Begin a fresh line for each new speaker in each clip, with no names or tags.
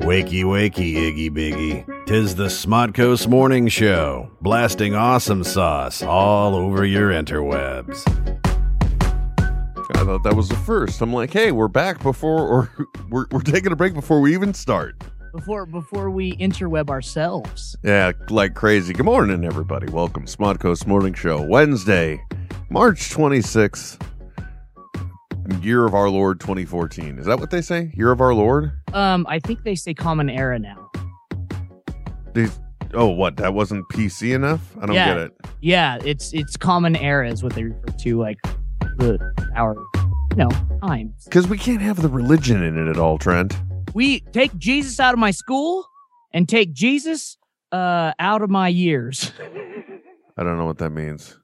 Wakey, wakey, Iggy Biggy. Tis the Smodcoast Morning Show, blasting awesome sauce all over your interwebs.
I thought that was the first. I'm like, hey, we're back before, or we're, we're taking a break before we even start.
before before we interweb ourselves.
Yeah, like crazy. Good morning, everybody. Welcome, Smodcoast Morning Show, Wednesday, March 26th, year of our Lord 2014. Is that what they say? Year of our Lord?
Um, I think they say common era now.
Oh, what? That wasn't PC enough? I don't
Yeah.
get it.
Yeah, it's it's common era is what they refer to like the our you know times.
Because we can't have the religion in it at all, Trent.
We take Jesus out of my school and take Jesus uh out of my years.
I don't know what that means.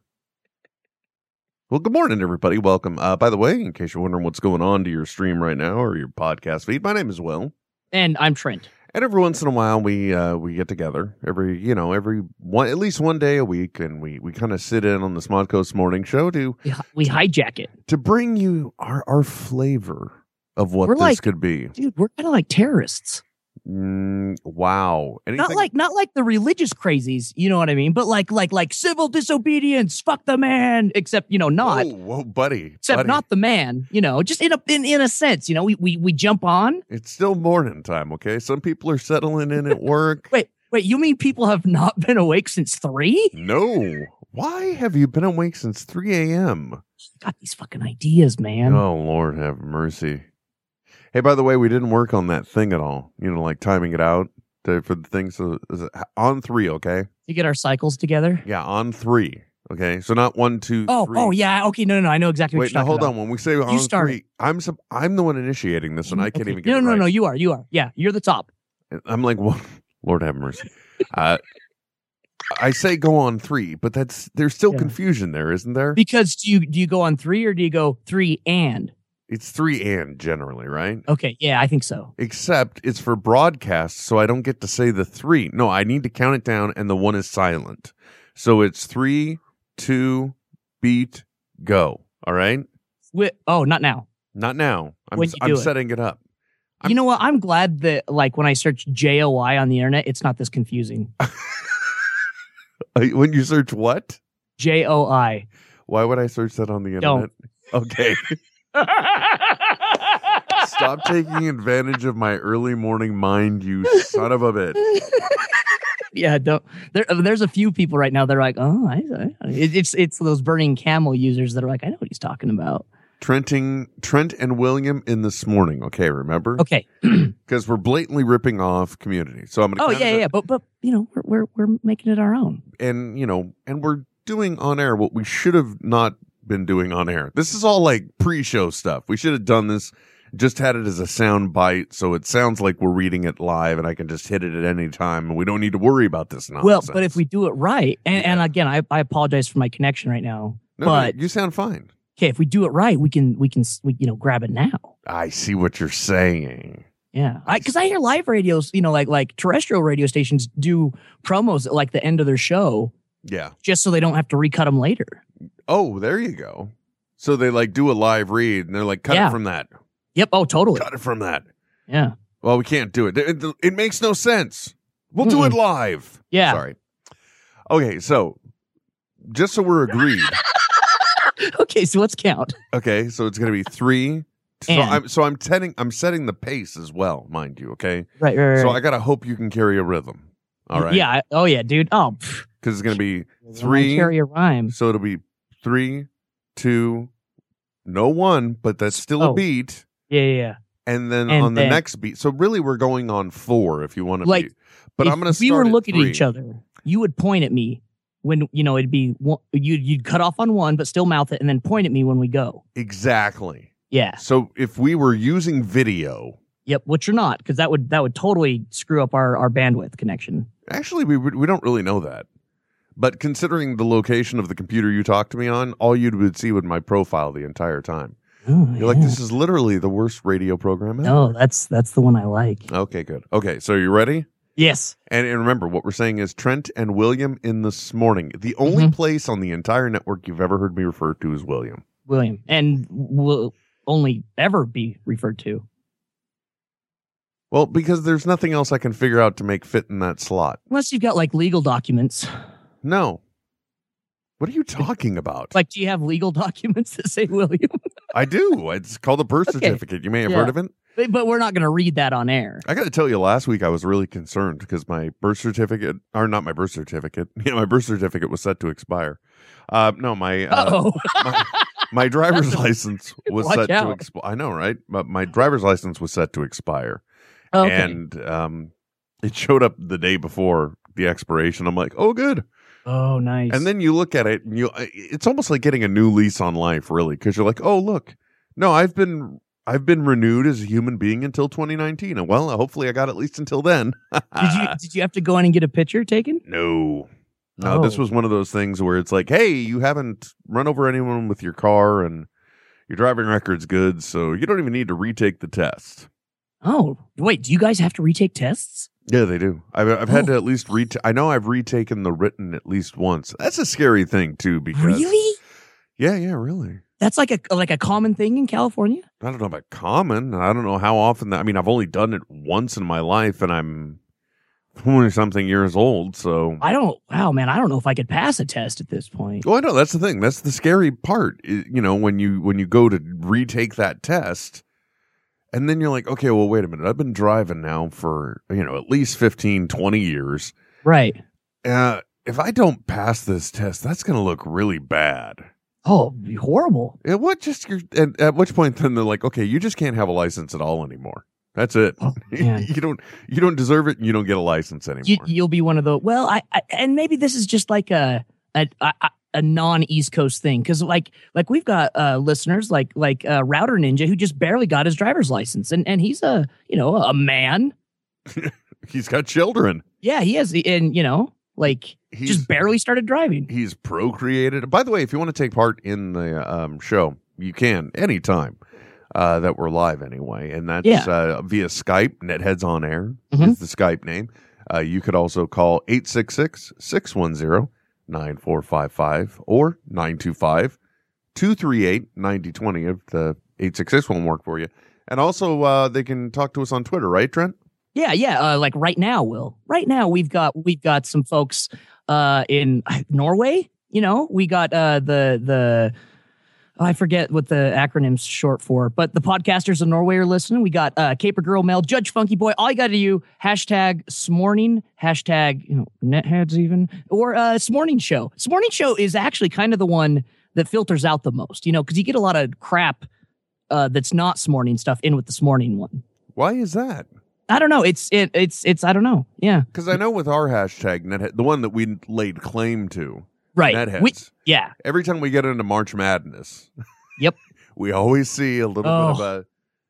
Well, good morning, everybody. Welcome. Uh, by the way, in case you're wondering what's going on to your stream right now or your podcast feed, my name is Will.
And I'm Trent.
And every once in a while, we uh, we get together every you know every one at least one day a week, and we we kind of sit in on the Smodcoast Morning Show to
We, hi- we hijack it,
to bring you our our flavor of what
We're
this
like-
could be.
dude. We're kind of like terrorists.
Mm, wow! Anything?
Not like not like the religious crazies, you know what I mean? But like like like civil disobedience. Fuck the man. Except you know not.
Whoa, Oh, whoa, buddy!
except
buddy.
not the man you know just in a in, in a sense you know we, we we jump on
It's still morning time. Okay, some people are settling in at work.
wait wait you mean people have not been awake since three
No. Why have you been awake since 3 a.m.?
got these fucking ideas man
Oh, Lord have mercy. Hey, by the way, we didn't work on that thing at all. You know, like timing it out to, for the thing. So is it on three, okay?
to get our cycles together
Yeah, on three, okay? So not one, two,
oh
three.
oh yeah okay no no no i know exactly
Wait,
what
now
you're talking
hold
about
on. When we say on
start
three, I'm sub- I'm the one initiating this, and I can't
Okay.
even get
no
it
no
right.
no you are you are yeah you're the top
I'm like, well, Lord have mercy. Uh, I say go on three, but that's there's still
Yeah.
confusion there, isn't there?
because do you do you go on three or do you go three and
It's three and generally, right?
okay yeah i think so
Except it's for broadcast, so I don't get to say the three. No, I need to count it down, and the one is silent. So it's three, two, beat, go. All right.
Wi- oh not now
Not now. I'm
When you
I'm
do it.
setting it up. I'm-
you know what i'm glad that like when i search j-o-y on the internet it's not this confusing
Uh, When you search what?
j-o-i
Why would I search that on the internet?
Don't.
Okay. Stop taking advantage of my early morning mind, you son of a bitch.
yeah, don't. There, there's a few people right now that are like, oh, I, I, it, it's it's those burning camel users that are like, I know what he's talking about.
Trenting Trent and William in this morning. Okay, remember?
Okay.
Because we're blatantly ripping off community. So I'm gonna
Oh
count it
yeah,
up.
yeah, but but you know we're we're we're making it our own.
and you know, and we're doing on air what we should have not been doing on air. This is all like pre-show stuff. We should have done this, just had it as a sound bite, so it sounds like we're reading it live, and I can just hit it at any time, and we don't need to worry about this
Well,
nonsense.
but if we do it right, and, and again, I, I apologize for my connection right now.
no, no,
but-
you sound fine.
Okay, if we do it right, we can we can s- we, you know grab it now.
I see what you're saying.
Yeah, because I, hear live radios, you know, like like terrestrial radio stations do promos at like the end of their show
Yeah.
just so they don't have to recut them later.
Oh, there you go. So they like do a live read, and they're like, "Cut
Yeah.
it from that.
Yep. Oh, totally.
Cut it from that."
Yeah.
Well, we can't do it. It, it- it makes no sense. We'll do it live.
Yeah.
Sorry. Okay, so just so we're agreed.
Okay, so let's count.
okay, so it's gonna be three. So
And.
I'm so I'm setting I'm setting the pace as well, mind you. Okay,
Right, right, right.
so I gotta hope you can carry a rhythm. All right.
Yeah. Mm-hmm. I- Oh, yeah, dude. Oh, pff,
Because it's gonna be
I
three.
carry a rhyme.
So it'll be three, two, no one, but that's still a
Oh.
beat.
Yeah, yeah. yeah.
And then
And
on the
then-
next beat. So really, we're going on four if you want to
Like,
be. But
If
I'm gonna.
We
start
were
at
looking at
three.
each other. You would point at me when you know it'd be one, you'd you'd cut off on one, but still mouth it, and then point at me when we go.
Exactly.
Yeah.
So if we were using video,
Yep. Which you're not, because that would that would totally screw up our our bandwidth connection.
actually, we would- we don't really know that. But considering the location of the computer you talked to me on, all you would see would my profile the entire time.
Oh,
You're like, this is literally the worst radio program ever.
No, that's that's the one I like.
Okay, good. Okay, so you ready?
Yes.
And, and remember, what we're saying is Trent and William in this morning. The only
Mm-hmm.
place on the entire network you've ever heard me refer to is William.
William, and will only ever be referred to.
Well, because there's nothing else I can figure out to make fit in that slot.
Unless you've got like legal documents.
No. What are you talking about?
Like, do you have legal documents that say William?
I do. It's called a birth
Okay.
certificate. You may have
Yeah.
heard of it.
But but we're not going to read that on air.
I got to tell you, last week I was really concerned because my birth certificate, or not my birth certificate, yeah, my birth certificate was set to expire. Uh, no, my uh,
Uh oh.
my, my driver's license was
Watch
set
out.
to expire. I know, right? But my driver's license was set to expire,
Okay.
and um, it showed up the day before the expiration. I'm like, oh, good.
oh, nice.
And then you look at it, and you it's almost like getting a new lease on life, really, because you're like, oh, look, no, I've been I've been renewed as a human being until 2019, and well, hopefully, I got at least until then.
did
uh,
you did you have to go in and get a picture taken?
No. No, this
Oh.
was one of those things where it's like, hey, you haven't run over anyone with your car and your driving record's good, so you don't even need to retake the test.
Oh wait, do you guys have to retake tests?
Yeah, they do. I've, I've had to at least retake. I know I've retaken the written at least once. That's a scary thing, too, because.
Really?
Yeah, yeah, really.
That's like a like a common thing in California.
I don't know about common. I don't know how often that. I mean, I've only done it once in my life, and I'm 20 something years old, so.
I don't. Wow, man, I don't know if I could pass a test at this point.
Well, Oh, I know that's the thing. That's the scary part. i- You know, when you when you go to retake that test, and then you're like, okay, well, wait a minute. I've been driving now for you know at least 15, 20 years.
Right.
Uh, if I don't pass this test, that's going to look really bad.
Oh, it'd be horrible.
At what just your at, at which point then they're like, okay, you just can't have a license at all anymore. That's it.
Oh, man.
you don't you don't deserve it, and you don't get a license anymore.
You, you'll be one of the well, I, I and maybe this is just like a a a, a non East Coast thing because like like we've got uh, listeners like like uh, Router Ninja who just barely got his driver's license and and he's a you know a man.
He's got children.
Yeah, he is, and you know like
He's
just barely started driving.
He's procreated. By the way, if you want to take part in the um, show, you can anytime uh, that we're live anyway. And that's
Yeah.
uh, via Skype, Netheads on Air
Mhm.
is the Skype name. Uh, you could also call 866 610 9455 or 925 238 9020 if the 866 won't work for you. And also, uh, they can talk to us on Twitter, right, Trent?
Yeah, yeah. Uh, like right now, Will. Right now, we've got we've got some folks uh, in Norway. You know, we got uh, the the oh, I forget what the acronym's short for, but the podcasters in Norway are listening. We got uh, Caper Girl Mel, Judge Funky Boy. All you got to do hashtag Smorning, hashtag you know netheads even or uh, Smorning Show. Smorning Show is actually kind of the one that filters out the most. You know, because you get a lot of crap uh, that's not Smorning stuff in with the Smorning one.
Why is that?
I don't know. It's it, it's it's I don't know. Yeah.
Because I know with our hashtag, nethead, the one that we laid claim to,
Right.
Netheads.
We, yeah.
every time we get into March Madness,
Yep.
we always see a little bit of a
Oh.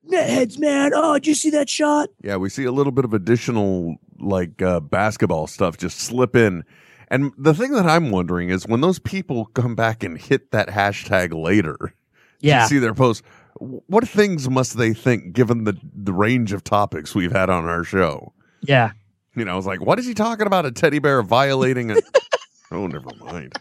Netheads, man. Oh, did you see that shot?
yeah, we see a little bit of additional like uh, basketball stuff just slip in. And the thing that I'm wondering is when those people come back and hit that hashtag later, to
Yeah.
see their post. What things must they think given the the range of topics we've had on our show?
Yeah.
You know, I was like, what is he talking about? A teddy bear violating a. oh, never mind.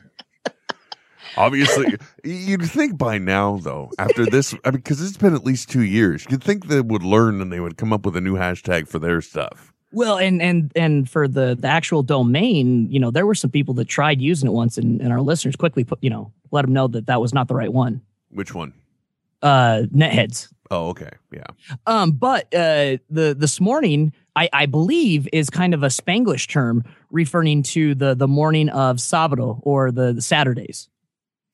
Obviously, you'd think by now, though, after this, I mean, because it's been at least two years, you'd think they would learn and they would come up with a new hashtag for their stuff.
Well, and and and for the the actual domain, you know, there were some people that tried using it once, and, and our listeners quickly put, you know, let them know that that was not the right one.
Which one?
Uh, netheads.
Oh, okay. Yeah.
Um, but uh, the this morning, I I believe is kind of a Spanglish term referring to the the morning of Sabado or the, the Saturdays.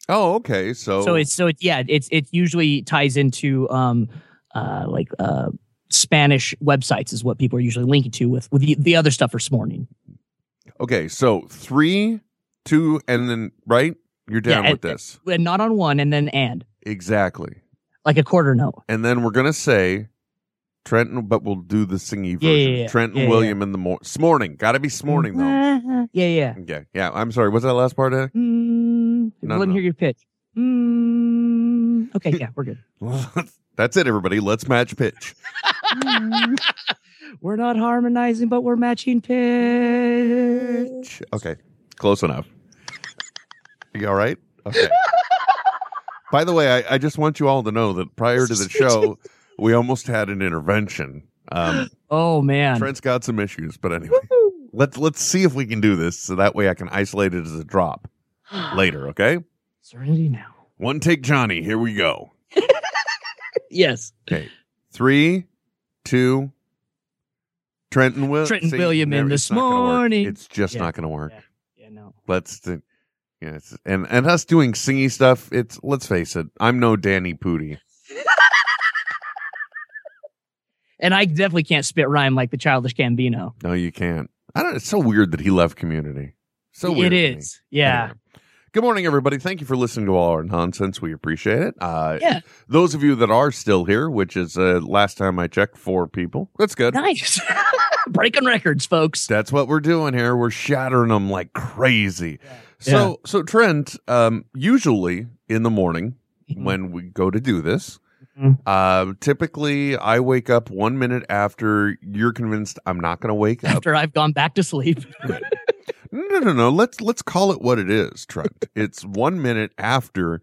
Oh, okay. So,
So it's so it, yeah, it's it usually ties into um uh like uh Spanish websites is what people are usually linking to with with the, the other stuff for morning.
okay. So three, two, and then, right? You're down
Yeah,
with
and-
this.
And not on one and then and
Exactly.
like a quarter note.
And then we're going to say Trenton, but we'll do the singy version.
Yeah, yeah, yeah.
Trenton
Yeah, yeah.
William in the morning. Morning. Got to be morning, though.
Yeah, yeah.
Okay. Yeah. I'm sorry. What's that last part? Ed?
Mm,
No,
wouldn't
no.
hear your pitch. Mm, okay, yeah, we're good.
That's it, everybody. Let's match pitch.
we're not harmonizing, but we're matching pitch.
Okay. Close enough. You all right? Okay. By the way, I, I just want you all to know that prior to the show, we almost had an intervention Um,
Oh man.
Trent's got some issues, but anyway,
Woo-hoo.
let's let's see if we can do this so that way I can isolate it as a drop later. Okay,
Serenity now.
one take, Johnny. Here we go.
Yes.
Three, two. Trenton will.
Trenton
see,
William in
never- it's
this
not gonna work.
morning.
It's just
Yeah.
not going to work.
Yeah, no.
Let's. th- yeah, it's, and and us doing singy stuff. It's let's face it. I'm no Danny Pooty.
And I definitely can't spit rhyme like the childish Gambino.
No, you can't. I don't. It's so weird that he left Community. So
it
weird to me.
is. Yeah.
Anyway. Good morning, everybody. Thank you for listening to all our nonsense. We appreciate it. Uh,
Yeah.
Those of you that are still here, which is uh, last time I checked, four people. That's good.
Nice. Breaking records, folks.
That's what we're doing here. We're shattering them like crazy. So, so Trent, um, usually in the morning
Mm-hmm.
when we go to do this,
Mhm.
uh, typically I wake up one minute after you're convinced I'm not going to wake up.
After I've gone back to sleep.
No, no, no. Let's let's call it what it is, Trent. it's one minute after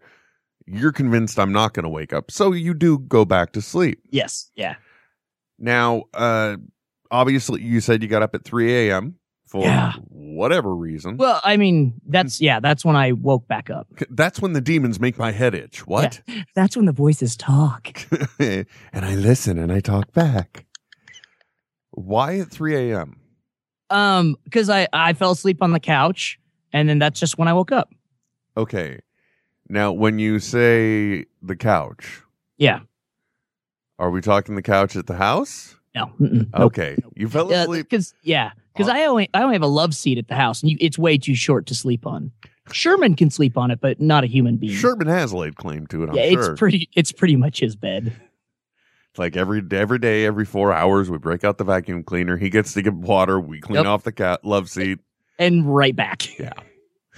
you're convinced I'm not going to wake up, so you do go back to sleep.
yes. Yeah.
Now, uh, obviously, you said you got up at 3 a.m. for
Yeah.
whatever reason.
Well, I mean, that's yeah, that's when I woke back up.
That's when the demons make my head itch. What?
That's when the voices talk.
and I listen and I talk back. Why at 3 a.m.?
Um, because I I fell asleep on the couch, and then that's just when I woke up.
Okay. Now, when you say the couch,
Yeah.
are we talking the couch at the house?
No. mm-mm, nope.
Okay. You Oh, fell
Yeah,
asleep.
'cause- yeah, because I only I only have a love seat at the house, and you, it's way too short to sleep on. Sherman can sleep on it, but not a human being.
Uh, Sherman has laid claim to it, I'm
yeah,
sure.
it's pretty. It's pretty much his bed.
like every every day, every four hours, we break out the vacuum cleaner. He gets to get water. We clean
Yep.
off the cat love seat.
and right back.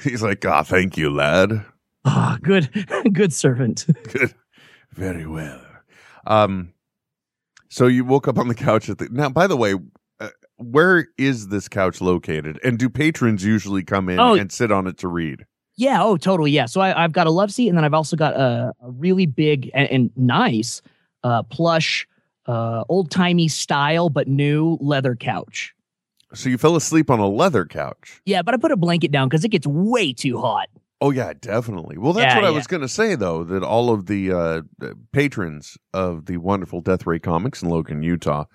He's like, ah, thank you, lad.
Ah, good, good servant.
Good. Very well. Um, so you woke up on the couch at the now. By the way, uh, where is this couch located? And do patrons usually come in
Oh.
and sit on it to read?
Yeah. Oh, totally. Yeah. So I, I've got a love seat, and then I've also got a, a really big and, and nice uh, plush, uh, old timey style but new leather couch.
So you fell asleep on a leather couch.
Yeah, but I put a blanket down because it gets way too hot.
Oh yeah, definitely. Well, that's
Yeah,
what I
yeah.
was going to say though. That all of the uh, the patrons of the wonderful Death Ray Comics in Logan, Utah,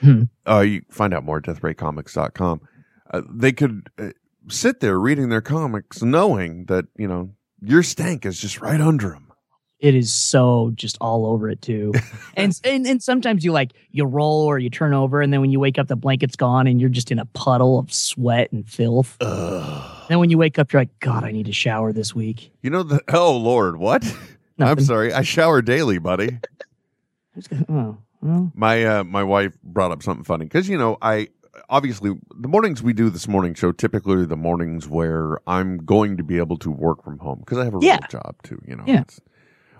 Hmm.
uh, you find out more at deathraycomics.com. Uh, they could uh, sit there reading their comics, knowing that you know your stank is just right under them.
It is so just all over it too, and and and sometimes you like you roll or you turn over, and then when you wake up, the blanket's gone, and you're just in a puddle of sweat and filth. Then when you wake up, you're like, God, I need a shower this week.
You know the oh lord, what? I'm
Nothing.
sorry. I shower daily, buddy.
I'm just gonna- oh, well,
My uh, my wife brought up something funny because you know I obviously the mornings we do this morning show typically are the mornings where I'm going to be able to work from home because I have a
Yeah.
real job too, you know.
Yeah.
It's-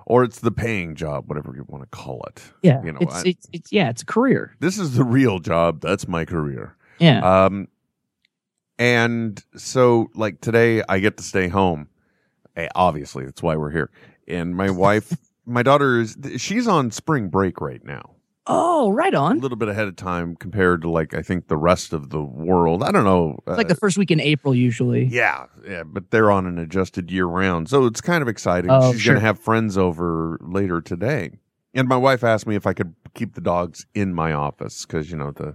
or it's the paying job, whatever you want to call it.
yeah,
You know,
it's,
I-
it's it's yeah, it's a career.
This is the real job. That's my career.
Yeah,
Um, and so like today, I get to stay home. Eh, Obviously, that's why we're here. And my wife, my daughter is she's on spring break right now.
Oh, right
A
on.
little bit ahead of time compared to like I think the rest of the world. I don't know.
It's like the first week in April usually.
uh, yeah, yeah, but they're on an adjusted year round, so it's kind of exciting.
Oh,
She's
sure.
gonna have friends over later today, and my wife asked me if I could keep the dogs in my office because you know the,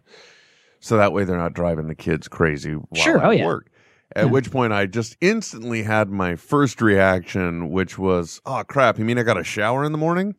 so that way they're not driving the kids crazy while
Sure,
I
oh, yeah.
work. At
Yeah.
which point, I just instantly had my first reaction, which was, "Oh crap! You mean I got a shower in the morning?"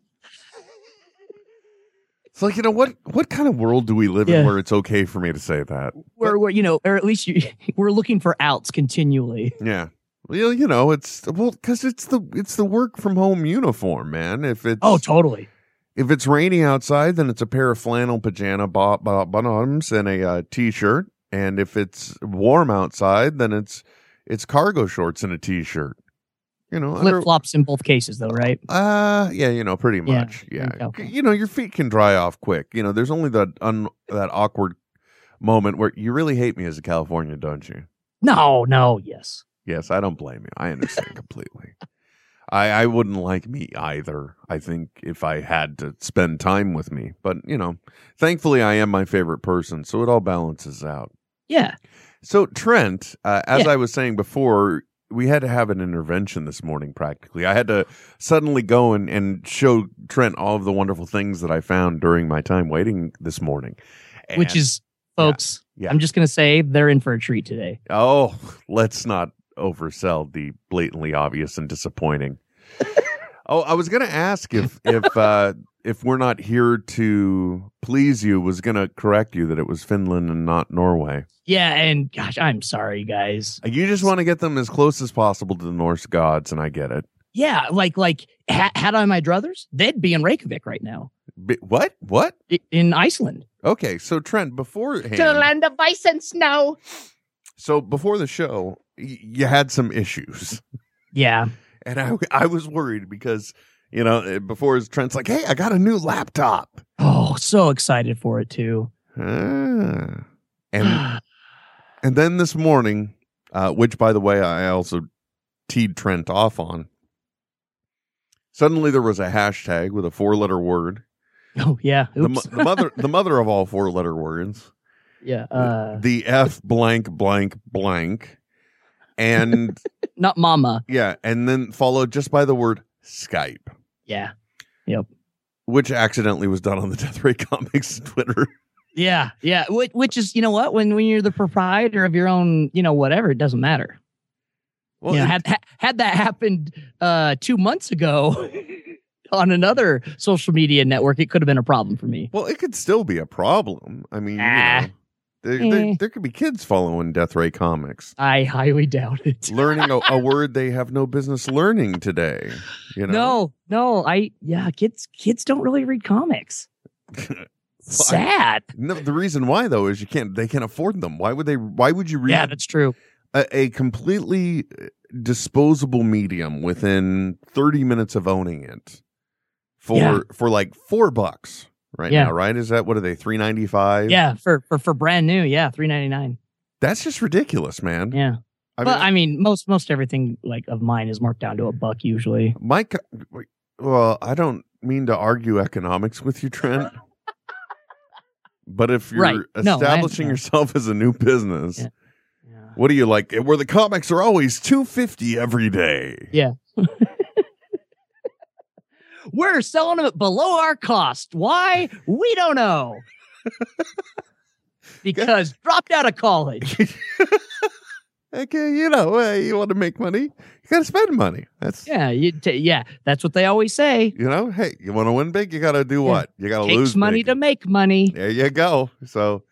It's like you know what? What kind of world do we live
Yeah.
in where it's okay for me to say that?
We're, we're you know, or at least you, we're looking for outs continually.
Yeah. Well, you know, it's well because it's the it's the work from home uniform, man. If it's
Oh, totally.
if it's rainy outside, then it's a pair of flannel pajama bo- bo- bottoms and a uh, t-shirt. And if it's warm outside, then it's it's cargo shorts and a t-shirt. You know,
Flip flops in both cases though, right?
uh yeah, you know, pretty
Yeah,
much. Yeah.
there you go.
C- You know, your feet can dry off quick. You know, there's only that un- that awkward moment where you really hate me as a California, don't you?
No, no, yes.
Yes, I don't blame you. I understand completely. I, I wouldn't like me either. I think if I had to spend time with me, but you know, thankfully I am my favorite person, so it all balances out.
Yeah.
So Trent, uh, as
Yeah.
I was saying before, we had to have an intervention this morning. Practically, I had to suddenly go and and show Trent all of the wonderful things that I found during my time waiting this morning,
Which
And-
is, folks,
yeah.
I'm just going to say they're in for a treat today.
Oh, let's not oversell the blatantly obvious and disappointing. oh, I was gonna ask if if uh if we're not here to please you was gonna correct you that it was Finland and not Norway.
Yeah. And gosh, I'm sorry, guys.
You just want to get them as close as possible to the Norse gods, and I get it.
Yeah. Like, like ha- had I my druthers, they'd be in Reykjavik right now
Bi- what? What?
I- in Iceland.
Okay, so Trent, beforehand,
To the land of bison snow.
so before the show, y- you had some issues.
Yeah.
And I, I was worried because, you know, eh, before Trent's like, hey, I got a new laptop.
Oh, so excited for it too.
Ah. And and then this morning, uh, which by the way I also teed Trent off on. Suddenly there was a hashtag with a four letter word.
oh, yeah.
The, mo-
Oops.
the mother the mother of all four letter words.
yeah. Uh,
The F blank blank blank. And
not mama.
yeah, and then followed just by the word Skype,
Yeah.
which accidentally was done on the Death Ray Comics Twitter.
Yeah. Yeah. Which, which is, you know what, when, when you're the proprietor of your own, you know, whatever, it doesn't matter.
Well,
you know,
it-
had ha- had that happened uh, two months ago on another social media network, it could have been a problem for me.
Well, it could still be a problem. I mean, you
Ah.
know, there, there,
Eh.
there could be kids following Death Ray comics,
I highly doubt it.
learning a, a word they have no business learning today. You know,
No, no, I yeah, kids kids don't really read comics. Sad.
no. The reason why though is you can't. They can't afford them. Why would they? Why would you read
Yeah, that's true.
a, a completely eh, disposable medium within thirty minutes of owning it for
Yeah.
for like four bucks right
Yeah.
now? Right? Is that what are they three ninety five?
Yeah, for for, for brand new, yeah, three ninety nine.
that's just ridiculous, man.
Yeah,
I mean,
but I mean, most most everything like of mine is marked down to a buck usually.
My, co- wait, well, I don't mean to argue economics with you, Trent. but if you're
Right. No, I
establishing
understand.
yourself as a new business,
Yeah. Yeah.
what are you like? Where the comics are always two fifty every day.
Yeah. We're selling them at below our cost. Why? We don't know. because dropped out of college.
Okay, you know, uh, you want to make money, you got to spend money. That's
Yeah, you t- yeah, that's what they always say.
you know, hey, you want to win big, you got to do what? You got to
Takes
lose
money
big.
to make money.
There you go. So,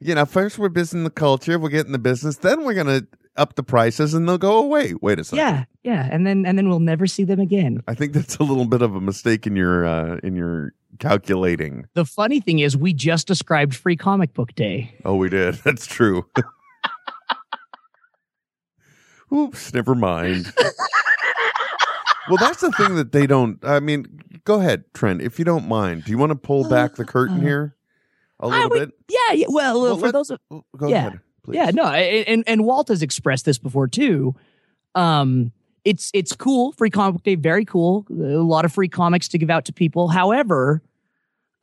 you know, first we're business the culture, we're getting the business, then we're gonna up the prices, and they'll go away. Wait a second.
Yeah, yeah, and then and then we'll never see them again.
I think that's a little bit of a mistake in your uh, in your calculating.
The funny thing is, we just described Free Comic Book Day.
Oh, we did. That's true. Oops, never mind. well, that's the thing that they don't. I mean, go ahead, Trent, if you don't mind. Do you want to pull back the curtain here a little
Uh, would-
bit?
Yeah, yeah well,
Well,
for
let-
those of
Oh, Go
yeah.
ahead, please.
Yeah, no, I- and and Walt has expressed this before too. Um, it's it's cool, free comic day, very cool. A lot of free comics to give out to people. However,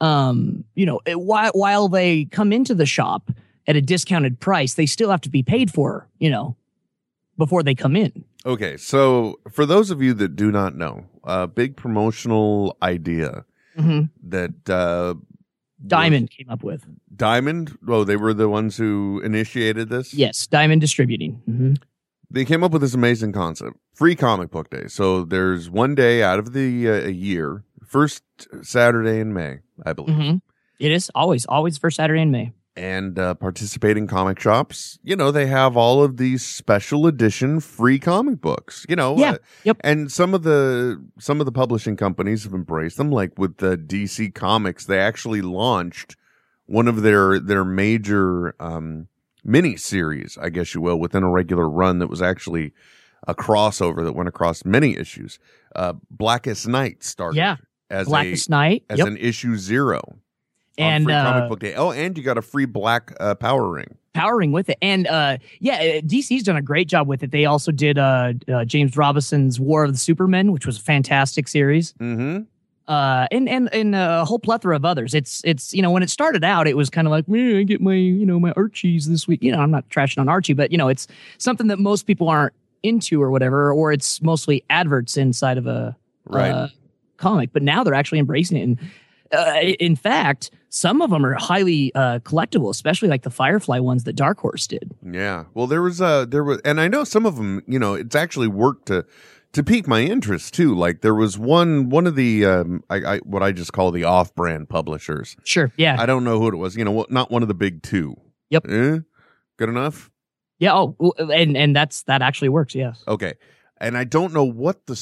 um, you know, it- while while they come into the shop at a discounted price, they still have to be paid for. You know, before they come in.
Okay, so for those of you that do not know, a big promotional idea that uh,
Diamond came up with
Diamond. Oh, they were the ones who initiated this.
yes, Diamond Distributing. Mhm.
they came up with this amazing concept free comic book day so there's one day out of the uh, a year first saturday in may i believe
Mhm. It is always always first Saturday in May.
and uh, participating comic shops you know they have all of these special edition free comic books you know
Yeah.
uh,
Yep.
and some of the some of the publishing companies have embraced them like with the dc comics they actually launched one of their their major um mini series i guess you will within a regular run that was actually a crossover that went across many issues uh blackest night started
Yeah.
as
Blackest Night.
a as
yep.
an issue zero
and
free
uh,
comic book day. Oh, and you got a free black uh, power ring.
powering with it. And uh, yeah, uh, DC's done a great job with it. They also did uh, uh, James Robinson's War of the Supermen, which was a fantastic series,
Mm-hmm.
uh, and and and a whole plethora of others. It's it's you know when it started out, it was kind of like, man, I get my you know my Archies this week. You know, I'm not trashing on Archie, but you know, it's something that most people aren't into or whatever, or it's mostly adverts inside of a
Right.
uh, comic, but now they're actually embracing it. And uh, i- in fact, some of them are highly uh, collectible, especially like the Firefly ones that Dark Horse did.
Yeah. Well, there was a there was, and I know some of them. You know, it's actually worked to to pique my interest too. Like there was one one of the um, I, I what I just call the off brand publishers.
Sure. Yeah.
I don't know who it was. You know, what- not one of the big two.
Yep.
Eh? Good enough.
yeah. Oh, w- and and that's that actually works. Yes.
Okay. And I don't know what the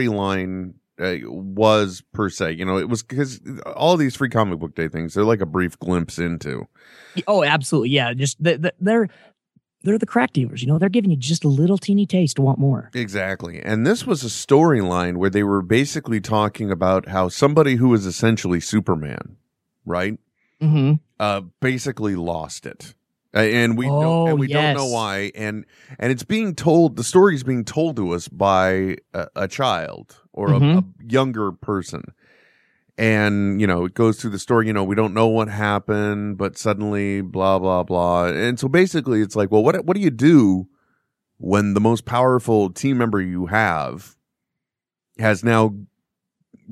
storyline uh, was per se. You know, it was because all these free comic book day things they're like a brief glimpse into.
Oh, absolutely. Yeah. Just the, the, they're they're the crack dealers. You know, they're giving you just a little teeny taste to want more.
Exactly. And this was a storyline where they were basically talking about how somebody who is essentially Superman, right?
Mm-hmm.
Uh basically lost it. Uh, and we don't,
Oh,
and we
yes.
don't know why and and it's being told the story is being told to us by a, a child or a, a
Mhm.
younger person. And you know, it goes through the story, you know, we don't know what happened, but suddenly blah blah blah. And so basically it's like, well, what what do you do when the most powerful team member you have has now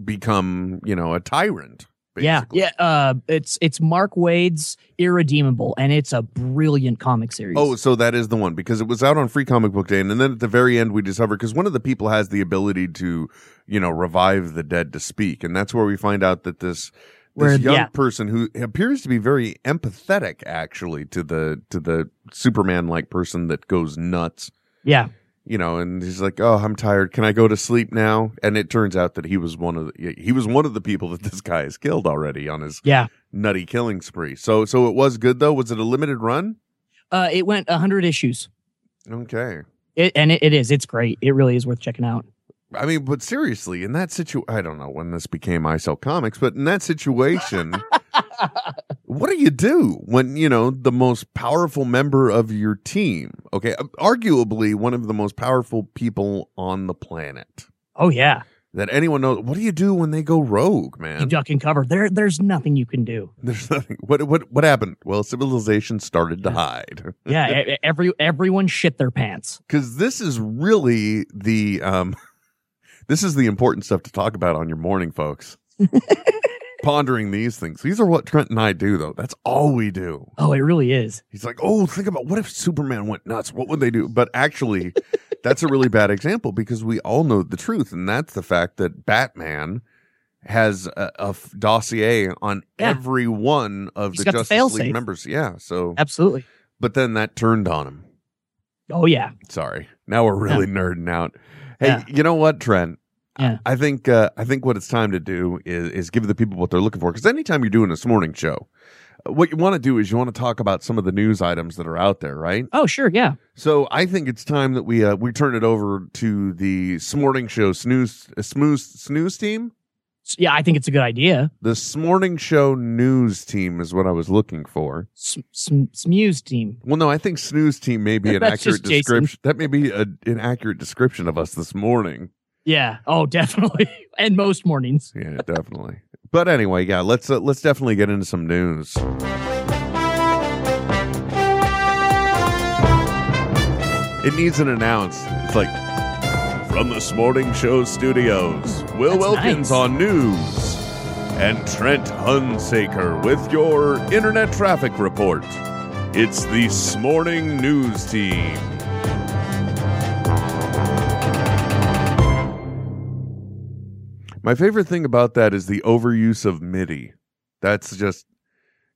become, you know, a tyrant.
Yeah.
basically.
Yeah. Uh, it's it's Mark Wade's Irredeemable, and it's a brilliant comic series.
Oh, so that is the one because it was out on Free Comic Book Day, and then at the very end we discover because one of the people has the ability to, you know, revive the dead to speak, and that's where we find out that this
Where-
this young
yeah.
person who appears to be very empathetic actually to the to the Superman like person that goes nuts,
yeah.
you know, and he's like, "Oh, I'm tired. Can I go to sleep now?" And it turns out that he was one of the, he was one of the people that this guy has killed already on his
Yeah.
nutty killing spree. So so it was good though. Was it a limited run?
Uh, it went hundred issues.
Okay.
It, and it, it is. It's great. It really is worth checking out.
I mean, but seriously, in that situation, I don't know when this became I sell comics, but in that situation, what do you do when, you know, the most powerful member of your team, okay, uh, arguably one of the most powerful people on the planet
Oh yeah,
that anyone knows, what do you do when they go rogue,
you
man?
duck and cover. There, there's nothing you can do.
There's nothing. What, what, what happened? Well, civilization started to hide.
Yeah, e- e- every everyone shit their pants.
because this is really the um this is the important stuff to talk about on your morning folks pondering these things these are what trent and i do though that's all we do
Oh, it really is.
he's like oh think about what if superman went nuts what would they do but actually that's a really bad example because we all know the truth and that's the fact that batman has a, a f- dossier on
Yeah.
every one of
He's
the
got the
justice league
failsafe.
members yeah so
Absolutely.
but then that turned on him
Oh yeah.
Sorry. Now we're really nerding out. Hey,
Yeah.
you know what, Trent?
Yeah.
I think uh, I think what it's time to do is, is give the people what they're looking for. Because anytime you're doing this morning show, uh, what you want to do is you want to talk about some of the news items that are out there, right?
Oh sure. Yeah.
So I think it's time that we uh, we turn it over to the morning show snooze uh, smooth snooze team.
S- Yeah, I think it's a good idea.
The morning show news team is what I was looking for.
S- sm- Smuse team.
Well, no, I think snooze team may be an
That's just
accurate
Jason.
description. That may be a, an accurate description of us this morning.
Yeah. Oh, definitely. and most mornings.
Yeah, definitely. But anyway, yeah, let's uh, let's definitely get into some news. It needs an announce. It's like from this morning show studios, Will
That's
Wilkins
nice.
on news, and Trent Hunsaker with your internet traffic report. It's the morning news team. My favorite thing about that is the overuse of MIDI. That's just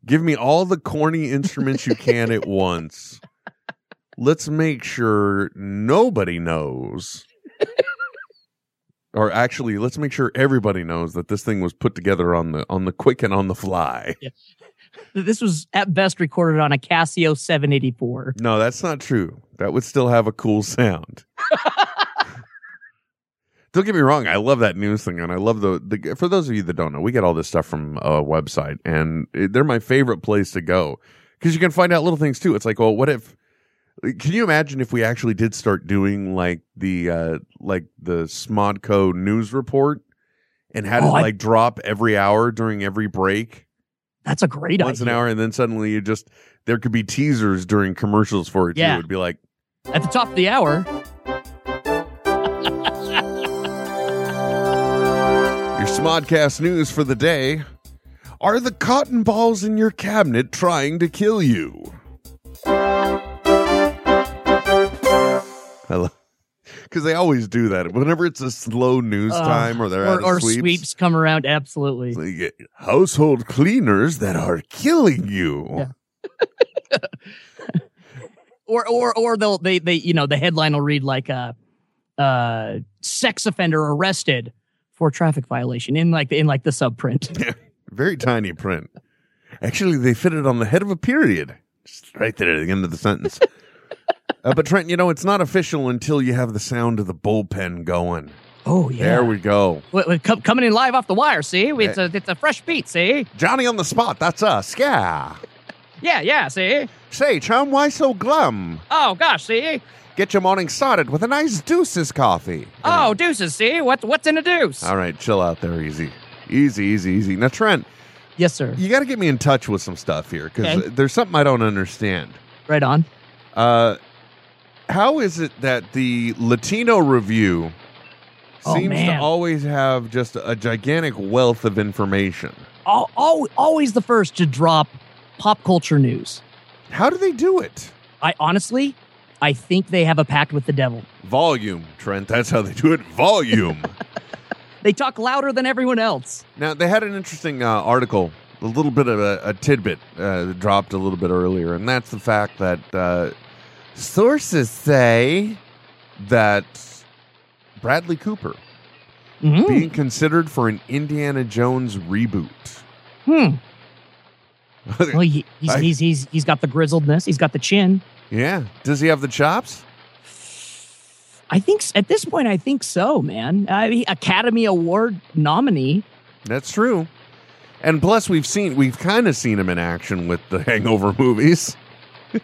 give me all the corny instruments you can at once. Let's make sure nobody knows. or actually, let's make sure everybody knows that this thing was put together on the on the quick and on the fly.
This was at best recorded on a Casio 784.
No, that's not true. That would still have a cool sound. Don't get me wrong. I love that news thing, and I love the, the. For those of you that don't know, we get all this stuff from a website, and it- they're my favorite place to go because you can find out little things too. It's like, well, what if? Can you imagine if we actually did start doing like the uh like the Smodco news report and had
Oh,
it
I-
like drop every hour during every break,
That's a great
once
idea.
an hour, and then suddenly you just there could be teasers during commercials for it.
Yeah.
too. it'd be like.
At the top of the hour,
Your Smodcast news for the day Are the cotton balls in your cabinet trying to kill you? Because they always do that. Whenever it's a slow news
Uh,
time or they're
or,
out
or
of
sweeps.
sweeps,
come around. Absolutely.
they get household cleaners that are killing you.
Yeah. Or or or they'll they they you know the headline will read like a uh, uh, sex offender arrested for traffic violation in like in like the subprint.
Very tiny print. Actually, they fit it on the head of a period, just right there at the end of the sentence. uh, but Trent, you know, it's not official until you have the sound of the bullpen going.
Oh yeah.
There we go.
Wait, wait, com- coming in live off the wire. See, it's a it's a fresh beat. See,
Johnny on the spot. That's us. Yeah.
yeah, yeah. See,
Say, chum, why so glum?
oh gosh, see,
Get your morning started with a nice deuces coffee.
oh deuces. See, what what's in a deuce?
All right, chill out there, easy. Easy, easy, easy. Now, Trent,
Yes, sir.
you got to get me in touch with some stuff here because
Okay.
there's something I don't understand.
Right on.
Uh, how is it that the Latino Review
Oh,
seems to
man.
always have just a gigantic wealth of information?
Al- al- always the first to drop pop culture news.
How do they do it?
I honestly, I think they have a pact with the devil.
Volume, Trent. That's how they do it. Volume.
They talk louder than everyone else.
Now they had an interesting uh, article, a little bit of a, a tidbit uh, that dropped a little bit earlier, and that's the fact that uh, sources say that Bradley Cooper
Mhm.
being considered for an Indiana Jones reboot.
Hmm. Well, he, he's,
I-
he's he's he's got the grizzledness. He's got the chin.
yeah, does he have the chops?
I think s- at this point, I think so, man. I mean, Academy Award nominee.
That's true. And plus, we've seen we've kind of seen him in action with the Hangover movies.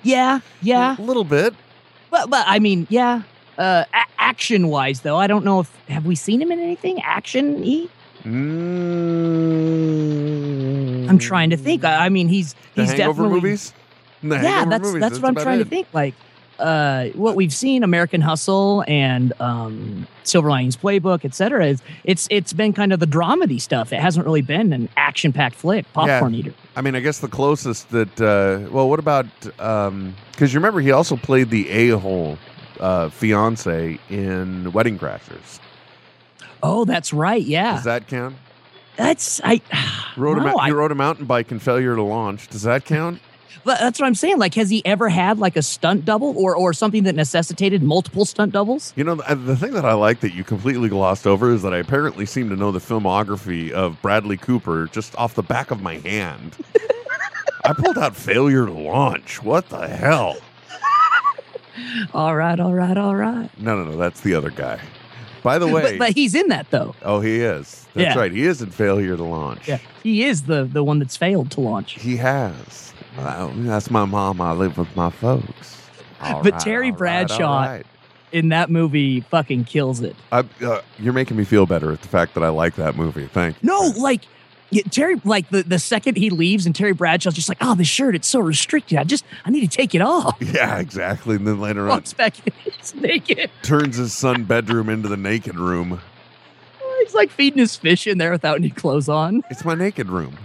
Yeah, yeah.
a little bit.
But but I mean, yeah. Uh, a- action wise, though, I don't know if have we seen him in anything action. E.
Mm.
I'm trying to think. I, I mean, he's
The
he's
Hangover
definitely
movies. The
yeah.
Hangover
That's
movies,
that's what I'm
about
trying
it.
to think. Like uh, what we've seen, American Hustle and um, Silver Linings Playbook, etc. Is it's it's been kind of the dramedy stuff. It hasn't really been an action packed flick, popcorn eater.
I mean, I guess the closest that. Uh, well, what about? Because you remember he also played the a-hole uh, fiance in Wedding Crashers.
Oh, that's right. Yeah,
Does that count?
that's I.
Rode a
no,
mou-
I-
you rode a mountain bike and failure to launch. Does that count?
But that's what I'm saying. Like, has he ever had like a stunt double or or something that necessitated multiple stunt doubles?
You know, the, the thing that I like that you completely glossed over is that I apparently seem to know the filmography of Bradley Cooper just off the back of my hand. I pulled out failure to launch. What the hell?
All right, all right, all right.
No, no, no. That's the other guy. By the way,
But, but he's in that though.
oh, he is. That's
Yeah.
right. He is in failure to launch.
Yeah, he is the the one that's failed to launch.
He has. Well, that's my mom. I live with my folks. All
But Terry
all all
Bradshaw-
right.
In that movie, fucking kills it.
I, uh, you're making me feel better at the fact that I like that movie. Thank you.
No, like yeah, Terry, like the, the second he leaves and Terry Bradshaw's just like, oh, this shirt, it's so restricted. I just, I need to take it off.
Yeah, exactly. And then later on,
Walks back in, he's naked.
turns his son bedroom into the naked room.
He's like feeding his fish in there without any clothes on.
It's my naked room.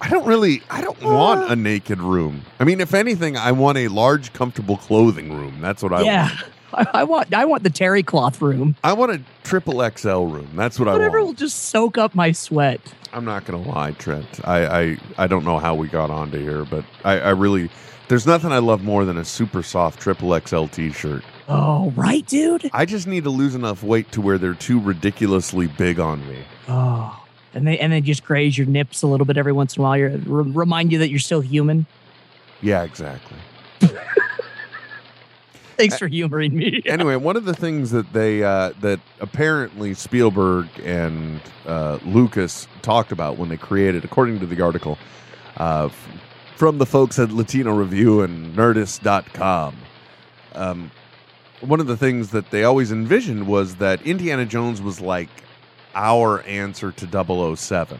I don't really. I
Uh.
don't want a naked room. I mean, if anything, I want a large, comfortable clothing room. That's what I want.
yeah. I, I want, I want the Terry cloth room.
I want a triple XL room. That's what
Whatever
I
will
want.
just soak up my sweat.
I'm not gonna lie, Trent. I, I I don't know how we got onto here, but I, I really there's nothing I love more than a super soft triple XL t-shirt.
Oh, right, dude.
I just need to lose enough weight to where they're too ridiculously big on me.
Oh, and they and then just graze your nips a little bit every once in a while. You're, re- remind you that you're still human.
Yeah, exactly.
Thanks for humoring me.
anyway, one of the things that they uh, that apparently Spielberg and uh, Lucas talked about when they created, according to the article uh, f- from the folks at Latino Review and Nerdist.com, um, one of the things that they always envisioned was that Indiana Jones was like our answer to 007.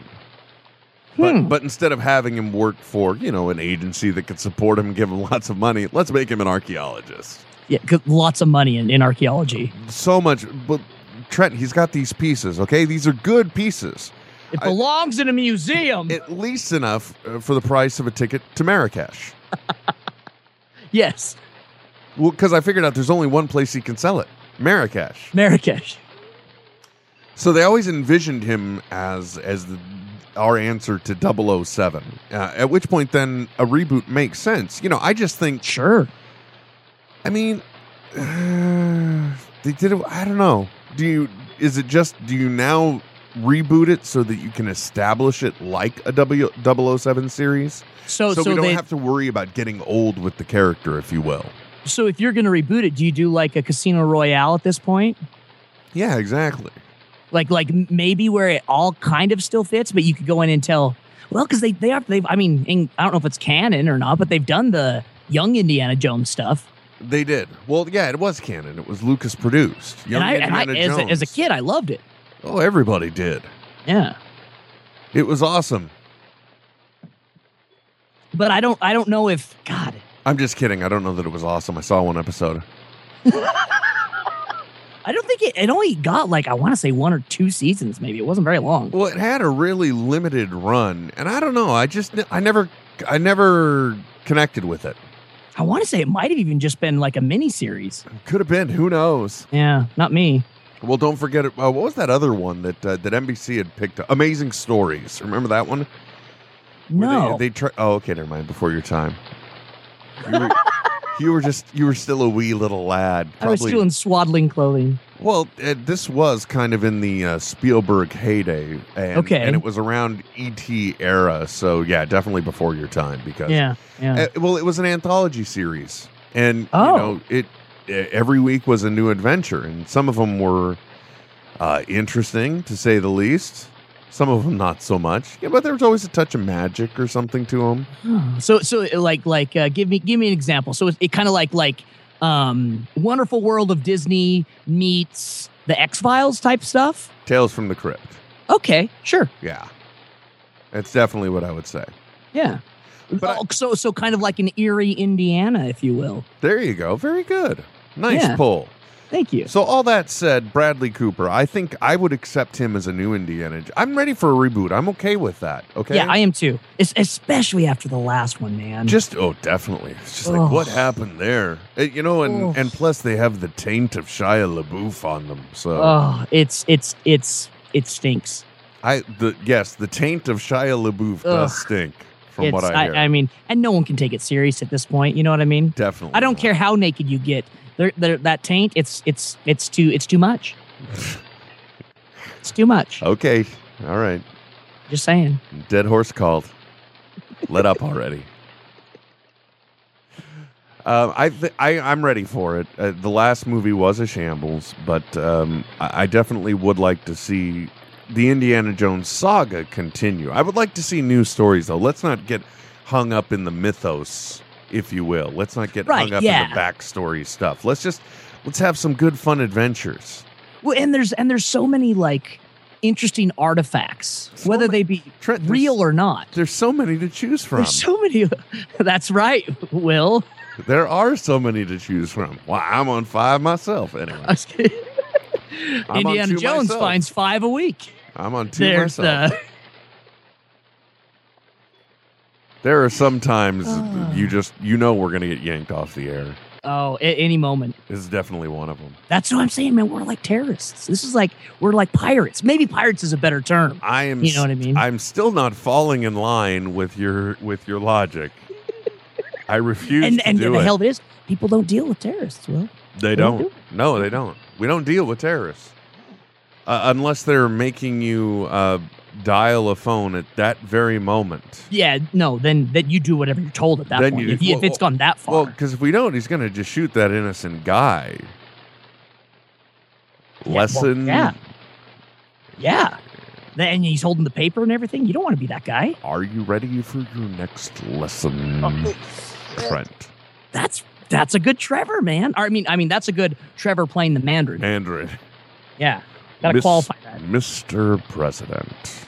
But,
Hmm.
but instead of having him work for, you know, an agency that could support him and give him lots of money, let's make him an archaeologist
Yeah, 'cause lots of money in, in archaeology.
so much but Trent, he's got these pieces, okay? These are good pieces.
It
I-
belongs in a museum.
At least enough uh, for the price of a ticket to Marrakesh.
yes,
Well, cuz I figured out there's only one place he can sell it. Marrakesh.
Marrakesh.
So they always envisioned him as as the, our answer to 007. Uh, at which point then a reboot makes sense. You know, I just think
Sure.
I mean, they did it. I don't know. Do you? Is it just? Do you now reboot it so that you can establish it like a w, 007 series,
So, Oh, so,
we don't
they,
have to worry about getting old with the character, if you will?
so if you're going to reboot it, do you do like a Casino Royale at this point?
Yeah, exactly.
like like m- maybe where it all kind of still fits, but you could go in and tell. Well, because they they have they've I mean in, I don't know if it's canon or not, but they've done the young Indiana Jones stuff.
They did. Well, yeah, it was canon. It was Lucas produced. Young
and I, and I
Indiana
as, a, as a
Jones.
kid, I loved it.
Oh, everybody did.
Yeah,
It was awesome.
but I don't I don't know if God.
I'm just kidding. I don't know that it was awesome. I saw one episode.
I don't think it, it only got like I want to say one or two seasons. Maybe it wasn't very long.
Well, it had a really limited run, and I don't know. I just I never I never connected with it.
I want to say it might have even just been like a mini series.
Could have been. Who knows?
Yeah, not me.
Well, don't forget. it- Uh, what was that other one that uh, that NBC had picked? up? Amazing Stories. Remember that one? Where they-
No,
They, try. Oh, okay. Never mind. Before your time. You were, you were just you were still a wee little lad.
I was still in swaddling clothing.
Well, uh, this was kind of in the uh, Spielberg heyday, and,
Okay.
and it was around ET era. So yeah, definitely before your time because
Yeah, yeah.
Uh, well, it was an anthology series, and
Oh.
you know, it e- every week was a new adventure, and some of them were uh, interesting to say the least. Some of them not so much, yeah, but there was always a touch of magic or something to them.
Hmm. So so uh, like like uh, give me give me an example. So it, it kind of like like um Wonderful World of Disney meets the X Files type stuff.
Tales from the Crypt,
Okay, sure,
yeah, that's definitely what I would say.
yeah.
But I-
Oh, so so kind of like an eerie Indiana, if you will.
There you go, very good, nice
Yeah.
pull.
Thank you.
So all that said, Bradley Cooper, I think I would accept him as a new Indiana. Jo- I'm ready for a reboot. I'm okay with that. Okay,
Yeah, I am too. Es- especially after the last one, man.
just oh definitely it's just like
Ugh.
what happened there Uh, you know and
Ugh.
and plus they have the taint of shia labeouf on them so
oh, it's it's it's it stinks.
i the yes the taint of shia labeouf does stink from
it's,
what i hear
I, mean, and no one can take it serious at this point. You know what I mean?
definitely
I don't
not.
care how naked you get. There, there, that taint, it's it's it's too it's too much. it's too much.
okay all right
Just saying.
dead horse called let up already um, I, th- I I'm ready for it. Uh, the last movie was a shambles, but um, I, I definitely would like to see the Indiana Jones saga continue. I would like to see new stories though. Let's not get hung up in the mythos, if you will. Let's not get hung
Right,
up
yeah.
in the backstory stuff. Let's just let's have some good fun adventures.
Well, and there's and there's so many like interesting artifacts,
So
whether
many-
they be
Trent, there's-
real or not.
There's so many to choose from.
There's so many. That's right, Will.
There are so many to choose from. Well, I'm on five myself
I
anyway.
was kidding.
on
Indiana
two
Jones
myself.
finds five a week.
I'm on two
There's
myself.
the
There are some times
Ah.
you just you know we're gonna get yanked off the air.
oh, at any moment.
This is definitely one of them.
That's what I'm saying, man. We're like terrorists. This is like we're like pirates. Maybe pirates is a better term.
I am.
You know what I mean?
I'm still not falling in line with your with your logic. I refuse
and
to
and
do
the
it.
hell of it is, people don't deal with terrorists. Well,
they
don't do
don't. No, they don't. We don't deal with terrorists uh, unless they're making you uh, dial a phone at that very moment.
Yeah, no, then that you do whatever you're told at that
Then
point.
you-
if, you- if
well,
it's gone that far,
Well, because if we don't, he's going to just shoot that innocent guy.
well,
Lesson.
yeah. yeah. Then he's holding the paper and everything. You don't want to be that guy.
Are you ready for your next lesson, Trent?
That's that's a good Trevor, man. Or, I mean, I mean that's a good Trevor playing the Mandarin.
Andrew.
Yeah, gotta
Miss-
qualify that.
Mr. President.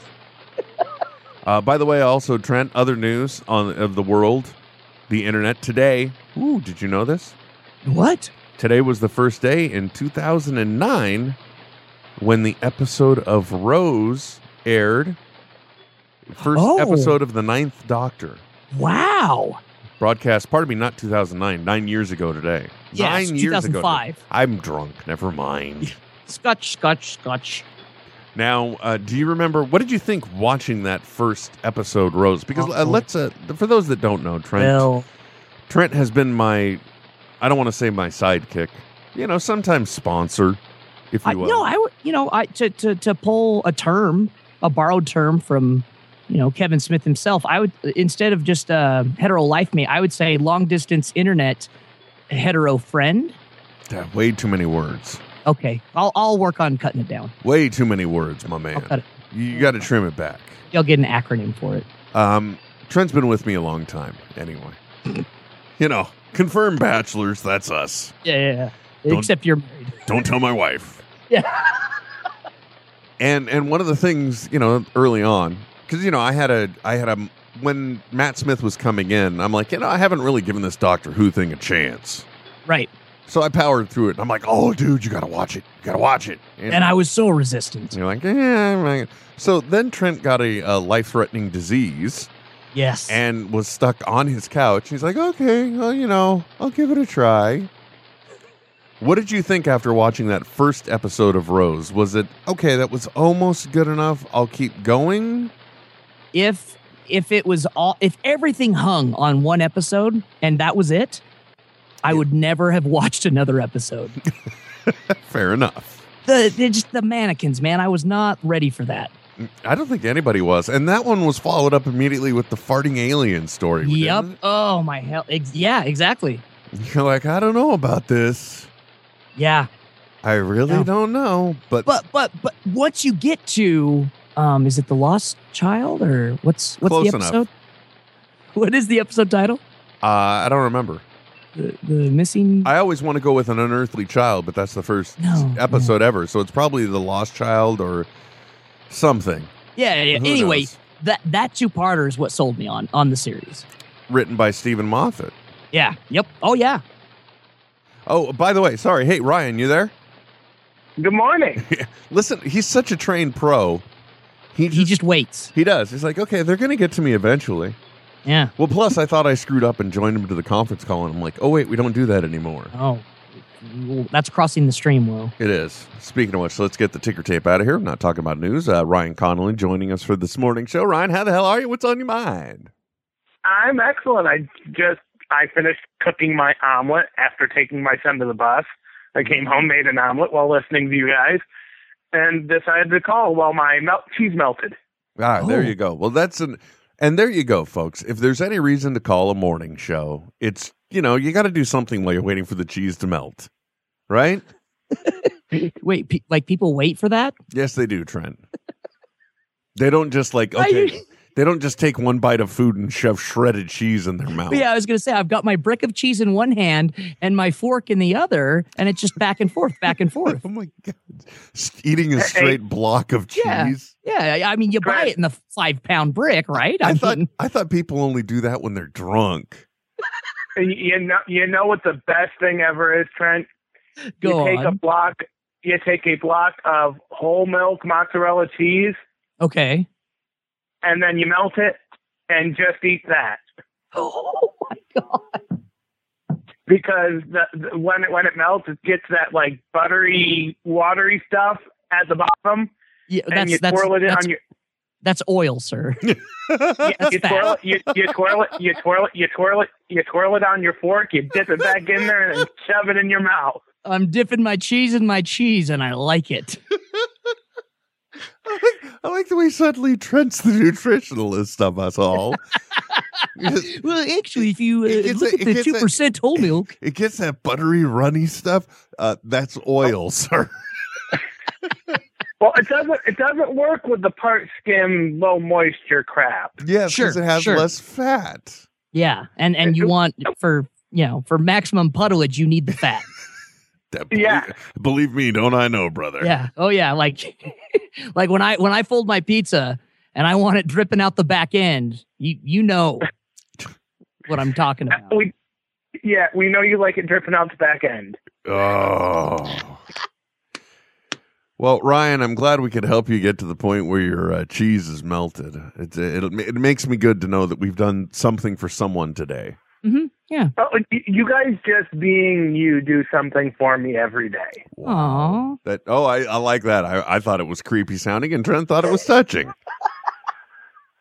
uh, by the way, also Trent, other news on of the world, the internet today. Ooh, did you know this?
What?
Today was the first day in 2009 when the episode of Rose aired. First
Oh.
episode of the Ninth Doctor
Wow.
broadcast. Pardon me, not 2009. Nine years ago today.
Yes,
nine years ago. today.
2005.
I'm drunk. Never mind.
Scotch, Scotch, Scotch.
Now, uh, do you remember what did you think watching that first episode, Rose? Because uh,
Uh-oh.
let's uh, for those that don't know, Trent
Well,
Trent has been my I don't want to say my sidekick, you know, sometimes sponsor, if
I,
you will.
no, I would. You know, I to to to pull a term, a borrowed term from, you know, Kevin Smith himself. I would instead of just uh, hetero life mate, I would say long distance internet hetero friend.
Yeah, way too many words.
Okay, I'll I'll work on cutting it down.
Way too many words, my
I'll
man.
cut it.
You got to trim it back.
You'll get an acronym for it.
Um, Trent's been with me a long time, anyway. you know, confirmed bachelors. That's us.
Yeah, yeah. yeah.
Don't-
Except you're married.
Don't tell my wife.
Yeah.
and and one of the things you know early on because you know i had a i had a when matt smith was coming in i'm like you know i haven't really given this doctor who thing a chance
Right.
so i powered through it and i'm like oh dude you gotta watch it you gotta watch it
And I was so resistant.
you're like yeah I'm like-" so then trent got a, a life-threatening disease
Yes.
and was stuck on his couch he's like okay well you know i'll give it a try what did you think after watching that first episode of rose was it okay that was almost good enough i'll keep going
if if it was all if everything hung on one episode and that was it, I
Yeah.
would never have watched another episode.
Fair enough.
the they're just the mannequins, man. I was not ready for that.
I don't think anybody was. And that one was followed up immediately with the farting alien story.
Yep.
didn't
Oh my hell. Ex- yeah, exactly.
it? You're like, I don't know about this.
Yeah.
I really
No.
don't know. But,
But but but once you get to um is it the lost child or what's what's
Close
the
enough.
episode? What is the episode title?
uh, I don't remember.
The, the missing
I always want to go with an unearthly child, but that's the first
No,
episode ever. So it's probably the lost child or something.
Yeah, yeah. yeah.
Who
Anyway,
knows?
that that two-parter is what sold me on on the series.
written by Stephen Moffat.
Yeah. Yep. Oh yeah.
Oh, by the way, sorry. Hey, Ryan, you there?
Good morning.
Listen, he's such a trained pro. He
He just waits.
he does. He's like, okay, they're gonna get to me eventually.
Yeah.
Well, plus I thought I screwed up and joined him to the conference call, and I'm like, oh wait, we don't do that anymore.
Oh, that's crossing the stream, Will.
It is. Speaking of which, let's get the ticker tape out of here. I'm not talking about news. Uh, Ryan Connolly joining us for this morning show. Ryan, how the hell are you? What's on your mind?
I'm excellent. I just I finished cooking my omelet after taking my son to the bus. I came home, made an omelet while listening to you guys, and decided to call while my melt cheese melted.
Ah, there
Oh.
you go. Well, that's an and there you go, folks. If there's any reason to call a morning show, it's you know you got to do something while you're waiting for the cheese to melt, right?
Wait, pe- like people wait for that?
Yes, they do, Trent. they don't just like
Are
okay.
you-
They don't just take one bite of food and shove shredded cheese in their mouth.
Yeah, I was gonna say I've got my brick of cheese in one hand and my fork in the other, and it's just back and forth, back and forth.
Oh my god! S- Eating a
Hey.
straight block of cheese.
Yeah. Yeah, I- I mean you buy it in the five pound brick, right?
I
I'm
thought
kidding.
I thought people only do that when they're drunk.
And y- you know, you know what the best thing ever is, Trent?
go
you take a
on.
block. You take a block of whole milk mozzarella cheese,
okay.
and then you melt it, and just eat that.
Oh my god.
because the, the, when it when it melts, it gets that like buttery, watery stuff at the bottom,
Yeah,
and you
that's that's
twirl it in
that's,
on your
that's oil, sir.
you,
that's
you twirl it, you, you twirl it, you twirl it, you twirl it, you twirl it on your fork, you dip it back in there, and then shove it in your mouth.
I'm dipping my cheese in my cheese, and I like it.
I like the way suddenly Trent's the nutritionalist of us all. Just-
Well, actually, if you uh,
It gets
look
a-
at
it
the
gets a-
two percent whole milk,
it gets that buttery, runny stuff. Uh, that's oil, sir.
Well, it doesn't it doesn't work with the part skim low moisture crap.
Yes, because
Sure,
it has
sure.
less fat.
yeah, and and you want for you know for maximum puddleage, you need the fat.
That-
Yeah.
Believe me, don't I know, brother?
Yeah. Oh yeah. Like like when I when I fold my pizza and I want it dripping out the back end, you you know what I'm talking about.
We yeah, we know you like it dripping out the back end.
Oh. Well, Ryan, I'm glad we could help you get to the point where your uh, cheese is melted. It, it it makes me good to know that we've done something for someone today.
Mm-hmm.
Oh, y- you guys just being you do something for me every day.
Aw.
That oh, I, I like that. I, I thought it was creepy sounding, and Trent thought it was touching.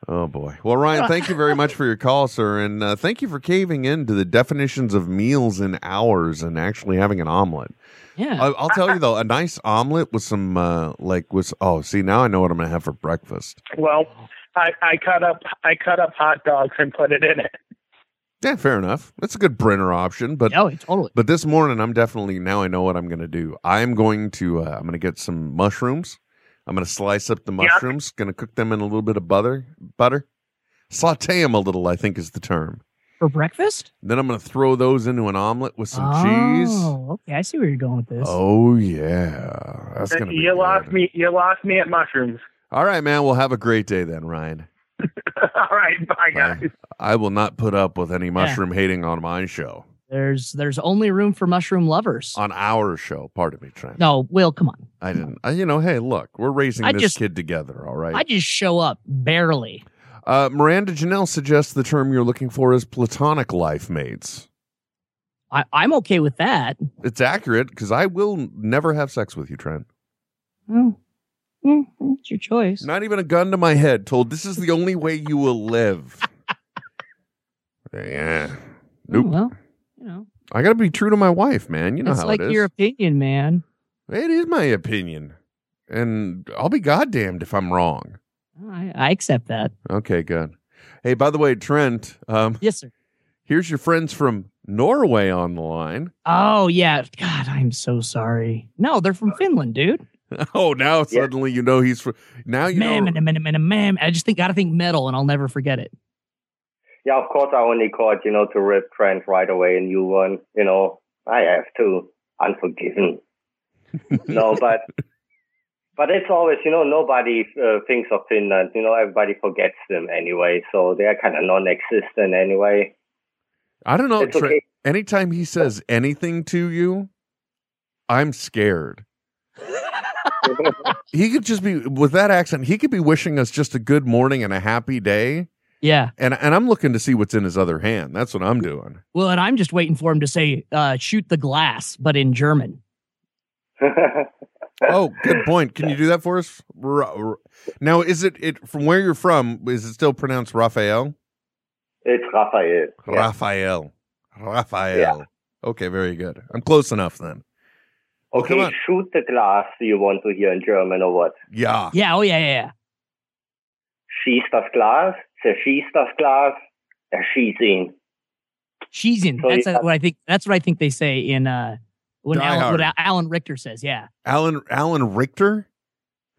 oh boy. Well, Ryan, thank you very much for your call, sir, and uh, thank you for caving in to the definitions of meals and hours and actually having an omelet.
Yeah.
I, I'll tell you though, a nice omelet with some uh, like with oh, see now I know what I'm gonna have for breakfast.
Well, I, I cut up I cut up hot dogs and put it in it.
Yeah, fair enough. That's a good Brenner option, but
Oh, totally.
but this morning I'm definitely now I know what I'm gonna do. I'm going to uh, I'm gonna get some mushrooms. I'm gonna slice up the
Yeah.
mushrooms. Gonna cook them in a little bit of butter, butter, saute them a little. I think is the term.
For breakfast?
Then I'm gonna throw those into an omelet with some cheese.
Oh, okay. I see where you're going with this.
Oh yeah, that's gonna be
you lost
good.
me you lost me at mushrooms.
All right, man. We'll have a great day then, Ryan.
All right, bye guys.
Bye. I will not put up with any mushroom hating on my show.
There's there's only room for mushroom lovers.
On our show, pardon me, Trent.
No, Will, come on.
I didn't. I, you know, hey, look, we're raising
I
this
just-
kid together. All
I
right.
just show up barely.
uh, Miranda Janelle suggests the term you're looking for is platonic life mates.
I, I'm okay with that.
It's accurate because I will never have sex with you, Trent.
Oh. Mm, it's your choice.
Not even a gun to my head. Told this is the only way you will live. yeah.
Oh,
Nope.
well, you know,
I gotta be true to my wife, man. You know
that's
how
like
it is.
your opinion, man.
It is my opinion, and I'll be goddamned if I'm wrong.
I, I accept that.
Okay, good. Hey, by the way, Trent, um,
Yes, sir.
here's your friends from Norway on the line.
Oh yeah, God, I'm so sorry. No, they're from Finland, dude.
Oh, now
Yeah.
suddenly you know he's from. Now you
Ma'am,
know.
and a ma'am, and a ma'am. I just think gotta think metal, and I'll never forget it.
Yeah, of course I only called, you know, to rip Trent right away and you won. You know, I have to. Unforgiven. no, but but it's always, you know, nobody uh, thinks of Finland. You know, everybody forgets them anyway, so they're kind of non-existent anyway.
I don't know,
it's
Trent.
okay.
Anytime he says anything to you, I'm scared. He could just be with that accent. He could be wishing us just a good morning and a happy day.
Yeah.
And and I'm looking to see what's in his other hand. That's what I'm doing.
Well, and I'm just waiting for him to say uh, "shoot the glass," but in German.
oh, good point. Can you do that for us? R- r- Now, is it it from where you're from? Is it still pronounced Raphael?
it's Raphael. Yeah.
Raphael. Raphael.
Yeah.
Okay, very good. I'm close enough then. Well, Oh, come
Okay,
on.
shoot the glass. You want to hear in German or what?
Yeah.
Yeah. Oh yeah, yeah. yeah.
Schieß das Glas. Zerschieß das Glas. Erschieß ihn.
She's in.
So
That's
you-
uh, what I think. That's what I think they say in uh, when
Oh, Die
Alan,
Hard.
what Al- Alan Richter says. Yeah.
Alan Alan Richter.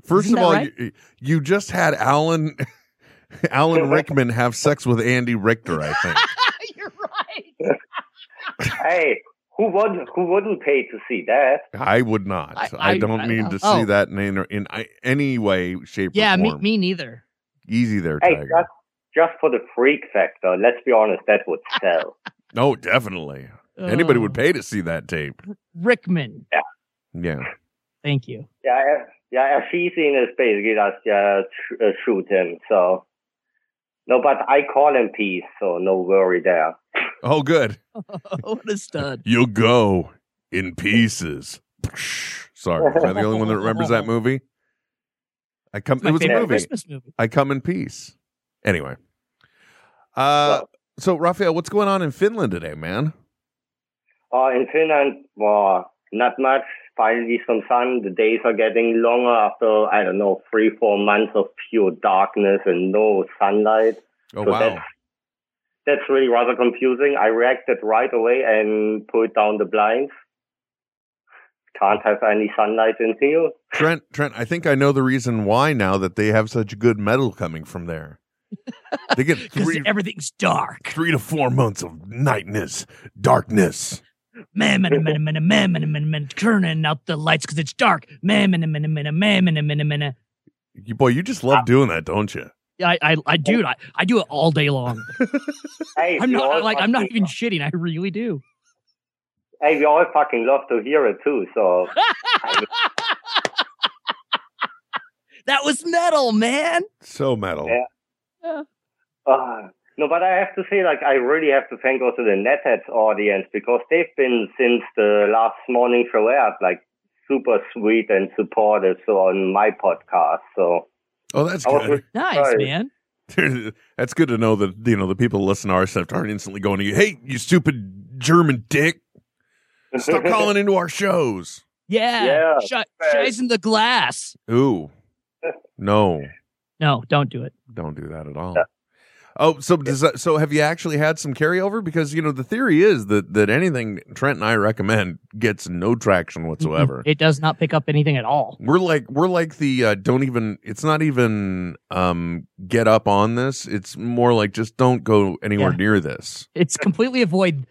1st
Isn't
of
that
all,
right?
you, you just had Alan Alan Rickman have sex with Andy Richter. I think.
You're right.
Hey, who wouldn't who wouldn't pay to see that?
I would not. I,
I- I-
don't
I-
need to see
oh.
that in, any- in I- any way, shape,
Yeah.
or
Me,
form.
me neither.
Easy there,
Hey,
Tiger.
just, just for the freak factor, let's be honest, that would sell.
No, Oh, definitely. Anybody would
Uh,
pay to see that tape.
Rickman.
Yeah.
Thank you.
yeah, I- yeah, Ashizin is basically just uh, sh- uh, shoot him. So, no, but I call him peace, so no worry there.
Oh, good.
what a stud.
You'll go in pieces. Sorry, am I the only one that remembers that movie? I come.
It's my
It was a
favorite
movie.
Christmas movie.
I come in peace. Anyway, uh, so Raphael, what's going on in Finland today, man?
Uh, in Finland, well, not much. finally some sun. The days are getting longer after, I don't know, three, four months of pure darkness and no sunlight.
Oh
So
wow.
that's- That's really rather confusing. I reacted right away and put down the blinds. Can't have any sunlight in here.
Trent, Trent, I think I know the reason why now that they have such good metal coming from there. They get
because
three,
everything's dark.
three to four months of nightness, darkness.
Man, man, man, man, man, man, man, man, turning out the lights because it's dark. Man, man, man, man, man, man, man, man, man.
You, boy, you just
Ah.
love doing that, don't you?
I, I,
Oh.
I, dude, I, I do it all day long.
Hey,
I'm
we all
not like, I'm not
fucking-
even shitting. I really do.
Hey, we all fucking love to hear it too. So
That was metal, man.
So metal.
Yeah. Uh, no, but I have to say, like, I really have to thank also the Netheads audience because they've been since the last morning show aired, like, super sweet and supportive. So on my podcast, so
Oh, that's
I was
good.
Nice,
Right.
man.
that's good to know that you know the people who listen to our stuff aren't instantly going to you. Hey, you stupid German dick! Stop calling into our shows.
Yeah.
Yeah,
Shut,
fair.
in the glass.
Ooh, no,
No, don't do it.
don't do that at all. Oh, so does that, so have you actually had some carryover? Because you know the theory is that that anything Trent and I recommend gets no traction whatsoever.
It does not pick up anything at all.
We're like we're like the uh, don't even. It's not even um get up on this. It's more like just don't go anywhere
Yeah.
near this.
It's completely avoid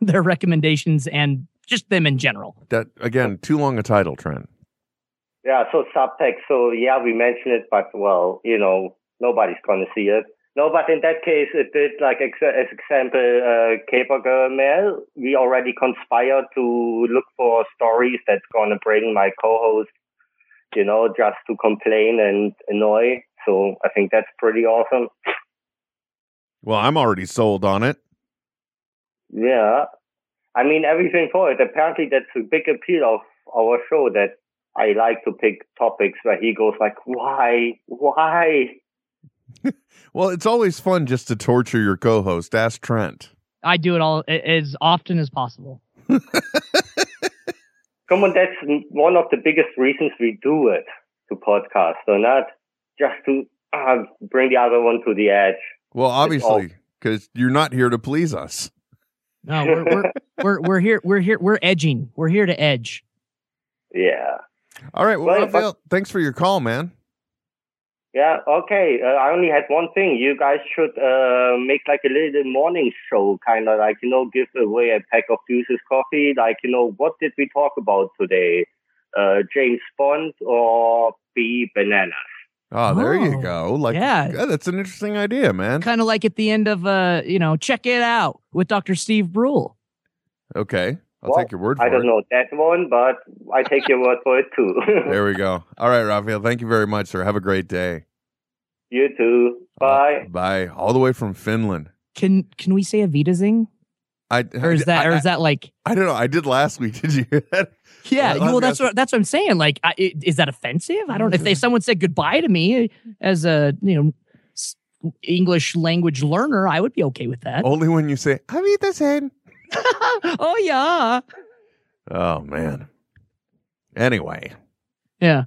their recommendations and just them in general.
That again, too long a title, Trent.
yeah. So subtext. So yeah, we mentioned it, but well, you know, nobody's gonna see it. No, but in that case, it did. Like ex- as example, uh, Caper Girl Mel. We already conspired to look for stories that's gonna bring my co-host, you know, just to complain and annoy. So I think that's pretty awesome.
Well, I'm already sold on it.
Yeah, I mean everything for it. Apparently, that's a big appeal of our show that I like to pick topics where he goes like, "Why, why?"
Well, it's always fun just to torture your co-host. Ask Trent.
I do it all a- as often as possible.
Come on, that's m- one of the biggest reasons we do it to podcast, so not just to uh, bring the other one to the edge.
Well, obviously, because you're not here to please us.
No, we're we're, we're we're here we're here we're edging. We're here to edge.
Yeah,
All right. Well,
Well,
Raphael, thanks for your call, man.
yeah, okay. Uh, I only had one thing. You guys should uh, make like a little morning show, kind of like you know, give away a pack of Deuces coffee. Like you know, what did we talk about today? Uh, James Bond or B Banana?
Oh, there you
Oh,
go. Like,
yeah.
that's an interesting idea, man.
Kind of like at the end of uh, you know, check it out with Dr. Steve Brule.
Okay, I'll
Well,
take your word for
I don't
it.
know that one, but I take your word for it too.
There we go. All right, Raphael. Thank you very much, sir. Have a great day.
you too. Bye.
Uh, bye. All the way from Finland.
Can can we say a Vita zing?
I
Or is that
I,
or is that like
I, I don't know. I did last week. Did you hear that? Well, I
Yeah,
was
well,
gonna
that's what that's what I'm saying. Like, I, i- is that offensive? I don't. If they someone said goodbye to me as a you know s- English language learner, I would be okay with that.
Only when you say "I mean the same."
Oh, yeah,
Oh man. Anyway,
yeah,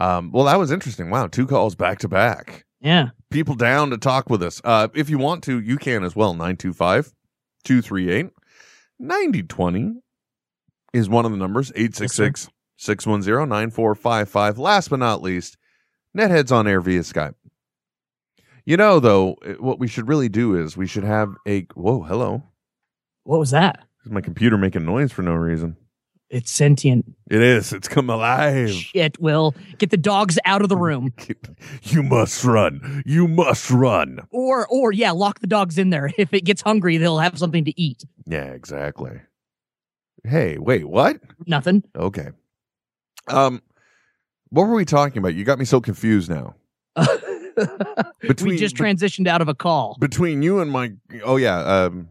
um, well, that was interesting. Wow, two calls back to back.
yeah.
People down to talk with us. Uh, if you want to, you can as well. 925 238 9020 is one of the numbers. 866 610 9455. Last but not least, Netheads on air via Skype. You know, though, it- what we should really do is we should have a. Whoa, hello.
What was that?
Is my computer making noise for no reason?
It's sentient.
It is. It's come alive.
Shit, Will get the dogs out
Mm.
of the room,
You must run. You must run.
or or yeah, lock the dogs in there. If it gets hungry, they'll have something to eat.
Yeah, exactly. Hey, wait, what?
Nothing.
Okay. Um, what were we talking about? You got me so confused now. Between
we just
be-
transitioned out of a call.
between you and my oh yeah, um,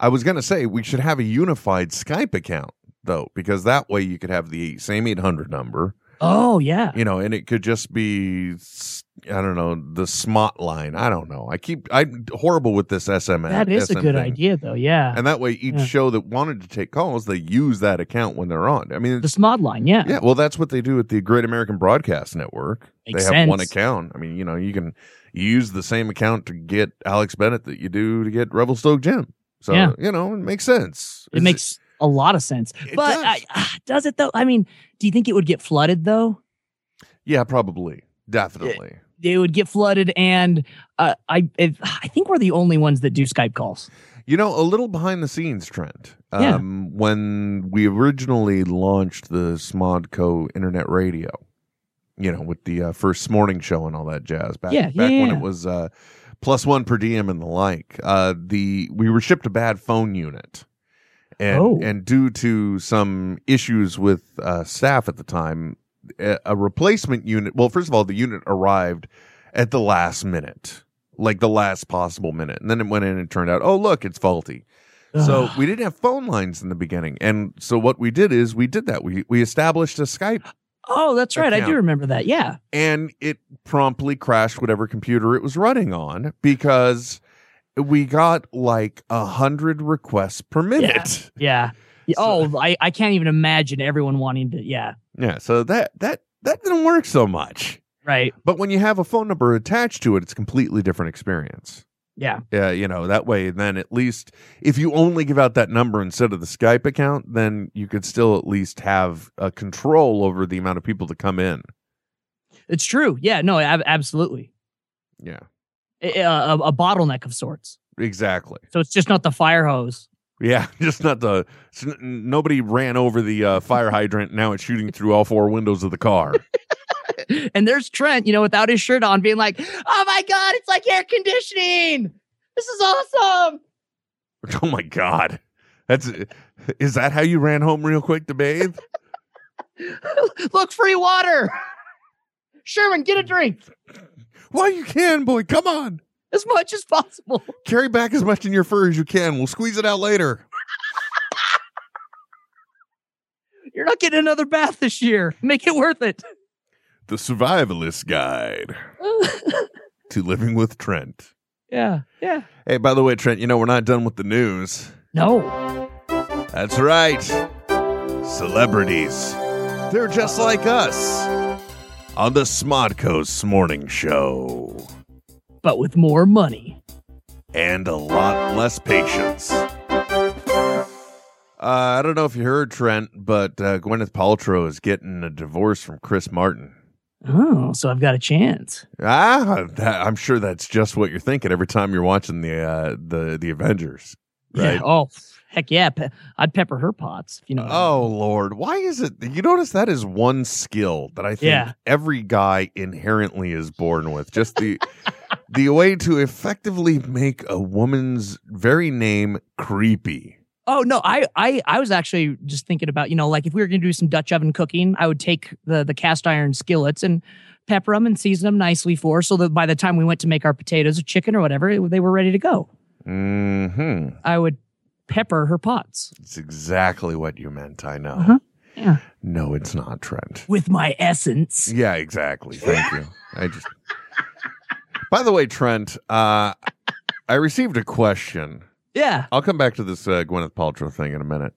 I was gonna say we should have a unified Skype account though, because that way you could have the same eight hundred number,
Oh yeah.
you know, and it could just be s- I don't know the smot line. I don't know. I keep I'm horrible with this SM.
That is a
SM
good
thing.
idea though. Yeah.
And that way, each
Yeah.
show that wanted to take calls, they use that account when they're on. I mean,
the
it's,
smod line, yeah.
yeah. Well, that's what they do at the Great American Broadcast Network.
Makes
they have one
sense.
account. I mean, you know, you can use the same account to get Alex Bennett that you do to get Revelstoke Jim. So
Yeah.
you know, it makes sense.
It makes a lot of sense.
It
but
does.
I, ah, does it though? I mean, do you think it would get flooded though?
yeah, probably, definitely.
It would get flooded, and uh, I it, I think we're the only ones that do Skype calls.
You know, a little behind the scenes, Trent.
Yeah.
Um, When we originally launched the Smodco Internet Radio, you know, with the uh, first morning show and all that jazz, back,
Yeah,
back
yeah,
when
yeah.
it was uh, plus one per diem and the like, uh, the we were shipped a bad phone unit. And,
Oh.
and due to some issues with uh, staff at the time, a a replacement unit. Well, first of all, the unit arrived at the last minute, like the last possible minute. And then it went in and turned out, oh, look, it's faulty. So
Ugh.
we didn't have phone lines in the beginning. And so what we did is we did that. We, we established a Skype
oh, that's right, I do
account.
remember that. Yeah,
and it promptly crashed whatever computer it was running on because we got like a hundred requests per minute.
yeah. Yeah,
So-
oh, I, I can't even imagine everyone wanting to. Yeah,
Yeah. So that, that, that didn't work so much.
right.
But when you have a phone number attached to it, it's a completely different experience.
Yeah,
Yeah, you know, that way then at least if you only give out that number instead of the Skype account, then you could still at least have a control over the amount of people that come in.
it's true. Yeah, no, ab- absolutely.
Yeah.
A, a, a bottleneck of sorts.
Exactly.
So it's just not the fire hose.
Yeah, just not the s- n- nobody ran over the uh, fire hydrant. Now it's shooting through all four windows of the car.
And there's Trent, you know, without his shirt on, being like,
Oh my god, it's like air conditioning. This is awesome.
oh my god, that's is that how you ran home real quick to bathe?
Look, free water. Sherman, get a drink
Why you can, boy? Come on,
as much as possible.
carry back as much in your fur as you can. We'll squeeze it out later.
You're not getting another bath this year. Make it worth it.
The Survivalist Guide to Living with Trent.
yeah. Yeah.
Hey, by the way, Trent, you know, we're not done with the news.
No.
That's right. Celebrities. They're just like us. On the Smodco's Morning Show.
But with more money.
And a lot less patience. Uh, I don't know if you heard, Trent, but uh, Gwyneth Paltrow is getting a divorce from Chris Martin.
Oh, so I've got a chance.
Ah, that, I'm sure that's just what you're thinking every time you're watching the uh, the the Avengers. Right.
Yeah. Oh, heck yeah. Pe- I'd pepper her pots, if you know. what I mean.
Oh Lord, why is it? You notice that is one skill that I think
Yeah.
every guy inherently is born with. Just the the way to effectively make a woman's very name creepy.
Oh no, I, I I was actually just thinking about, you know, like if we were gonna do some Dutch oven cooking, I would take the the cast iron skillets and pepper them and season them nicely for her so that by the time we went to make our potatoes or chicken or whatever, it- they were ready to go.
Hmm.
I would pepper her pots
It's exactly what you meant. I know.
Uh-huh. Yeah.
No, it's not Trent.
with my essence.
Yeah, exactly. Thank you. I just. By the way, Trent, uh, I received a question.
Yeah.
I'll come back to this uh, Gwyneth Paltrow thing in a minute.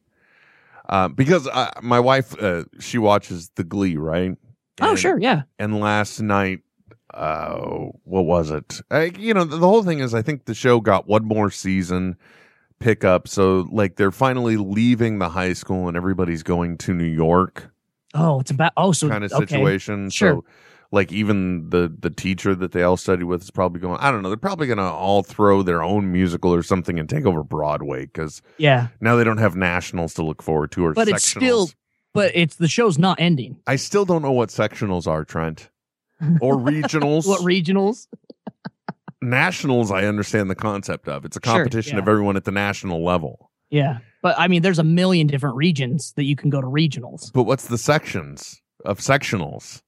Uh, because uh, my wife, uh, she watches The Glee, right?
Oh,
And-
sure. Yeah.
And last night, uh, what was it? I, you know, the, the whole thing is I think the show got one more season pickup. So, like, they're finally leaving the high school and everybody's going to New York
Oh, it's about. Oh, so
kind of
okay.
situation.
Sure.
So, like, even the, the teacher that they all studied with is probably going, I don't know, they're probably going to all throw their own musical or something and take over Broadway because.
Yeah,
Now they don't have nationals to look forward to or
But
sectionals.
it's still- but it's the show's not ending.
I still don't know what sectionals are, Trent. Or regionals.
What regionals?
nationals I understand the concept of. It's a
Sure,
competition
yeah.
of everyone at the national level.
Yeah, but I mean, there's a million different regions that you can go to regionals.
But what's the sections of sectionals?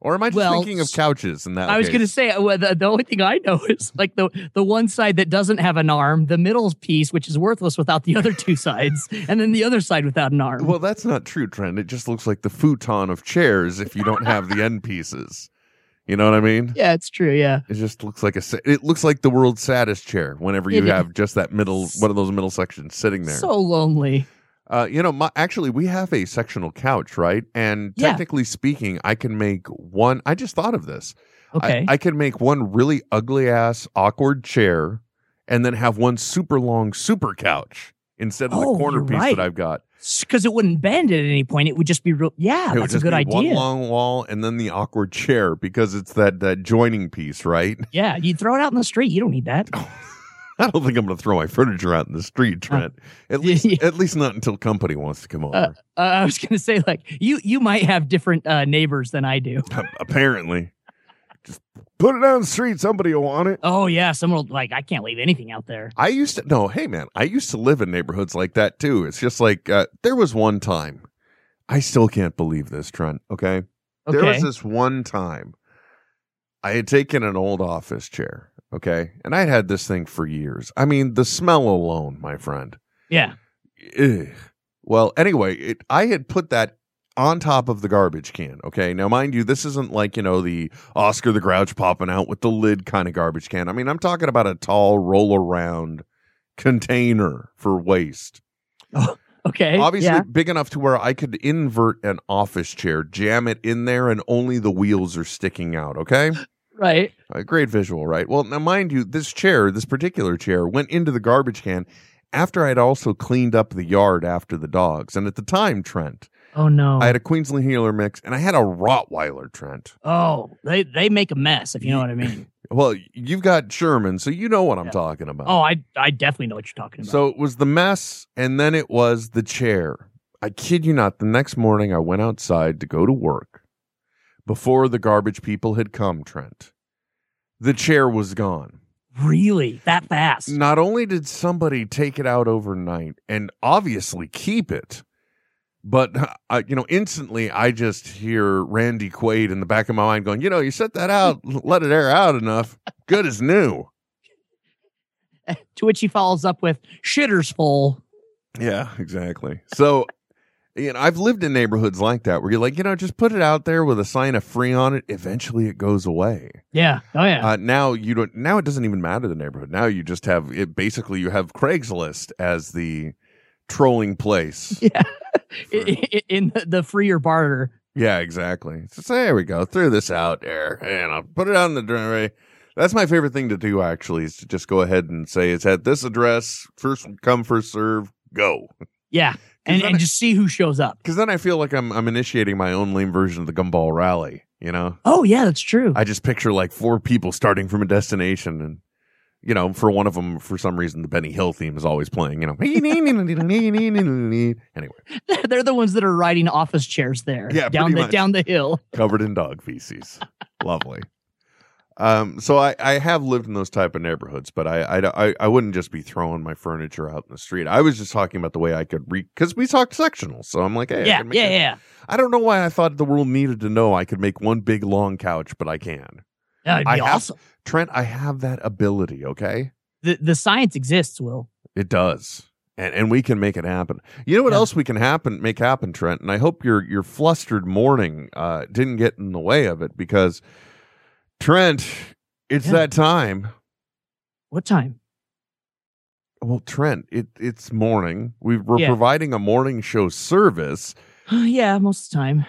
Or am I just
Well,
thinking of couches in that
I was
case?
going to say uh, well, the, the only thing I know is like the the one side that doesn't have an arm, the middle piece which is worthless without the other two sides, and then the other side without an arm.
Well, that's not true, Trent. It just looks like the futon of chairs if you don't have the end pieces. You know what I mean?
yeah, it's true. Yeah,
It just looks like a. sa- It looks like the world's saddest chair. Whenever you
It is.
have just that middle, one of those middle sections sitting there.
so lonely.
uh, you know, my, actually, we have a sectional couch, right? And
Yeah.
technically speaking, I can make one. I just thought of this.
Okay,
I, I can make one really ugly ass awkward chair, and then have one super long super couch instead of
Oh,
the corner
you're
piece
right.
that I've got.
because it wouldn't bend at any point. It would just be real. Yeah,
it would
that's a
just
good
be one
idea.
long wall and then the awkward chair because it's that that joining piece, right?
yeah, you throw it out in the street. You don't need that.
I don't think I'm going to throw my furniture out in the street, Trent. At least, at least not until company wants to come over.
Uh, Uh, I was going to say like you you might have different uh, neighbors than I do.
Apparently, just put it on the street. Somebody will want it.
Oh yeah, someone will, like I can't leave anything out there.
I used to no, hey man, I used to live in neighborhoods like that too. It's just like uh, there was one time. I still can't believe this, Trent. Okay,
Okay,
there was this one time I had taken an old office chair. Okay, and I had had this thing for years. I mean, the smell alone, my friend.
yeah.
Ugh. Well, anyway, it, I had put that on top of the garbage can. Okay. Now, mind you, this isn't like, you know, the Oscar the Grouch popping out with the lid kind of garbage can. I mean, I'm talking about a tall roll around container for waste.
Okay,
Obviously,
yeah.
big enough to where I could invert an office chair, jam it in there, and only the wheels are sticking out. Okay.
right.
A great visual, right? Well, now mind you, this chair, this particular chair, went into the garbage can after I'd also cleaned up the yard after the dogs. And at the time, Trent,
Oh no.
I had a Queensland Heeler mix and I had a Rottweiler, Trent.
Oh, they they make a mess if you know what I mean.
Well, you've got Sherman, so you know what I'm
Yeah.
talking about.
Oh, I I definitely know what you're talking about.
So it was the mess, and then it was the chair. I kid you not, the next morning I went outside to go to work before the garbage people had come, Trent. The chair was gone.
really that fast?
Not only did somebody take it out overnight and obviously keep it, but uh, you know, instantly I just hear Randy Quaid in the back of my mind going, "You know, you set that out, let it air out enough, good as new."
To which he follows up with "shitters full."
Yeah, exactly. So, you know, I've lived in neighborhoods like that where you're like, you know, just put it out there with a sign of free on it. Eventually, it goes away.
Yeah. Oh yeah.
Uh, now you don't. Now it doesn't even matter the neighborhood. Now you just have it. Basically, you have Craigslist as the trolling place.
Yeah. I-
for-
I- in the, the freer barter.
yeah, exactly. So there we go. Threw this out there, and I'll put it on the drawway. That's my favorite thing to do. Actually, is to just go ahead and say it's at this address. First come, first serve. Go.
Yeah. And
then
and
it-
just see who shows up.
Because then I feel like I'm I'm initiating my own lame version of the gumball rally. You know,
Oh yeah, that's true.
I just picture like four people starting from a destination, and you know, for one of them, for some reason, the Benny Hill theme is always playing. You know, anyway,
They're the ones that are riding office chairs there.
Yeah,
Down
pretty
the
much.
down the hill.
covered in dog feces, lovely. Um, so I I have lived in those type of neighborhoods, but I I don't- I, I wouldn't just be throwing my furniture out in the street. I was just talking about the way I could re because we talked sectional, so I'm like, hey, I
yeah.
can make
Yeah.
a-
Yeah.
I don't know why I thought the world needed to know I could make one big long couch, but I can.
That'd be
I have-
awesome.
Trent, I have that ability, okay?
The the science exists. Will.
It does. And and we can make it happen. You know what
Yeah.
else we can happen make happen, Trent? And I hope your your flustered morning uh didn't get in the way of it because Trent, it's
Yeah.
that time.
What time?
Well, Trent, it it's morning. We we're
Yeah.
providing a morning show service.
yeah, most of the time.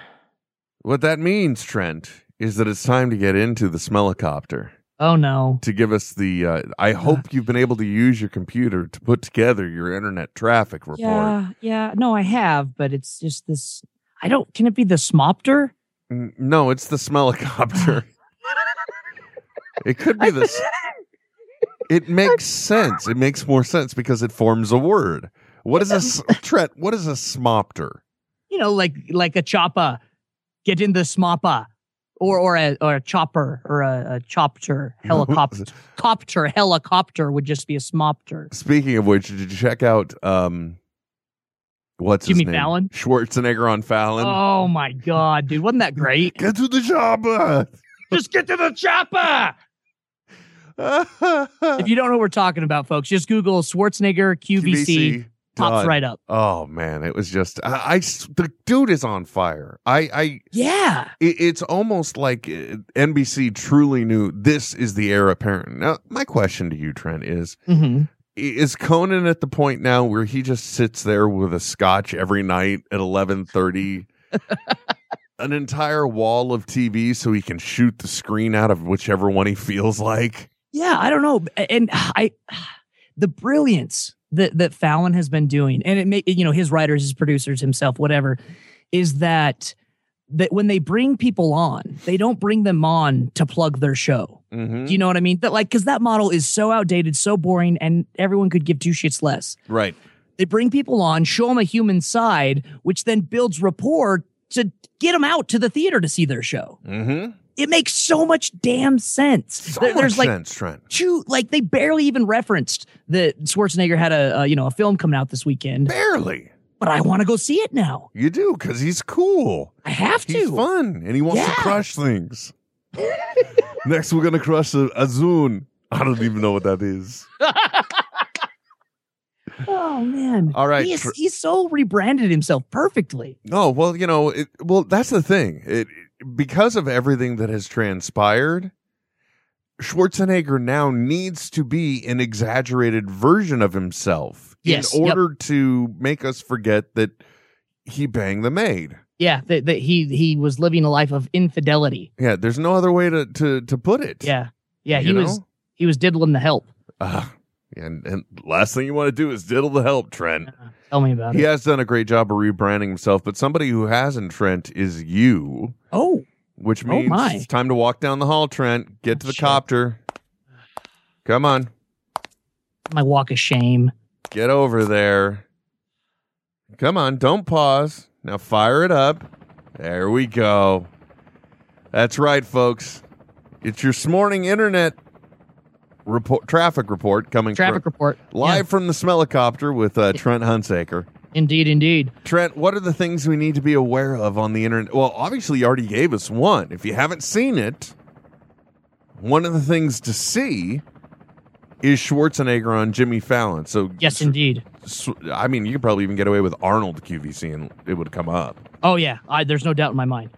What that means, Trent, is that it's time to get into the smellicopter.
Oh no.
to give us the. Uh, I hope you've been able to use your computer to put together your internet traffic report.
Yeah, yeah. No, I have, but it's just this. I don't. Can it be the smopter?
N- No, it's the smellicopter. it could be this. It makes sense. It makes more sense because it forms a word. What is a s- Trent? What is a smopter?
You know, like like a choppa, get in the smoppa, or or a or a chopper or a, a chopter helicopter copter helicopter would just be a smopter.
Speaking of which, did you check out um, what's his
Jimmy
name?
Fallon?
Schwarzenegger on Fallon.
Oh my god, dude, wasn't that great?
Get to the job.
just get to the chopper. If you don't know what we're talking about, folks, just Google Schwarzenegger QVC, pops
done.
right up.
Oh man, it was just I, I s- the dude is on fire. I I
Yeah,
it, it's almost like uh, NBC truly knew this is the heir apparent. Now, my question to you, Trent, is
hmm
i- is Conan at the point now where he just sits there with a scotch every night at eleven thirty? An entire wall of TV so he can shoot the screen out of whichever one he feels like.
yeah. I don't know, A- and I, the brilliance that that Fallon has been doing, and it may, you know, his writers, his producers, himself, whatever, is that that when they bring people on, they don't bring them on to plug their show.
Mm-hmm.
Do you
Mm.
know what I mean? That like because that model is so outdated, so boring, and everyone could give two shits less.
Right.
They bring people on, show them a human side, which then builds rapport to get them out to the theater to see their show.
Mm-hmm.
It makes so much damn sense.
So
There-
much
there's like
sense, Trent.
two, like they barely even referenced that Schwarzenegger had a uh, you know a film coming out this weekend,
Barely.
but I want to go see it now.
You do because he's cool.
I have to.
He's fun and he wants to
Yeah.
crush things. Next, we're gonna crush a, a Zune. I don't even know what that is.
Oh man.
All right.
He's,
Tr-
he's so rebranded himself perfectly.
No, well, you know, it, well, that's the thing. It, it- because of everything that has transpired, Schwarzenegger now needs to be an exaggerated version of himself
Yes,
in
yep.
order to make us forget that he banged the maid.
Yeah, that, that he he was living a life of infidelity.
Yeah, there's no other way to to, to put it.
Yeah, yeah, he
you
was
know?
he was diddling the help.
Ah, and and last thing you want to do is diddle the help, Trent.
Tell me about
He
it.
has done a great job of rebranding himself, but somebody who hasn't, Trent, is you,
Oh,
which
Oh,
means
my. Oh,
it's time to walk down the hall, Trent. Get to the
Shit.
copter. Come on,
my walk of shame.
get over there. Come on, don't pause. Now fire it up. There we go. That's right, folks. It's your morning internet report, traffic report coming fro-
Traffic report.
live from the smellicopter with uh, Trent Hunsaker.
Yeah, indeed, indeed.
Trent, what are the things we need to be aware of on the internet? Well, obviously, you already gave us one. If you haven't seen it, one of the things to see is Schwarzenegger on Jimmy Fallon. So,
Yes, indeed.
s- I mean, you could probably even get away with Arnold QVC and it would come up.
Oh yeah, I, there's no doubt in my mind.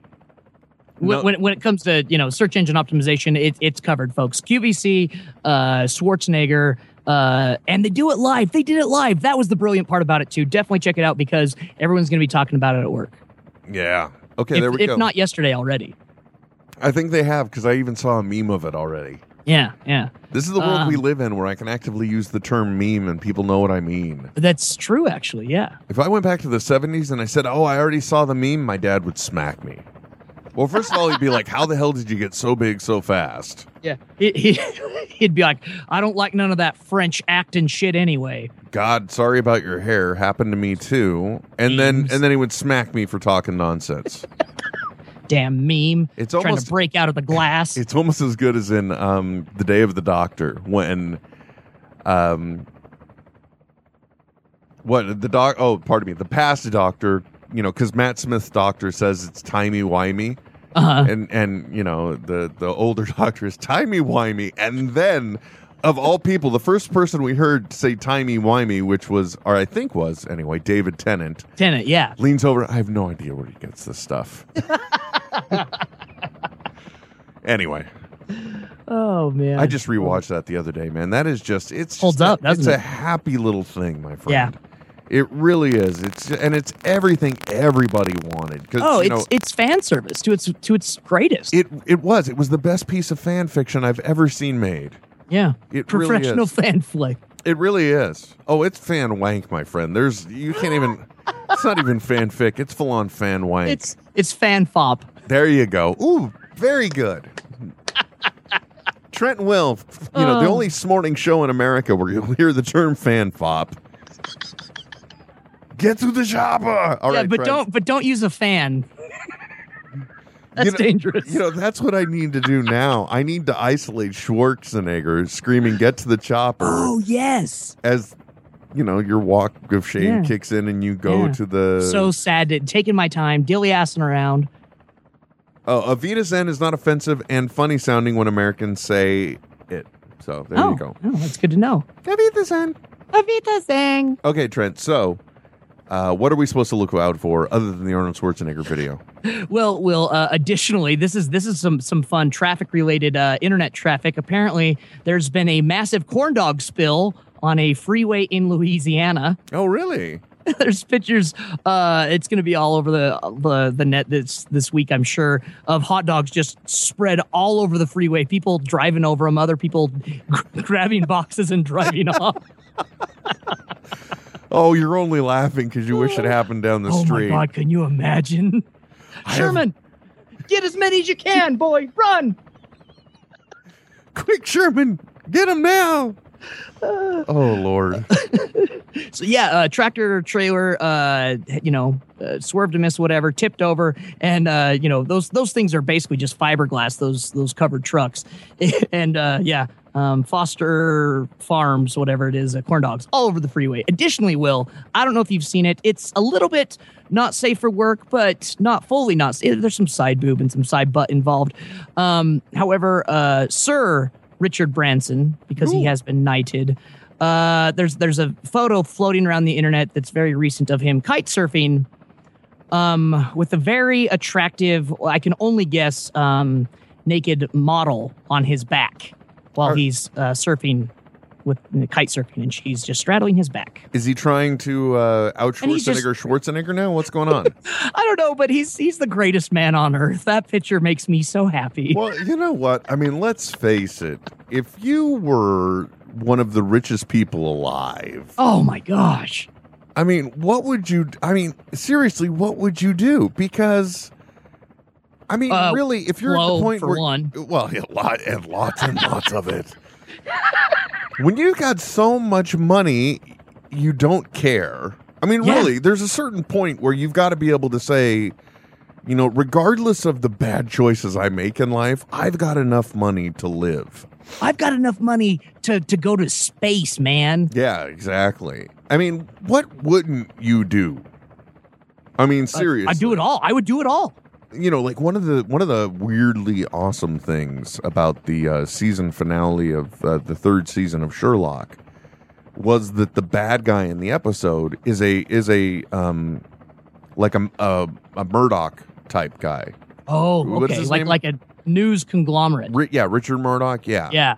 When,
No.
when, when it comes to you know search engine optimization, it, it's covered, folks. QVC, uh, Schwarzenegger, uh, and they do it live. They did it live. That was the brilliant part about it too. Definitely check it out because everyone's going to be talking about it at work.
Yeah. Okay,
if
there we
if
go.
not yesterday already.
I think they have because I even saw a meme of it already.
Yeah, yeah.
This is the world
Um,
we live in where I can actively use the term meme and people know what I mean.
That's true, actually. Yeah.
If I went back to the 70s and I said, Oh, I already saw the meme, my dad would smack me. Well, first of all, he'd be like, How the hell did you get so big so fast?
Yeah. He, he, he'd be like, I don't like none of that French acting shit anyway.
God, sorry about your hair. Happened to me too. And then
Memes.
and then he would smack me for talking nonsense.
Damn meme.
It's
trying
almost
to break out of the glass.
it's almost as good as in um The Day of the Doctor when um what the doc oh, pardon me, the past doctor, you know, because Matt Smith's doctor says it's timey wimey.
Uh-huh.
and and you know the the older doctor is timey wimey, and then of all people, the first person we heard say timey wimey, which was or I think was anyway, David Tennant
Tenant, yeah.
leans over. I have no idea where he gets this stuff. anyway,
Oh, man.
I just rewatched that the other day, man. That is just it's just
Holds
a-
up, doesn't
it's a
it?
happy little thing, my friend. It really is. It's and it's everything everybody wanted. 'Cause,
Oh,
you
it's
know,
it's fan service to its to its greatest.
It it was. It was the best piece of fan fiction I've ever seen made.
yeah.
It really
Professional
is.
fan flick.
It really is. Oh, it's fan wank, my friend. There's you can't even. It's not even fanfic. It's full on fan wank.
It's it's fan fop.
there you go. Ooh, very good. Trent Will, f- you know the
Oh.
only morning show in America where you'll hear the term fan fop. Get to the shopper. All right,
yeah, but
Trent.
don't but don't use a fan. That's
know-
dangerous.
You know, that's what I need to do now. I need to isolate Schwarzenegger screaming, get to the chopper,
oh yes.
as you know, your walk of shame
Yeah.
kicks in and you go
Yeah.
to the
so sad to taking my time, dilly assing around.
Oh, Avita Zen is not offensive and funny sounding when Americans say it. So there
oh,
you go.
oh, that's good to know.
Avita Zen.
Avita Zang.
Okay, Trent. So, uh, what are we supposed to look out for other than the Arnold Schwarzenegger video?
Well, Will. Uh, additionally, this is this is some some fun traffic related uh, internet traffic. Apparently, there's been a massive corn dog spill on a freeway in Louisiana.
Oh, really?
there's pictures. Uh, it's going to be all over the the the net this this week, I'm sure, of hot dogs just spread all over the freeway. People driving over them, other people grabbing boxes and driving off.
Oh, you're only laughing because you wish it happened down the
oh
street.
my god, can you imagine?
I have-
Sherman, get as many as you can, boy. Run.
Quick, Sherman, get him now! Oh Lord,
So yeah, uh, tractor trailer, uh, you know, uh, swerved to miss, whatever, tipped over, and uh, you know those those things are basically just fiberglass. Those those covered trucks, and uh, yeah, um, Foster Farms, whatever it is, uh, corn dogs all over the freeway. Additionally, Will, I don't know if you've seen it. It's a little bit not safe for work, but not fully not. sa- There's some side boob and some side butt involved. Um, however, uh, Sir Richard Branson, because he has been knighted. Uh, there's there's a photo floating around the internet that's very recent of him kite surfing, um, with a very attractive, I can only guess, um, naked model on his back while
Are-
he's uh, surfing with kite surfing, and she's just straddling his back.
is he trying to uh, out
And he's just-
Schwarzenegger? Schwarzenegger now? What's going on?
I don't know, but he's he's the greatest man on earth. That picture makes me so happy.
well, you know what? I mean, let's face it. If you were one of the richest people alive,
Oh my gosh.
I mean, what would you? I mean, seriously, what would you do? Because, I mean,
Uh,
really, if you're at
Blow
the point
for
where
one.
Well, a lot and lots and lots of it. When you've got so much money, you don't care. I mean,
Yeah.
really, there's a certain point where you've got to be able to say, you know, regardless of the bad choices I make in life, I've got enough money to live.
I've got enough money to to go to space, man.
Yeah, exactly. I mean, what wouldn't you do? I mean,
I-
seriously.
I'd do it all. I would do it all.
you know like one of the one of the weirdly awesome things about the uh, season finale of uh, the third season of Sherlock was that the bad guy in the episode is a is a um like a a, a Murdoch type guy.
Oh,
What's
okay.
his
Like
name?
like a news conglomerate.
Ri- yeah, Richard Murdoch,
Yeah.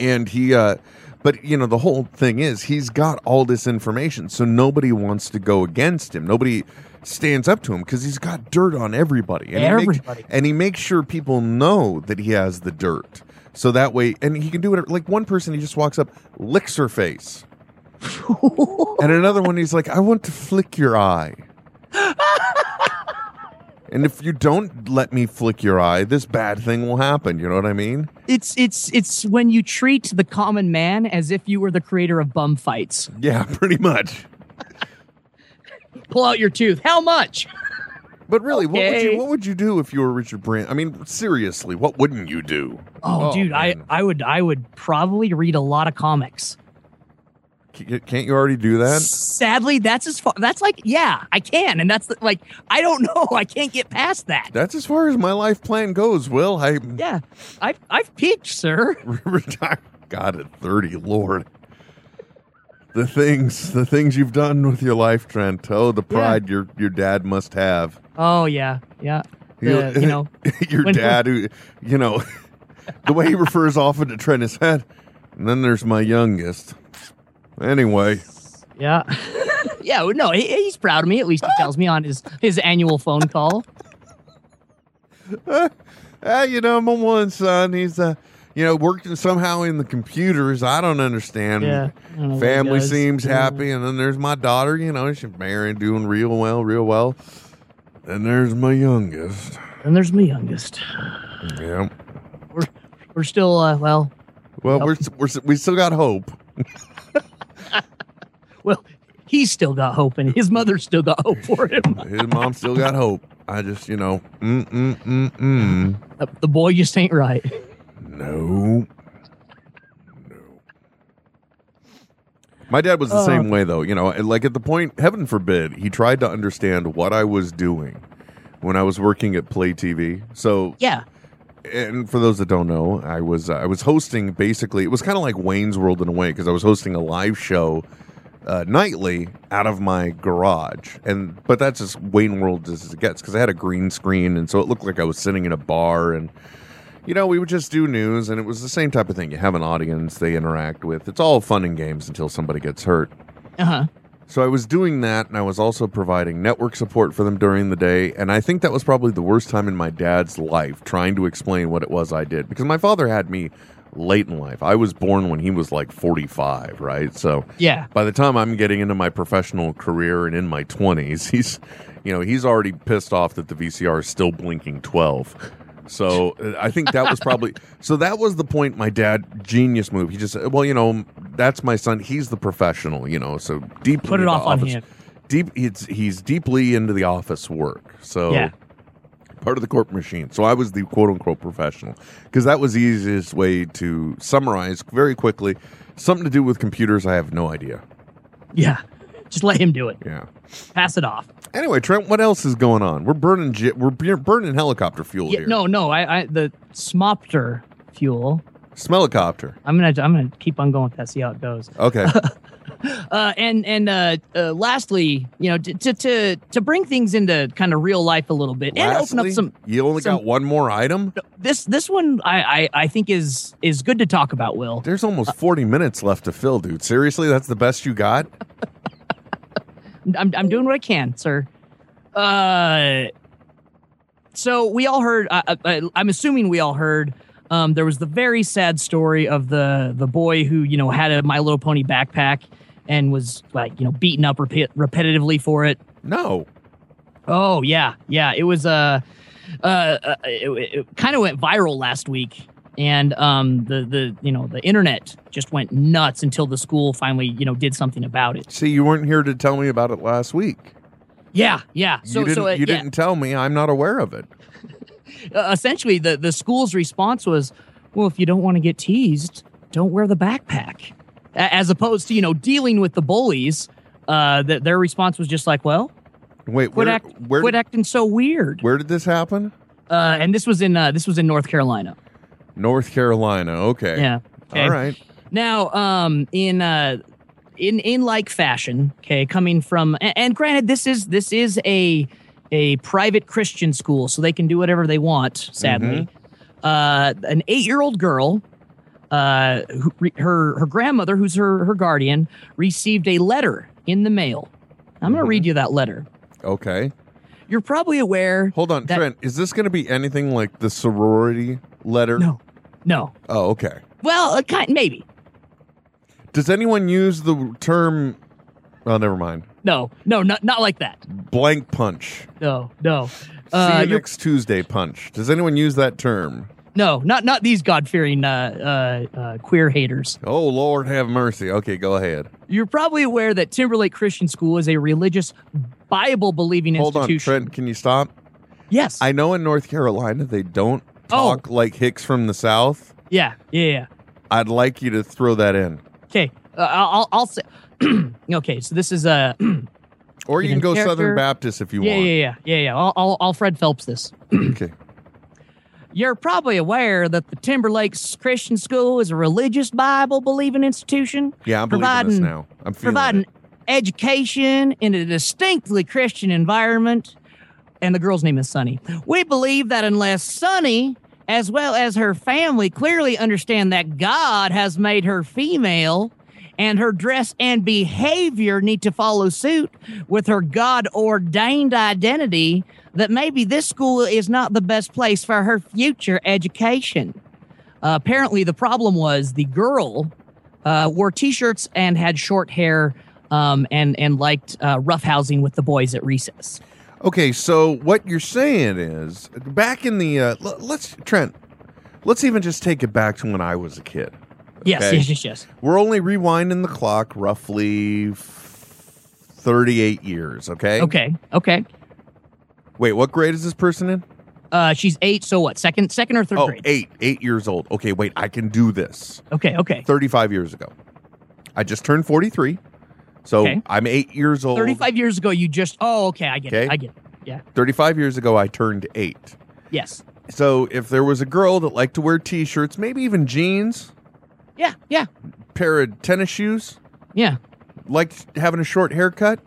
and he uh but you know the whole thing is he's got all this information so nobody wants to go against him nobody stands up to him because he's got dirt on everybody and, He makes,
Everybody.
and he makes sure people know that he has the dirt so that way and he can do it like one person he just walks up licks her face and another one he's like i want to flick your eye and if you don't let me flick your eye this bad thing will happen you know what i mean
it's it's it's when you treat the common man as if you were the creator of bum fights.
yeah pretty much
Pull out your tooth. How much?
But really, what would
Okay.
you what would you do if you were Richard Branson? I mean, seriously, what wouldn't you do?
Oh,
Oh,
dude,
man.
I I would I would probably read a lot of comics.
C- Can't you already do that?
Sadly, that's as far. That's like, yeah, I can, and that's like, I don't know, I can't get past that.
That's as far as my life plan goes. Will I
Yeah, I've I've peaked, sir.
retire? God at thirty, Lord. The things, the things you've done with your life, Trent. Oh, the
Yeah.
pride your your dad must have.
Oh yeah, yeah. The- you know,
your
when-
dad, who, you know, the way he refers often to Trent is that. And then there's my youngest. Anyway,
yeah, yeah. well, No, he, he's proud of me. At least he tells me on his his annual phone call.
Ah, you know, my one son, he's uh, you know, working somehow in the computers. I don't understand.
Yeah, I don't know what he
Family
does.
seems
Yeah.
happy, and then there's my daughter. You know, she's married, doing real well, real well. And there's my youngest.
And there's my youngest.
Yeah.
We're still uh, well,
Well, we're, we're we still got hope.
well. He's still got hope, and his mother still got hope for him.
His mom still got hope. I just, you know, mm mm mm mm.
The- The boy just ain't right.
No. No. My dad was the
Oh.
same way, though. You know, and, like at the point, heaven forbid, he tried to understand what I was doing when I was working at Play TV. So,
Yeah.
and for those that don't know, I was uh, I was hosting basically. It was kind of like Wayne's World in a way because I was hosting a live show uh, nightly out of my garage, and but that's as Wayne World as it gets because I had a green screen, and so it looked like I was sitting in a bar and. You know, we would just do news, and it was the same type of thing. You have an audience they interact with. It's all fun and games until somebody gets hurt.
Uh huh.
So I was doing that, and I was also providing network support for them during the day. And I think that was probably the worst time in my dad's life trying to explain what it was I did because my father had me late in life. I was born when he was like 45, right? So
Yeah.
by the time I'm getting into my professional career and in my 20s, he's, you know, he's already pissed off that the VCR is still blinking 12. So uh, I think that was probably so that was the point my dad genius move. He just said, well, you know, that's my son. He's the professional, you know. So deeply
Put it
into
off on
office-
him.
Deep it's he's deeply into the office work. So
Yeah.
part of the corporate machine. So I was the quote unquote professional because that was the easiest way to summarize very quickly something to do with computers I have no idea.
Yeah. Just let him do it.
Yeah.
Pass it off.
Anyway, Trent, what else is going on? We're burning j- we're bur- burning helicopter fuel
Yeah,
here.
no, no. I, I the smopter fuel.
smellicopter.
I'm gonna I'm gonna keep on going with that. See how it goes.
Okay,
Uh, and and uh, uh, lastly, you know, to to to, to bring things into kind of real life a little bit and open up
Lastly,
some.
You only
some-
got one more item.
This this one I, I I think is is good to talk about. Will
There's almost 40 minutes left to fill, dude. Seriously, that's the best you got?
I'm I'm doing what I can, sir. Uh, so we all heard. I, I, I'm assuming we all heard. Um, there was the very sad story of the the boy who you know had a My Little Pony backpack and was like you know beaten up repeat, repetitively for it.
No.
Oh yeah, yeah. It was uh, uh, uh it, it kind of went viral last week, and um, the the you know the internet just went nuts until the school finally you know did something about it.
See, you weren't here to tell me about it last week.
Yeah, yeah. So
you didn't,
so uh,
you
yeah,
didn't tell me. I'm not aware of it.
uh, essentially the the school's response was, well, if you don't want to get teased, don't wear the backpack. A- As opposed to you know dealing with the bullies, uh, that their response was just like, well,
Wait,
Quit
where,
act-
where,
quit
did,
acting so weird.
where did this happen?
Uh, and this was in uh, this was in North Carolina.
North Carolina. Okay.
Yeah.
All right.
Now, um, in uh, in in like fashion, okay, coming from and, and granted, this is this is a a private Christian school, so they can do whatever they want. Sadly, uh, an eight year old girl, uh, who, re- her her grandmother, who's her her guardian, received a letter in the mail. I'm going to
Mhm.
read you that letter.
Okay.
You're probably aware.
Hold on,
That-
Trent. Is this going to be anything like the sorority letter?
No, no.
Oh, okay.
Well, uh, kind maybe.
Does anyone use the term? Oh, never mind.
No, no, not not like that.
Blank punch.
No, no.
See you
Uh, you're-
next Tuesday punch. Does anyone use that term?
No, not not these God fearing uh, uh, uh, queer haters.
Oh, Lord have mercy. Okay, go ahead.
You're probably aware that Timberlake Christian School is a religious, Bible believing
Hold on,
institution.
Trent. Can you stop?
Yes.
I know in North Carolina they don't
Oh.
talk like Hicks from the South.
yeah. Yeah.
I'd like you to throw that in.
Okay. Uh, I'll, I'll- I'll say. okay. So this is a. Uh,
Or you
Even
can go
character.
Southern Baptist if you
yeah, yeah.
want.
Yeah. Yeah. Yeah. I'll, I'll, I'll Fred Phelps this.
Okay.
You're probably aware that the Timberlake Christian School is a religious, Bible believing institution
Yeah, I'm believing this
Providing-
now. I'm feeling
providing
it.
education in a distinctly Christian environment. And the girl's name is Sunny. We believe that unless Sunny, as well as her family, clearly understand that God has made her female and her dress and behavior need to follow suit with her God ordained identity, that maybe this school is not the best place for her future education. Uh, apparently, the problem was the girl uh, wore t-shirts and had short hair um, and and liked uh, roughhousing with the boys at recess.
Okay, so what you're saying is back in the uh, l- let's Trent, let's even just take it back to when I was a kid.
Yes,
Okay.
yes, yes, yes.
We're only rewinding the clock roughly f- 38 years, okay?
Okay, okay.
Wait, what grade is this person in?
Uh, she's eight. So what? Second, second or third
Oh,
grade?
eight, eight years old. Okay, wait, I can do this.
Okay, okay.
35 years ago. I just turned 43. So
Okay.
I'm eight years old.
35 years ago, you just, oh, okay, I get
Oh. Okay.
it. I get it.
35 years ago, I turned eight.
Yes.
So if there was a girl that liked to wear t shirts, maybe even jeans,
Yeah, yeah,
pair of tennis shoes,
yeah.
liked having a short haircut,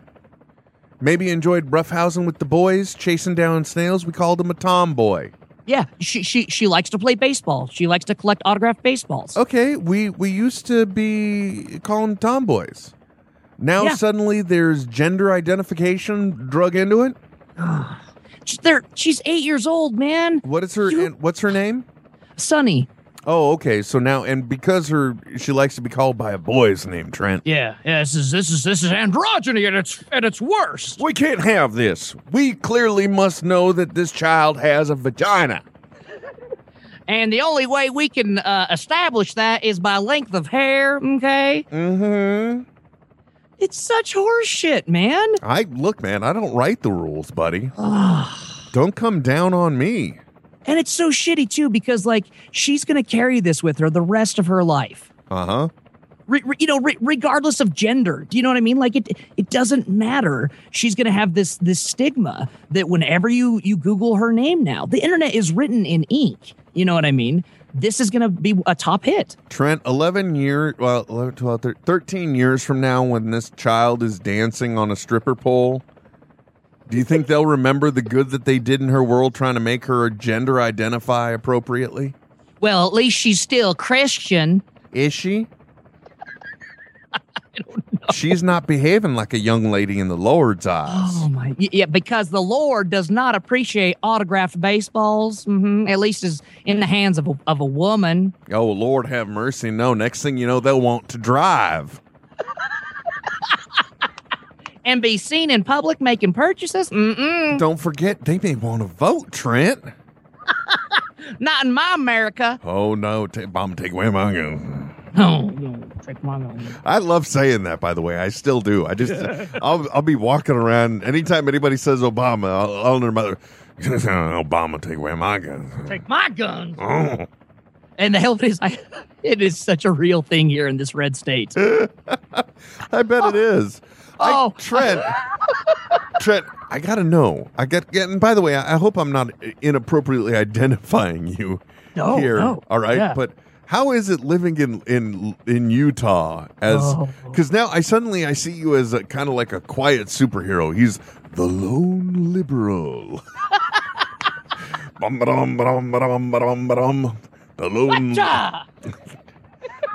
maybe enjoyed roughhousing with the boys, chasing down snails, we called him a tomboy.
Yeah, she she she likes to play baseball. She likes to collect autographed baseballs.
Okay, we we used to be calling tomboys. Now
Yeah.
suddenly there's gender identification drug into it.
She's there. She's eight years old, man.
What is her
You-
and what's her name?
Sunny.
Oh, okay. So now and because her she likes to be called by a boy's name, Trent.
Yeah, yeah. This is this is this is androgyny at its at its worst.
We can't have this. We clearly must know that this child has a vagina.
And the only way we can uh, establish that is by length of hair. Okay,
Mm-hmm.
it's such horseshit, man.
I look, man, I don't write the rules, buddy.
Ugh.
Don't come down on me.
and it's so shitty too because like she's gonna carry this with her the rest of her life.
Uh-huh.
re, re- you know, re, regardless of gender. Do you know what I mean? Like it, it doesn't matter. She's going to have this this stigma that whenever you you Google her name now, the internet is written in ink. You know what I mean? This is going to be a top hit.
Trent, 11 year, well, 11, 12, 13, 13 years from now when this child is dancing on a stripper pole, do you think they'll remember the good that they did in her world trying to make her gender identify appropriately?
Well, at least she's still Christian.
Is she? She's not behaving like a young lady in the Lord's eyes.
Oh my! y- Yeah, because the Lord does not appreciate autographed baseballs.
Mm-hmm.
hmm At least is in the hands of a, of a woman.
Oh, Lord have mercy. No, next thing you know, they'll want to drive.
And be seen in public making purchases? Mm-mm.
Don't forget, they may want to vote, Trent.
Not in my America.
Oh, no. Ta- Mom, take away my gun.
No, no, take my own.
I love saying that, by the way. I still do. I just, I'll, I'll be walking around. Anytime anybody says Obama, I'll, I'll remember, Obama, take away my gun.
Take my guns.
Oh.
And the hell is I, it is such a real thing here in this red state.
I bet it is.
Oh.
I, Trent, Trent, I gotta know. I got. And by the way, I I hope I'm not inappropriately identifying you
No,
here.
Oh, no,
all right,
yeah.
but how is it living in in in Utah as?
Oh.
Because now I suddenly I see you as a kind of like a quiet superhero. He's the lone liberal. Bum, ba-dum, ba-dum, ba-dum, ba-dum, ba-dum. The lone
Gotcha!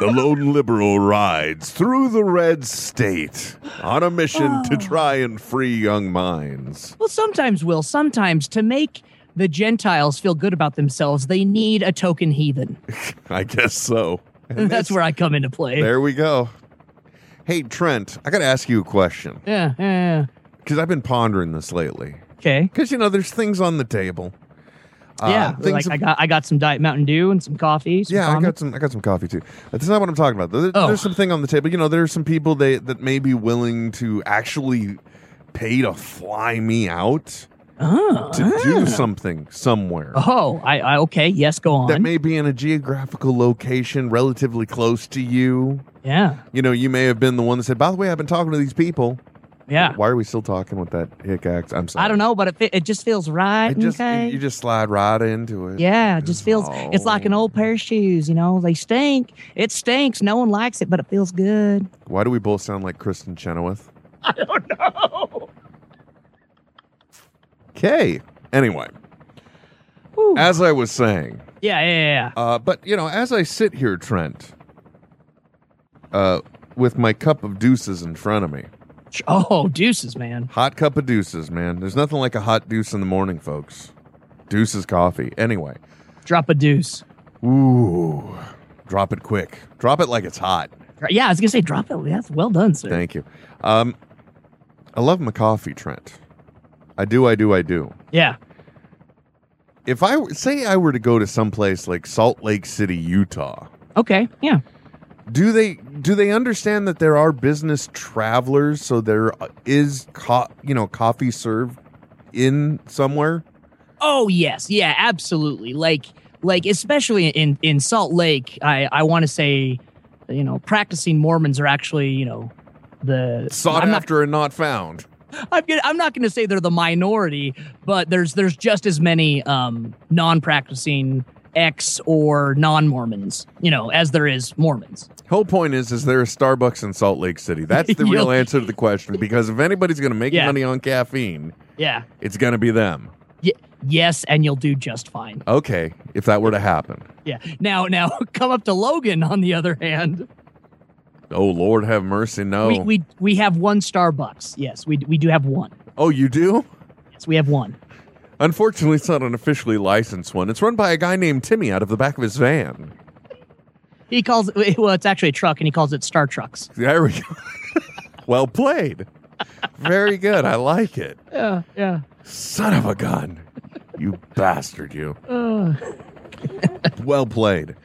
the lone liberal rides through the red state on a mission
Oh.
to try and free young minds.
Well, sometimes, Will, sometimes to make the Gentiles feel good about themselves, they need a token heathen.
I guess so.
And that's where I come into play.
There we go. Hey, Trent, I got to ask you a question
Yeah, yeah.
because I've been pondering this lately.
Okay.
Because, you know, there's things on the table. Uh,
yeah.
things
Like I got I got some Diet Mountain Dew and some coffee. Some
yeah, I
comic-
got some. I got some coffee too. That's not what I'm talking about. There,
Oh.
There's something on the table. You know, there are some people they, that may be willing to actually pay to fly me out.
Oh,
to do something somewhere
oh I, I okay, yes, go on.
that may be in a geographical location relatively close to you.
yeah.
You know, you may have been the one that said, "By the way, I've been talking to these people."
Yeah.
Why are we still talking with that hick act? I'm sorry.
I don't know, but it fe- it just feels right.
It just
okay.
you just slide right into it.
Yeah, it just feels it's like an
Oh.
old pair of shoes, you know. They stink. It stinks. No one likes it, but it feels good.
Why do we both sound like Kristen Chenoweth?
I don't know.
Okay. Anyway,
Whew.
as I was saying,
yeah, yeah, yeah.
uh, but you know, as I sit here, Trent, uh, with my cup of deuces in front of me,
yeah. Oh, deuces, man.
Hot cup of deuces, man. There's nothing like a hot deuce in the morning, folks. Deuces coffee. Anyway.
Drop a deuce.
Ooh. Drop it quick. Drop it like it's hot.
Dro- Yeah, I was gonna say drop it. That's well done, sir.
Thank you. Um I love my coffee, Trent. I do, I do, I do.
Yeah,
If I were- say I were to go to someplace like Salt Lake City, Utah,
okay, yeah.
do they do they understand that there are business travelers so there uh, is co- you know coffee served in somewhere?
Oh yes, yeah, absolutely. Like, like especially in in Salt Lake, I I want to say you know, practicing Mormons are actually, you know, the
Sought
I'm not-
after and not found.
I'm gonna, I'm not going to say they're the minority, but there's there's just as many um, non-practicing ex or non-Mormons, you know, as there is Mormons.
Whole point is, is there a Starbucks in Salt Lake City? That's the real
Yo.
answer to the question. Because if anybody's going to make
Yeah.
money on caffeine,
Yeah.
it's going to be them.
Yes, and you'll do just fine.
Okay, if that were to happen.
Yeah. Now now come up to Logan on the other hand.
Oh Lord, have mercy. No.
We, we we have one Starbucks. Yes, we we do have one.
oh, you do?
Yes, we have one.
Unfortunately, it's not an officially licensed one. It's run by a guy named Timmy out of the back of his van.
He calls it well, it's actually a truck and he calls it Star Trucks.
There we go. well played. Very good. I like it.
Yeah, yeah.
Son of a gun. You bastard, you. Well played.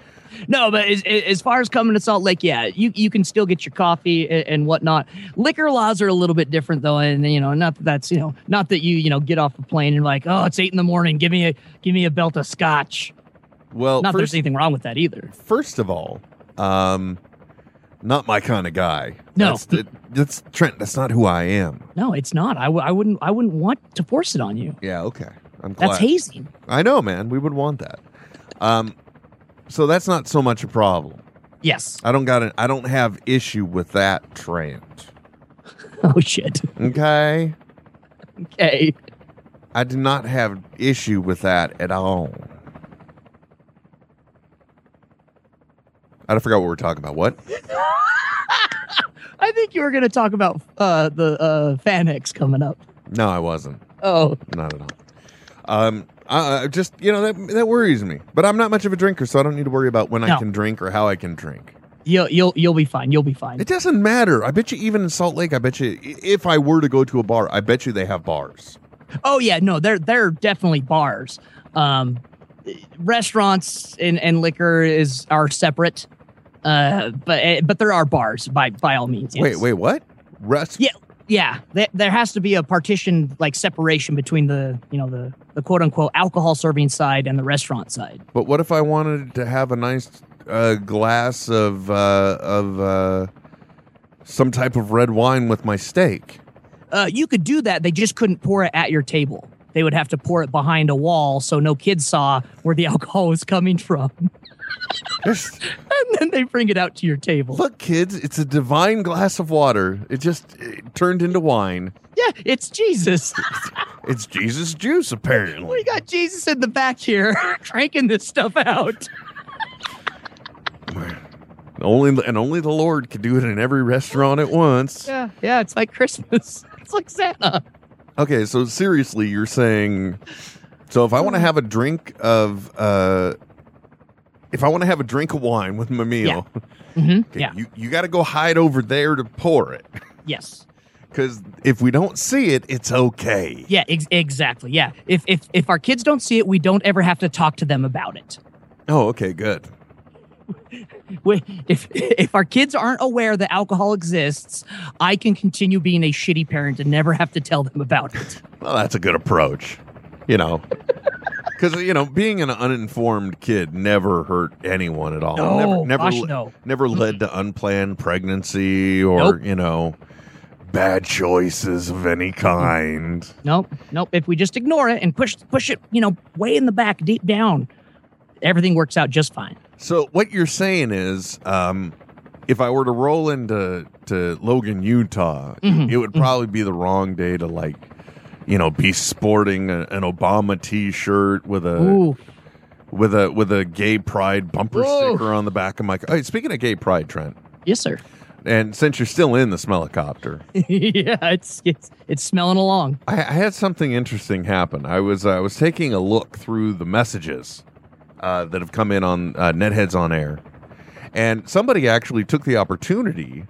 No, but as, as far as coming to Salt Lake, yeah, you, you can still get your coffee and, and whatnot. Liquor laws are a little bit different though, and you know, not that that's you know, not that you you know get off the plane and like, oh, it's eight in the morning, give me a give me a belt of scotch.
Well,
not
first,
that there's anything wrong with that either.
first of all, um, not my kind of guy.
No.
that's, that- that's Trent. That's not who I am.
No, it's not. I, w- I wouldn't I wouldn't want to force it on you.
Yeah. Okay. I'm glad.
That's hazing.
I know, man. We would want that. Um, so that's not so much a problem.
Yes.
I don't got. An, I don't have issue with that Trent.
Oh shit.
Okay.
Okay.
I do not have issue with that at all. I forgot what we're talking about. What?
I think you were going to talk about uh, the uh, Fanex coming up.
No, I wasn't.
Oh,
Not at all. Um, I, I just you know that that worries me. But I'm not much of a drinker, so I don't need to worry about when I
No.
can drink or how I can drink.
you'll you'll you'll be fine. You'll be fine.
It doesn't matter. I bet you even in Salt Lake, I bet you i- if I were to go to a bar, I bet you they have bars.
Oh yeah, no, they're they're definitely bars. Um, restaurants and, and liquor is are separate. Uh, but eh, but there are bars by by all means. yes.
Wait, wait, what? Rest?
Yeah. Yeah, there, there has to be a partition like separation between the you know the the quote unquote alcohol serving side and the restaurant side.
But what if I wanted to have a nice uh, glass of uh, of uh, some type of red wine with my steak?
Uh, you could do that. They just couldn't pour it at your table. They would have to pour it behind a wall so no kids saw where the alcohol was coming from.
There's-
and then they bring it out to your table.
Look, kids, it's a divine glass of water. It just it turned into wine.
Yeah, it's Jesus.
It's Jesus juice, apparently.
We got Jesus in the back here cranking this stuff out.
Only and only the Lord could do it in every restaurant at once.
Yeah, yeah, it's like Christmas. It's like Santa.
Okay, so seriously, you're saying so if I want to have a drink of uh if I want to have a drink of wine with my meal,
hmm
okay,
Yeah.
you you got to go hide over there to pour it
Yes.
cuz if we don't see it, it's okay.
Yeah. Ex- exactly. Yeah. If if if our kids don't see it, we don't ever have to talk to them about it.
Oh, okay, good.
We, if if our kids aren't aware that alcohol exists, I can continue being a shitty parent and never have to tell them about it.
Well, that's a good approach. You know, cuz you know, being an uninformed kid never hurt anyone at all.
No.
Oh, never never
gosh,
le-
no.
never led to unplanned pregnancy or,
Nope.
you know, bad choices of any kind.
Nope. Nope. If we just ignore it and push push it, you know, way in the back, deep down, everything works out just fine.
So what you're saying is, um, if I were to roll into to Logan, Utah,
Mhm.
it would probably be the wrong day to like, you know, be sporting a, an Obama T-shirt with a
Ooh.
with a with a gay pride bumper
Whoa.
sticker on the back of my. Hey, speaking of gay pride, Trent,
Yes, sir.
and since you're still in the smellicopter,
yeah, it's it's it's smelling along.
I, I had something interesting happen. I was uh, I was taking a look through the messages uh, that have come in on uh, Netheads on Air, and somebody actually took the opportunity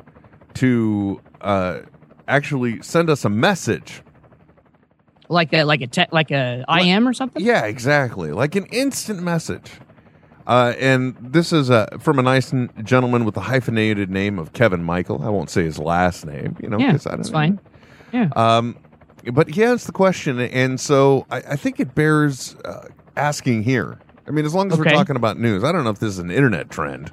to uh, actually send us a message.
Like a like a te- like a I
Like-
am or something.
Yeah, exactly, like an instant message. Uh, and this is uh, from a nice n- gentleman with the hyphenated name of Kevin Michael. I won't say his last name, you know.
Yeah,
'cause I don't
that's
know.
fine.
Um, but he asked the question, and so I, I think it bears uh, asking here. I mean, as long as we're
Okay.
talking about news, I don't know if this is an internet trend,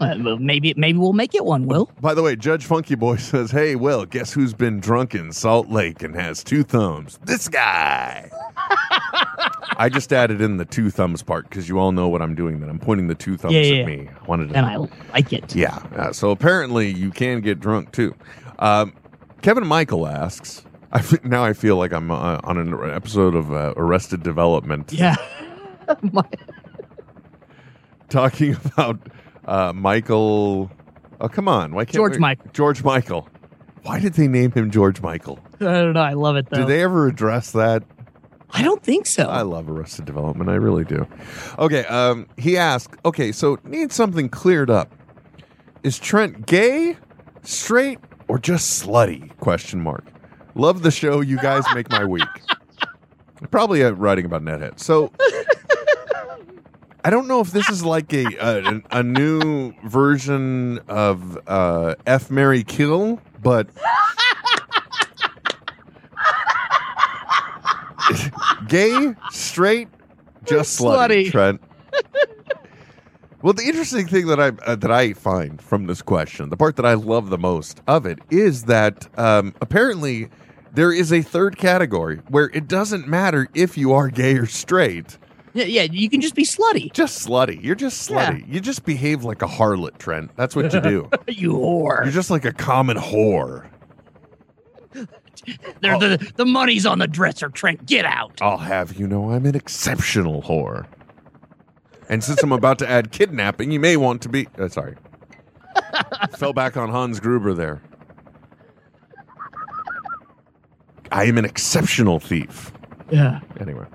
Uh, well, maybe maybe we'll make it one. Will
By the way, Judge Funky Boy says, "Hey, well, guess who's been drunk in Salt Lake and has two thumbs? This guy." I just added in the two thumbs part because you all know what I'm doing. That I'm pointing the two thumbs
Yeah, yeah,
at
yeah.
me. I wanted to
and I like it.
Yeah. Uh, so apparently you can get drunk too. Um, Kevin Michael asks. I fe- now I feel like I'm uh, on an episode of uh, Arrested Development
Yeah. My-
talking about uh, Michael. Oh come on! Why can't
George
we-
Michael.
George Michael? Why did they name him George Michael?
I don't know. I love it though.
Did they ever address that?
I don't think so.
I love Arrested Development. I really do. Okay. Um, he asked. Okay, so need something cleared up. Is Trent gay, straight, or just slutty? Question mark. Love the show. You guys make my week. Probably uh, writing about nethead. So. I don't know if this is like a a, a new version of uh, F Mary Kill, but gay, straight, just slutty,
Slutty.
Trent. Well, the interesting thing that I uh, that I find from this question, the part that I love the most of it, is that um, apparently there is a third category where it doesn't matter if you are gay or straight,
yeah, yeah, you can just be slutty.
just slutty. You're just slutty. You just behave like a harlot, Trent. That's what you do.
You
You're
whore.
just like a common whore.
They're the, the money's on the dresser, Trent. Get out.
I'll have you know I'm an exceptional whore. And since I'm about to add kidnapping, you may want to be. Uh, sorry. Fell back on Hans Gruber there. I am an exceptional thief.
Yeah.
Anyway.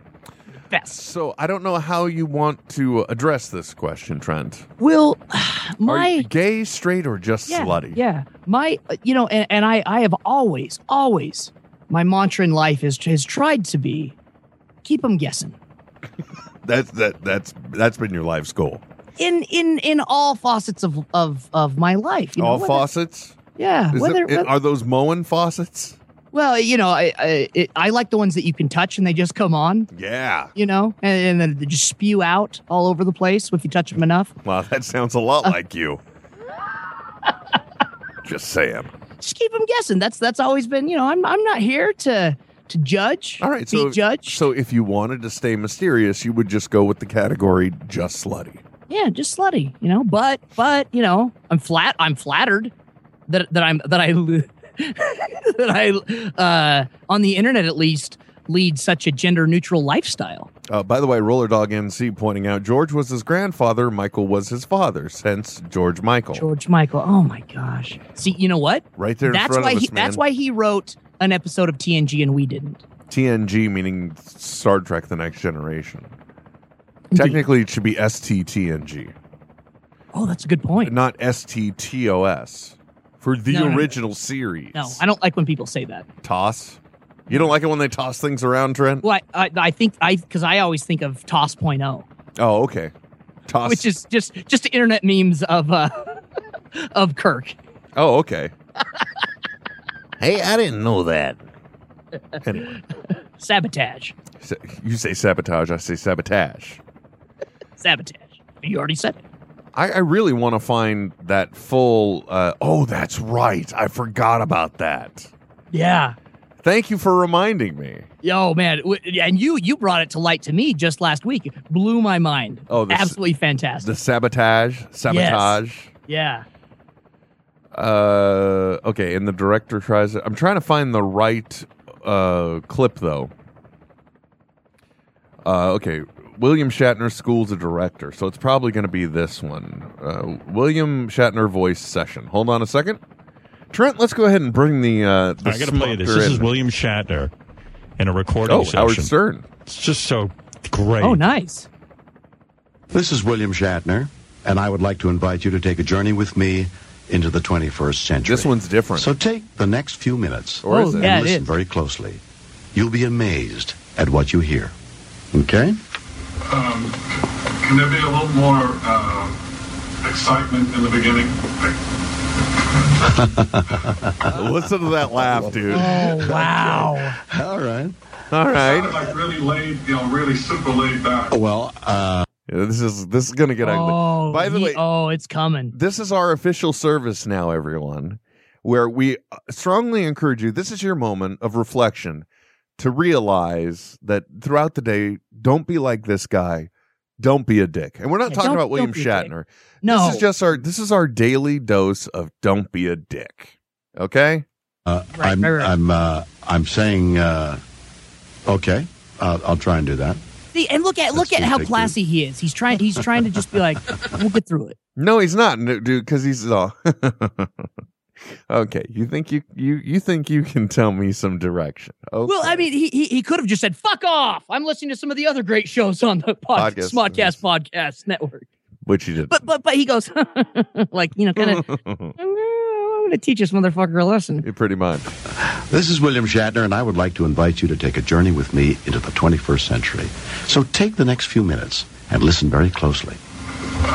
Best.
So I don't know how you want to address this question, Trent.
Will
Are you
my
gay, straight, or just
yeah,
slutty?
Yeah. My uh, you know, and, and I I have always, always my mantra in life is has tried to be keep them guessing.
That's that that's that's been your life's goal.
In in in all faucets of of of my life. You know,
All
whether-
faucets?
Yeah.
Is
Whether, uh,
it, are those Moen faucets?
well, you know, I I, it, I like the ones that you can touch and they just come on.
Yeah.
You know, and, and then they just spew out all over the place if you touch them enough.
Wow, that sounds a
Uh.
lot like you. Just saying.
Just keep them guessing. That's that's always been. You know, I'm I'm not here to to judge.
All right,
be
so
judged.
so if you wanted to stay mysterious, you would just go with the category just slutty.
yeah, just slutty, you know. But but you know, I'm flat. I'm flattered that that I'm that I lo- that I uh, on the internet at least lead such a gender neutral lifestyle.
Uh, by the way, Roller Dog NC pointing out George was his grandfather, Michael was his father, since George Michael.
George Michael. Oh my gosh. See, you know what?
Right there in
That's
front
why
of us,
he.
man.
That's why he wrote an episode of TNG and we didn't.
TNG meaning Star Trek: The Next Generation.
Indeed.
Technically, it should be STTNG.
Oh, that's a good point.
not STTOS for the
No, no, no.
original series.
No, I don't like when people say that.
toss. You don't like it when they toss things around, Trent?
Well, I, I, I think I because I always think of Toss.0,
Oh, okay. Toss.
which is just just internet memes of uh of Kirk.
oh, okay. hey, I didn't know that.
Sabotage.
You say sabotage. I say sabotage.
Sabotage. You already said it.
I, I really want to find that full. Uh, oh, that's right. I forgot about that.
Yeah.
Thank you for reminding me.
Yo, man. W- And you you brought it to light to me just last week. It blew my mind.
Oh, the, s-
Absolutely
the
fantastic.
sabotage. Sabotage.
yeah.
Uh, okay, and the director tries. I'm trying to find the right uh, clip though. Uh, okay, William Shatner school's a director, so it's probably going to be this one. Uh, William Shatner voice session. Hold on a second, Trent. Let's go ahead and bring the. Uh, the
I got to play this.
smoker
This
in.
is William Shatner in a recording
Oh,
session.
Howard Stern.
It's just so great.
Oh, nice.
This is William Shatner, and I would like to invite you to take a journey with me into the 21st century.
This one's different.
So take the next few minutes
or is
Oh,
it?
yeah.
and
it
listen
is.
very closely. You'll be amazed at what you hear. Okay?
Can there be a little more uh, excitement in the beginning? Like,
Listen to that laugh, dude.
Oh, wow.
All right.
All right.
like really laid, you know, really super laid back.
Well, uh,
Yeah, This is this is gonna get ugly.
oh,
By the
ye-
way-
oh, it's coming.
This is our official service now, everyone, where we strongly encourage you. This is your moment of reflection to realize that throughout the day, don't be like this guy. Don't be a dick. And we're not
Yeah,
talking
don't-
about William
don't be a dick.
Shatner.
No,
This is just our this is our daily dose of don't be a dick. Okay?
Uh,
Right,
I'm,
right, right.
I'm, uh, I'm saying, uh, okay, I'll, I'll try and do that.
See, and look at look
That's
at how
ridiculous.
classy he is. He's trying. He's trying to just be like, we'll get through it.
No, he's not, no, dude, because he's all Okay. You think you, you you think you can tell me some direction. Okay.
Well, I mean, he he, he could have just said, "Fuck off." I'm listening to some of the other great shows on the pod,
Podcast.
Smodcast Podcast Network.
which he did.
But but but he goes like you know, kind of. I'm gonna teach this motherfucker a lesson.
pretty much.
This is William Shatner, and I would like to invite you to take a journey with me into the 21st century. So take the next few minutes and listen very closely.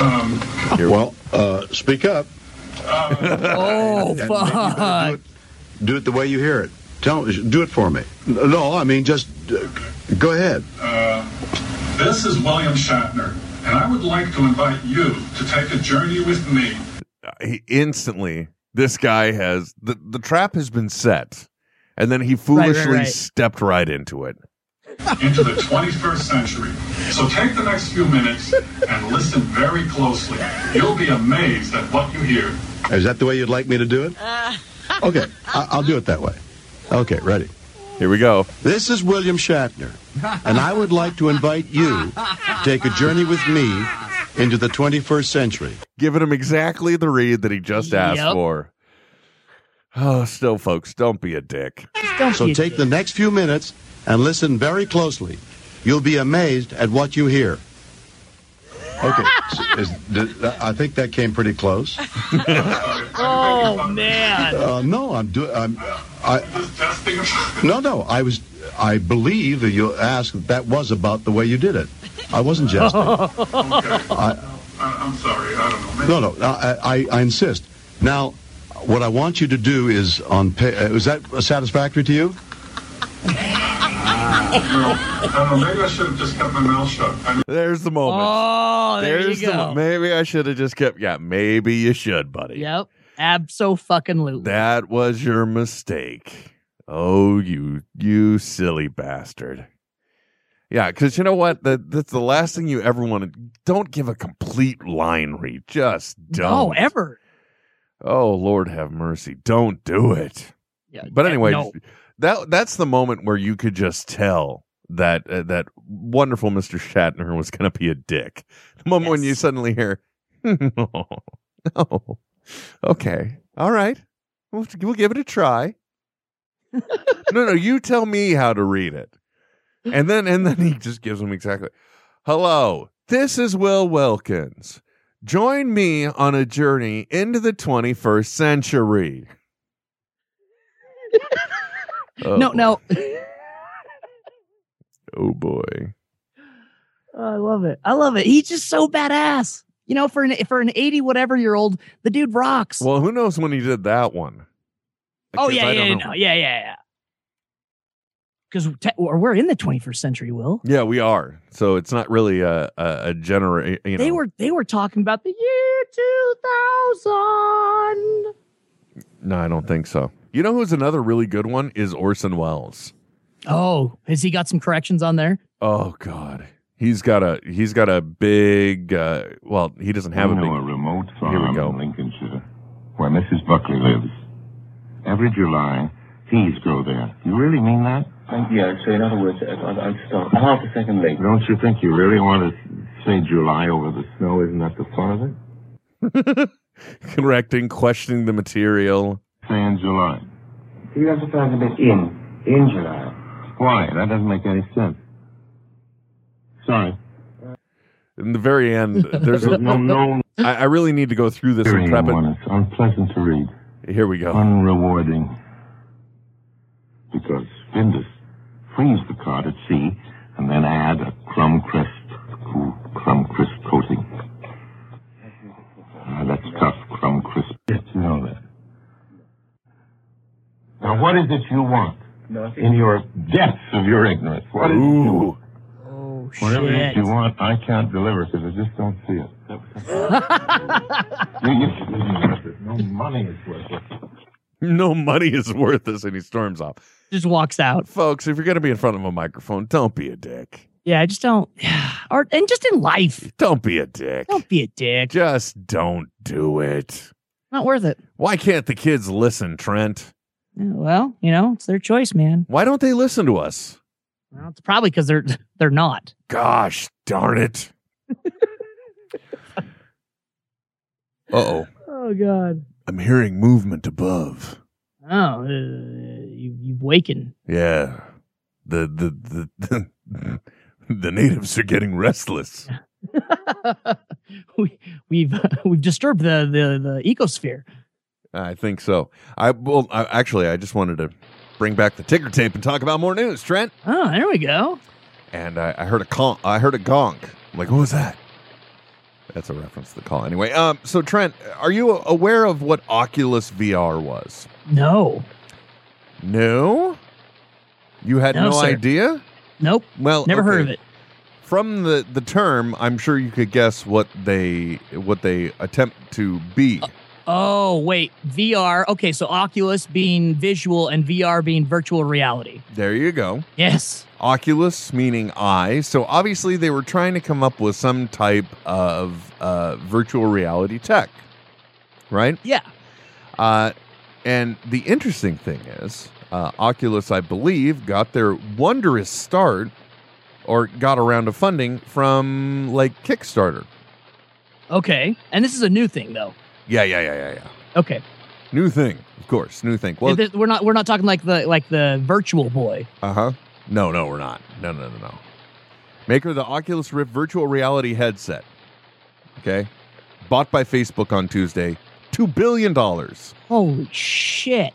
Um, well, uh, speak up.
Oh
And you better
fuck!
do, it, do it the way you hear it. Tell, do it for me. No, I mean, just uh, go ahead.
This is William Shatner, and I would like to invite you to take a journey with me
He instantly this guy has the, the trap has been set. And then he
Right, right,
foolishly
right.
stepped right into it.
into the 21st century. So take the next few minutes and listen very closely. You'll be amazed at what you hear.
Is that the way you'd like me to do it? Okay, I, I'll do it that way. Okay, ready.
Here we go.
This is William Shatner, and I would like to invite you to take a journey with me into the 21st century.
giving him exactly the read that he just asked
Yep.
for. Oh, still, folks, don't be a dick.
Don't
So
be a
take the next few minutes and listen very closely. You'll be amazed at what you hear. Okay, so is, did, I think that came pretty close.
Oh man!
Uh, no, I'm doing. I'm, I
Just testing.
no, no. I was. I believe that you asked that, that was about the way you did it. I wasn't jesting.
I- uh, I'm sorry. I don't know. Maybe
No, no, no, I, I, I insist. Now, what I want you to do is on. Pa- uh, is that satisfactory to you?
I don't know. Maybe I should have just kept my mouth shut. I mean,
There's the moment.
Oh, there
There's
you
the
go.
mo- maybe I should have just kept. Yeah, maybe you should, buddy.
Yep, abso fucking loot.
That was your mistake. Oh, you you silly bastard. Yeah, because you know what? That that's the last thing you ever want to. Don't give a complete line read. Just don't.
No, ever.
Oh Lord, have mercy! Don't do it.
Yeah,
But
yeah,
anyway,
no.
that that's the moment where you could just tell that uh, that wonderful Mr. Shatner was going to be a dick. The moment when you
Yes.
suddenly hear, no, no, okay, all right, we'll, we'll give it a try. no, no, you tell me how to read it, and then and then he just gives him exactly. Hello, this is Will Wilkins. Join me on a journey into the 21st century. oh,
no, no.
Oh boy.
Oh, I love it. I love it. He's just so badass. You know, for an for an eighty whatever year old, the dude rocks.
Well, who knows when he did that one?
oh
Because
yeah,
I
yeah,
don't
yeah,
know.
no, yeah, yeah, yeah. Because te- or we're in the twenty first century. Will
Yeah, we are. So it's not really a a, a genera- You know,
they were they were talking about the year two thousand.
No, I don't think so. You know who's another really good one is Orson Welles.
Oh, has he got some corrections on there?
Oh God, he's got a he's got a big. Uh, well, he doesn't have a
know
big.
a remote farm
Here we go.
in Lincolnshire where Mrs. Buckley lives. Every July, peas grow there. You really mean that? yeah, so in other words, I'm start half a second late. Don't you think you really want to say July over the snow? Isn't that the fun of it?
correcting, questioning the material.
Say in July. You emphasize a bit in. In July. Why? That doesn't make any sense. Sorry.
In the very end, there's a,
No, no.
I, I really need to go through this and prep
One. It's unpleasant to read.
it. Here we go.
unrewarding. Because vendors freeze the card at sea and then add a crumb crisp, crumb crisp coating. Ah, that's tough, crumb crisp. Yes, you know that. Now, what is it you want? In your depths of your ignorance, what is it you want?
Oh
Whatever it is
shit.
you want, I can't deliver because I just don't see it. You- you- no money is worth it.
No money is worth this, and he storms off.
Just walks out.
Folks, if you're going to be in front of a microphone, don't be a dick.
Yeah, I just don't. Or and just in life,
Don't be a dick.
don't be a dick.
Just don't do it.
Not worth it.
Why can't the kids listen, Trent?
Yeah, Well, you know, it's their choice, man.
Why don't they listen to us?
Well, it's probably because they're they're not.
Gosh darn it. uh oh.
Oh God.
I'm hearing movement above.
Oh, uh, you you waken.
Yeah. The the the the, the natives are getting restless.
we we've we've disturbed the the the ecosphere.
I think so. I well I, actually I just wanted to bring back the ticker tape and talk about more news, Trent.
Oh, there we go.
And I, I heard a con- I heard a gonk. I'm like, what was that? That's a reference to the call. Anyway, um so Trent, are you aware of what Oculus VR was?
No,
No? You had no,
No, sir.
idea?
nope,
Well,
never heard
okay.
of it.
From the the term, I'm sure you could guess what they what they attempt to be.
Oh wait, VR. Okay, so Oculus being visual and VR being virtual reality.
There you go.
Yes.
Oculus meaning eye. So obviously they were trying to come up with some type of uh, virtual reality tech, right?
Yeah.
Uh, and the interesting thing is, uh, Oculus, I believe, got their wondrous start or got a round of funding from like Kickstarter.
Okay. And this is a new thing though.
Yeah, yeah, yeah, yeah, yeah.
Okay.
New thing, of course. New thing. Well,
This- we're not we're not talking like the like the virtual boy.
Uh huh. No, no, we're not. No, no, no, no. Maker of the Oculus Rift virtual reality headset. Okay. Bought by Facebook on Tuesday. $2 billion, $400
Holy shit.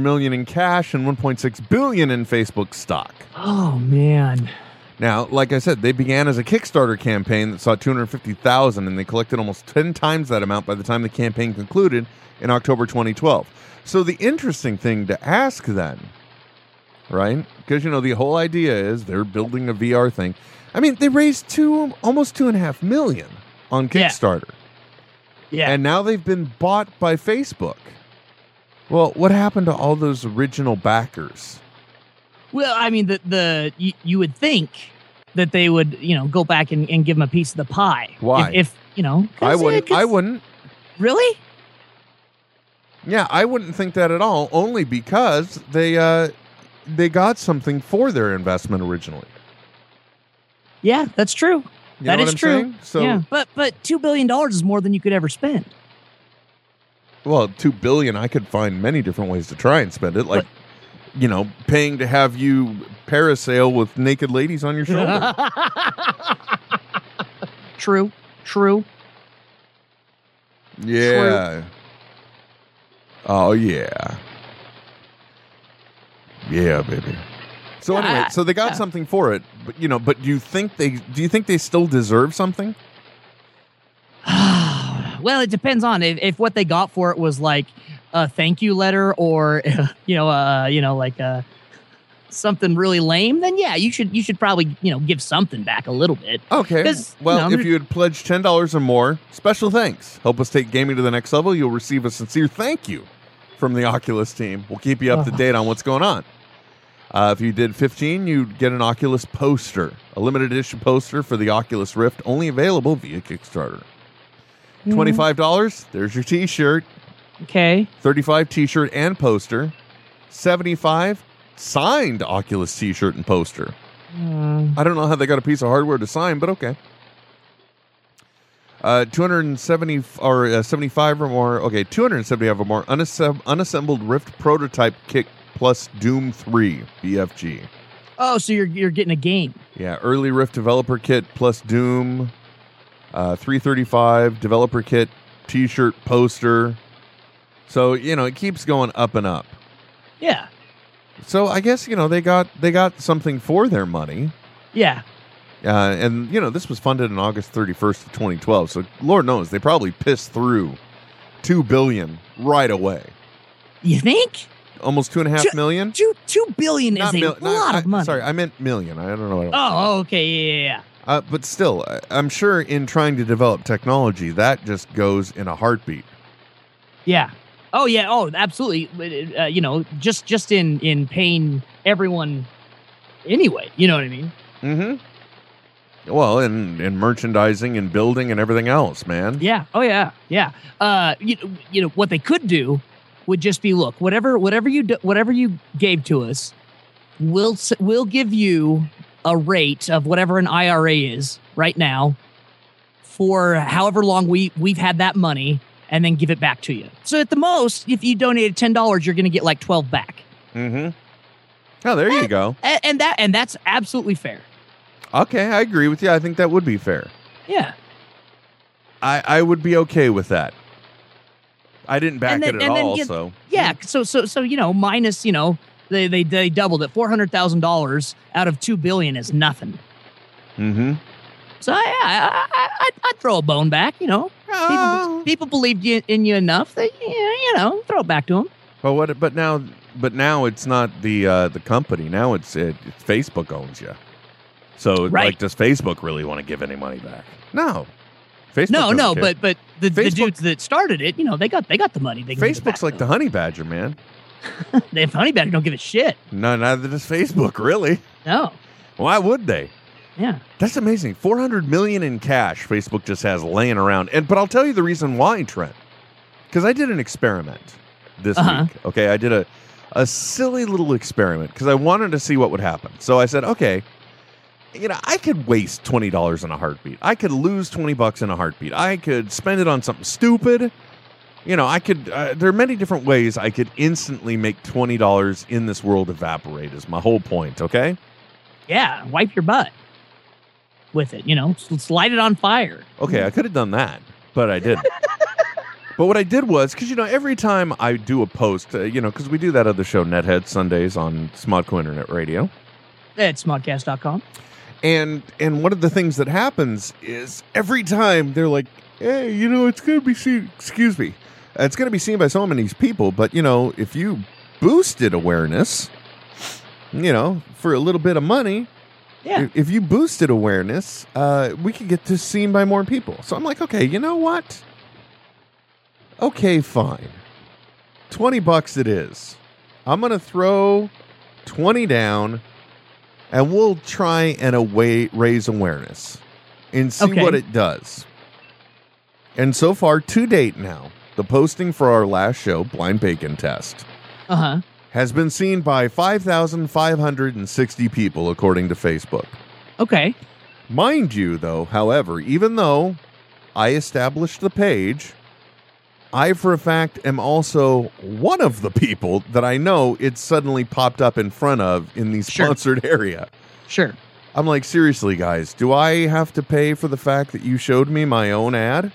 million in cash, and $1.6 billion in Facebook stock.
Oh man.
Now, like I said, they began as a Kickstarter campaign that saw 250,000 and they collected almost 10 times that amount by the time the campaign concluded in October 2012. So the interesting thing to ask then, right? Because you know the whole idea is they're building a VR thing. I mean, they raised two almost two and a half million on
Yeah.
Kickstarter,
Yeah.
and now they've been bought by Facebook. Well, what happened to all those original backers?
well, I mean the the you, you would think that they would, you know, go back and, and give him a piece of the pie. If-
Why?
If, you know,
I
'cause, uh,
wouldn't.
'cause-
I wouldn't.
Really?
Yeah, I wouldn't think that at all. Only because they uh, they got something for their investment originally.
Yeah, that's true.
You
That
know what
is
I'm
true.
saying? So,
yeah. But but two billion dollars is more than you could ever spend.
well, two billion. I could find many different ways to try and spend it, like you know, paying to have you parasail with naked ladies on your shoulder.
true. True.
yeah. Oh yeah. Yeah, baby. So
Yeah,
anyway, so they got
yeah.
something for it, but you know, but do you think they do you think they still deserve something?
well, it depends on if, if what they got for it was like a thank you letter or you know, uh, you know, like uh, something really lame. Then yeah, you should you should probably you know give something back a little bit.
Okay.
'Cause, you
Well,
know,
if you had pledged ten dollars or more, special thanks. Help us take gaming to the next level. You'll receive a sincere thank you from the Oculus team. We'll keep you up to
Oh.
date on what's going on. Uh, if you did fifteen, you'd get an Oculus poster, a limited edition poster for the Oculus Rift, only available via Kickstarter.
Yeah.
Twenty-five dollars. There's your T-shirt.
Mm, Okay.
35 t-shirt and poster 75 signed oculus t-shirt and poster
Mm.
i don't know how they got a piece of hardware to sign but okay uh 270 or uh, 75 or more okay 275 or more unassem- unassembled rift prototype kick plus doom 3 bfg
Oh, so you're you're getting a game.
yeah early rift developer kit plus doom uh 335 developer kit t-shirt poster so you know it keeps going up and up
Yeah.
So I guess you know they got they got something for their money,
Yeah.
uh, and you know this was funded in August thirty first, twenty twelve. So Lord knows they probably pissed through two billion right away,
You think
almost two and a half
Ju-
million.
two two billion is a
mil-
lot
I-
of money?
Sorry, I meant million. I don't know. What I was-
Oh, okay. Yeah, yeah, yeah.
Uh, but still, I- I'm sure in trying to develop technology, that just goes in a heartbeat.
Yeah. Oh yeah. Oh, absolutely. But it- Uh, you know, just just in in pain, everyone. Anyway, you know what I mean.
Mm-hmm. Well, and and merchandising and building and everything else, man.
Yeah. Oh yeah. Yeah. Uh, you you know what they could do would just be look whatever whatever you do, whatever you gave to us, we'll s- we'll give you a rate of whatever an IRA is right now for however long we we've had that money and then give it back to you. So at the most, if you donated ten dollars, you're going to get like twelve back,
Mm-hmm. Oh, there you go.
and, and that and that's absolutely fair.
Okay, I agree with you. I think that would be fair.
Yeah.
I I would be okay with that. I didn't back
And then-
it at
and then
all,
get-
so
Yeah, so so so you know, minus you know, they they they doubled it. Four hundred thousand dollars out of two billion is nothing.
mm-hmm.
So yeah, I, I, I I'd throw a bone back. You know, people, people believed you, in you enough that yeah, you know, throw it back to them.
But what? But now, but now it's not the uh, the company. Now it's it, it's Facebook owns you. So
Right.
like, does Facebook really want to give any money back? No, Facebook.
no,
doesn't
no,
care.
but but the, the
Facebook-
dudes that started it, you know, they got they got the money. They can give it
Facebook's
back,
like the honey badger, man.
though. they have honey badger don't give a shit.
No, neither does Facebook. Really?
No,
Why would they?
yeah,
That's amazing. Four hundred million in cash Facebook just has laying around. And but I'll tell you the reason why, Trent. Because I did an experiment this
Uh-huh.
week. Okay, I did a a silly little experiment because I wanted to see what would happen. So I said, okay, you know, I could waste twenty dollars in a heartbeat. I could lose twenty bucks in a heartbeat. I could spend it on something stupid. You know, I could. Uh, there are many different ways I could instantly make twenty dollars in this world evaporate. Is my whole point. Okay.
yeah. Wipe your butt with it. You know, S- light it on fire.
Okay, I could have done that, but I didn't. but what I did was because you know every time I do a post, uh, you know, because we do that other show, Nethead Sundays on Smodco Internet Radio,
At smodcast.com.
and and one of the things that happens is every time they're like, hey, you know, it's gonna be seen. Excuse me, it's gonna be seen by so many people, but you know, if you boosted awareness, you know, for a little bit of money,
Yeah.
if, if you boosted awareness, uh, we could get this seen by more people. So I'm like, okay, you know what? Okay, fine. 20 bucks it is. I'm going to throw 20 down and we'll try and away, raise awareness and see
Okay.
what it does. And so far, to date now, the posting for our last show, Blind Bacon Test,
Uh huh.
has been seen by 5,560 people, according to Facebook.
Okay.
Mind you, though, however, even though I established the page, I for a fact am also one of the people that I know it suddenly popped up in front of in the
Sure.
sponsored area.
Sure.
I'm like, seriously, guys, do I have to pay for the fact that you showed me my own ad?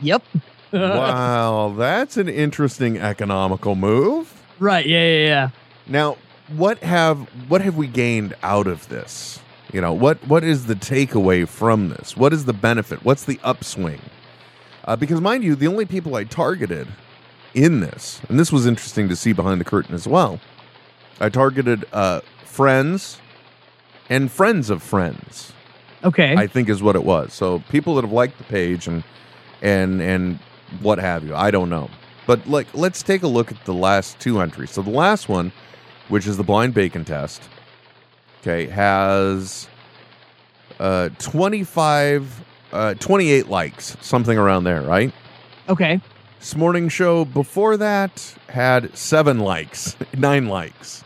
Yep.
wow, that's an interesting economical move.
Right. Yeah. Yeah. Yeah.
Now, what have what have we gained out of this? You know, what what is the takeaway from this? What is the benefit? What's the upswing? Uh, because mind you, the only people I targeted in this, and this was interesting to see behind the curtain as well, I targeted uh, friends and friends of friends.
Okay.
I think is what it was. So people that have liked the page and and and what have you. I don't know. But like let's take a look at the last two entries. So the last one, which is the blind bacon test, okay, has uh 25 uh 28 likes, something around there, right?
okay.
This morning show before that had 7 likes, 9 likes.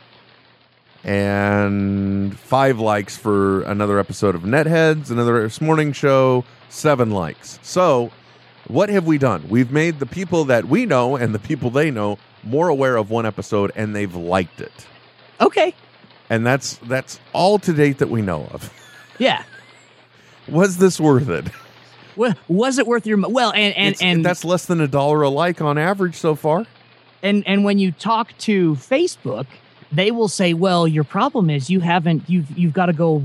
And five likes for another episode of Netheads, another this morning show, seven likes. So, what have we done? We've made the people that we know and the people they know more aware of one episode and they've liked it.
Okay.
And that's that's all to date that we know of.
Yeah.
Was this worth it?
Well, was it worth your mo- well? And and
It's-
and
that's less than a dollar a like on average so far.
and and when you talk to Facebook, they will say, "Well, your problem is you haven't you've you've got to go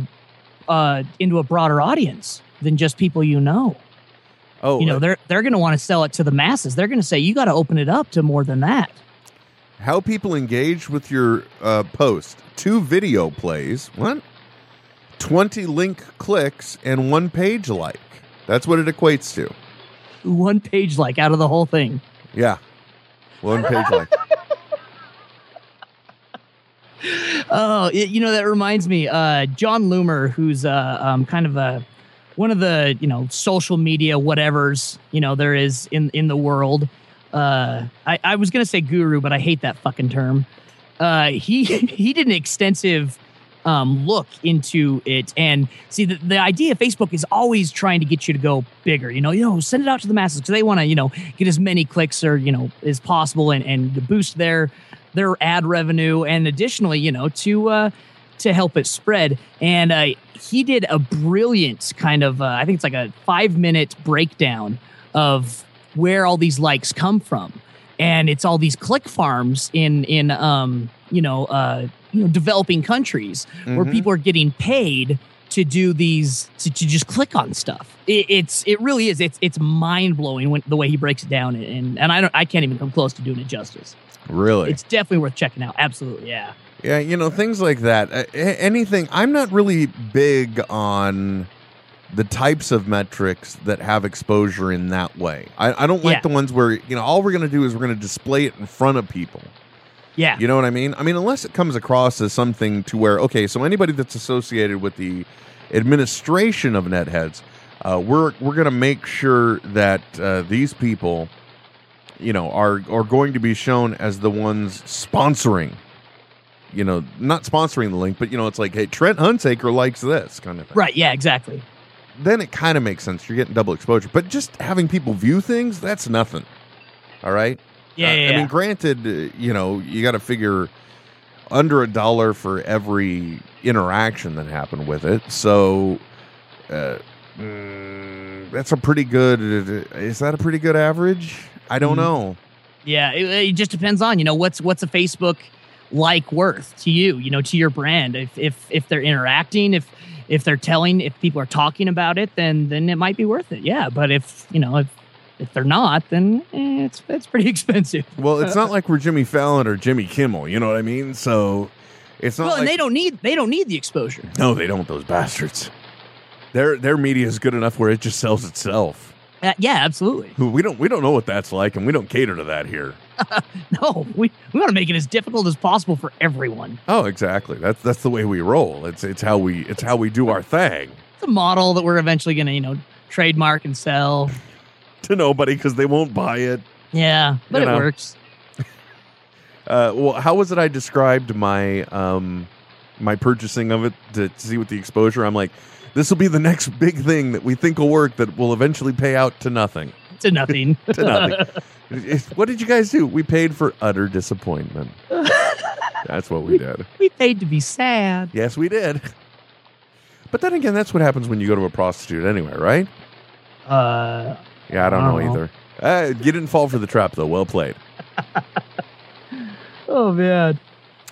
uh, into a broader audience than just people you know.
Oh,
you know, they're they're going to want to sell it to the masses. They're going to say you got to open it up to more than that.
how people engage with your uh, post two video plays what 20 link clicks and one page like. That's what it equates to.
One page like out of the whole thing.
Yeah. One page like.
Oh, y- you know that reminds me. Uh, John Loomer, who's uh, um, kind of a one of the you know social media whatever's you know there is in in the world. Uh, I, I was gonna say guru, but I hate that fucking term. Uh, he he did an extensive um, look into it and see the, the idea of Facebook is always trying to get you to go bigger. You know, you know, send it out to the masses because they want to you know get as many clicks or you know as possible and and boost their their ad revenue and additionally you know to uh to help it spread and uh he did a brilliant kind of uh, i think it's like a five minute breakdown of where all these likes come from and it's all these click farms in in um you know uh you know developing countries where
Mm-hmm.
Mhm.
people are getting paid to do these to, to just click on stuff it, it's it really is it's it's mind-blowing when the way he breaks it down and and i don't i can't even come close to doing it justice
Really?
it's definitely worth checking out. Absolutely, yeah.
Yeah, you know, things like that. A- a- Anything. I'm not really big on the types of metrics that have exposure in that way. I, I don't like
Yeah.
the ones where, you know, all we're going to do is we're going to display it in front of people.
Yeah.
You know what I mean? I mean, unless it comes across as something to where, okay, so anybody that's associated with the administration of netheads, uh, we're we're going to make sure that uh, these people, you know, are are going to be shown as the ones sponsoring. You know, not sponsoring the link, but you know, it's like, hey, Trent Hunsaker likes this kind of thing.
Right, yeah, exactly.
Uh, Then it kind of makes sense. You're getting double exposure, but just having people view things, that's nothing. All right.
Yeah, yeah,
I
yeah.
mean, granted, uh, you know, you got to figure under a dollar for every interaction that happened with it. So uh, mm, that's a pretty good. Is that a pretty good average? I don't
Mm.
know.
Yeah, it, it just depends on you know what's what's a Facebook like worth to you, you know, to your brand. If if if they're interacting, if if they're telling, if people are talking about it, then then it might be worth it. Yeah, but if you know if if they're not, then eh, it's it's pretty expensive.
Well, it's
Uh,
not like we're Jimmy Fallon or Jimmy Kimmel. You know what I mean? So it's not.
well, and
like-
they don't need they don't need the exposure.
No, they don't. Those bastards. Their their media is good enough where it just sells itself.
Uh, yeah, absolutely.
We don't we don't know what that's like, and we don't cater to that here.
No, we we want to make it as difficult as possible for everyone.
Oh, exactly. That's that's the way we roll. It's it's how we it's how we do our thing
It's a model that we're eventually going to you know trademark and sell.
to nobody because they won't buy it.
Yeah, but
You
it
know.
works.
Uh, well, how was it? I described my um my purchasing of it to, to see what the exposure. I'm like, this will be the next big thing that we think will work that will eventually pay out to nothing.
To nothing.
to nothing. It's- what did you guys do? We paid for utter disappointment. That's what we did.
we paid to be sad.
Yes, we did. But then again, that's what happens when you go to a prostitute anyway, right?
Uh,
Yeah, I don't
I
know
don't know.
either. Uh, you didn't fall for the trap, though. Well played.
oh man.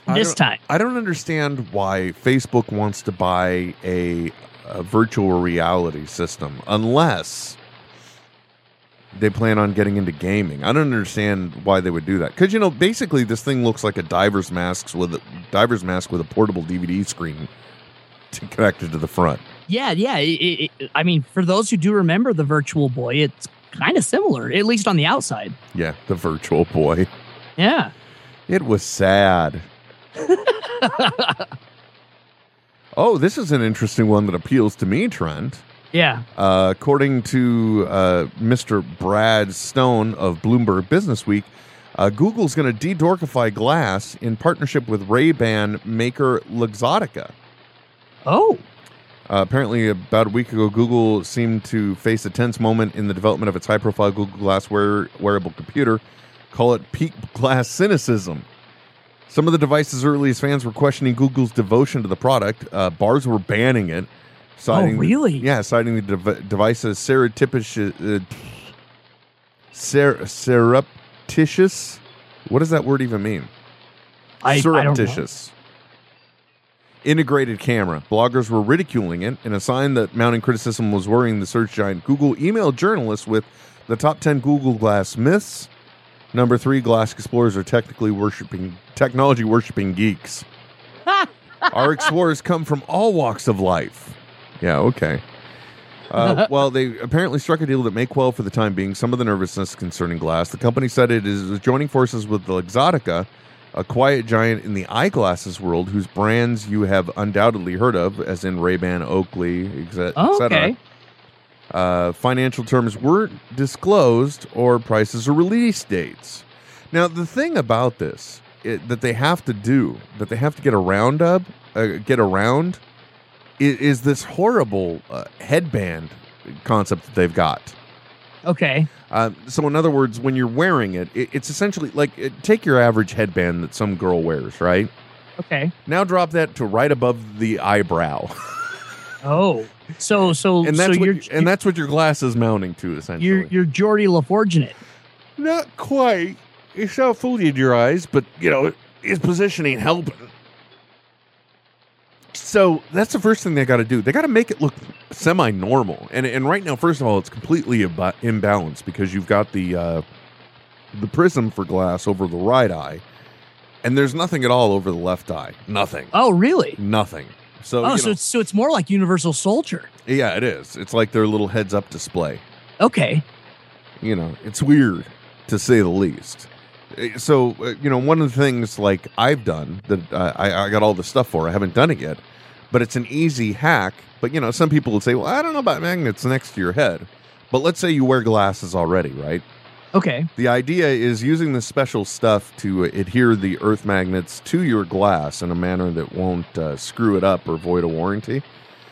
I
This
don't-
time.
I don't understand why Facebook wants to buy a, a virtual reality system unless they plan on getting into gaming. I don't understand why they would do that because you know basically this thing looks like a diver's mask with a diver's mask with a portable DVD screen to, connected to the front.
Yeah, yeah. it- it- it- I mean, for those who do remember the Virtual Boy, it's kind of similar, at least on the outside.
Yeah, the Virtual Boy.
Yeah.
It was sad. oh, this is an interesting one that appeals to me, Trent.
Yeah.
Uh, according to uh, Mr. Brad Stone of Bloomberg Business Week, uh, Google's going to de-dorkify glass in partnership with Ray-Ban maker Luxottica.
Oh.
Uh, apparently, about a week ago, Google seemed to face a tense moment in the development of its high-profile Google Glass wear- wearable computer. Call it peak glass cynicism. Some of the device's earliest fans were questioning Google's devotion to the product. Uh, bars were banning it, citing
Oh, really?
yeah, citing the dev- device's surreptitious, uh, ser- surreptitious. What does that word even mean?
I- I don't know.
surreptitious. Integrated camera. Bloggers were ridiculing it, and a sign that mounting criticism was worrying the search giant Google emailed journalists with the top 10 Google Glass myths. Number three, glass explorers are technically worshiping technology worshiping geeks. Our explorers come from all walks of life. Yeah, okay. Uh, well, they apparently struck a deal that may quell for the time being some of the nervousness concerning glass. The company said it is joining forces with Exotica, a quiet giant in the eyeglasses world whose brands you have undoubtedly heard of, as in Ray-Ban, Oakley, etc.
Oh, okay.
Uh, financial terms weren't disclosed or prices or release dates. Now, the thing about this it, that they have to do, that they have to get around up, uh, get around, i- is, this horrible uh, headband concept that they've got.
Okay.
Uh, so, in other words, when you're wearing it, it it's essentially like it, take your average headband that some girl wears, right?
Okay.
Now drop that to right above the eyebrow,
Oh, so so
and that's
so
what
you're
you- and that's what your glass is mounting to, essentially.
you're you're Geordie LaFortunate.
Not quite. It's saw food in your eyes, but you know his position ain't helping. So that's the first thing they got to do. They got to make it look semi-normal. And and right now, first of all, it's completely imba- imbalanced because you've got the uh, the prism for glass over the right eye, and there's nothing at all over the left eye. Nothing.
Oh, really?
Nothing. So,
oh,
you
so
know,
it's, so it's more like Universal Soldier.
yeah, it is. It's like their little heads-up display.
Okay.
you know, it's weird to say the least. Uh, So, uh, you know, one of the things like I've done that uh, I, I got all the stuff for, I haven't done it yet, but it's an easy hack. But, you know, some people would say, well, I don't know about magnets next to your head. But let's say you wear glasses already, right?
Okay.
The idea is using this special stuff to eh, adhere the earth magnets to your glass in a manner that won't uh, screw it up or void a warranty.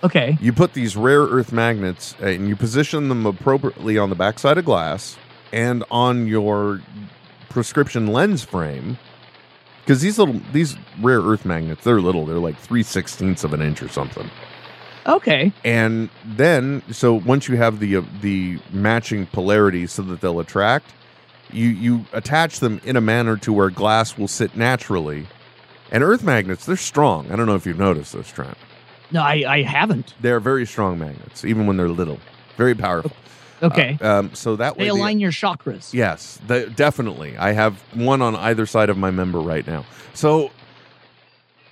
Okay.
You put these rare earth magnets uh, and you position them appropriately on the backside of glass and on your prescription lens frame. Because these little, these rare earth magnets, they're little. They're like three sixteenths of an inch or something.
Okay.
And then, so once you have the uh, the matching polarity so that they'll attract, you you attach them in a manner to where glass will sit naturally. And earth magnets, they're strong. I don't know if you've noticed this, Trent.
No, I I haven't.
They're very strong magnets, even when they're little. Very powerful.
Okay.
Uh, um, so that way
they
the-
align your chakras.
yes, the, definitely. I have one on either side of my member right now. So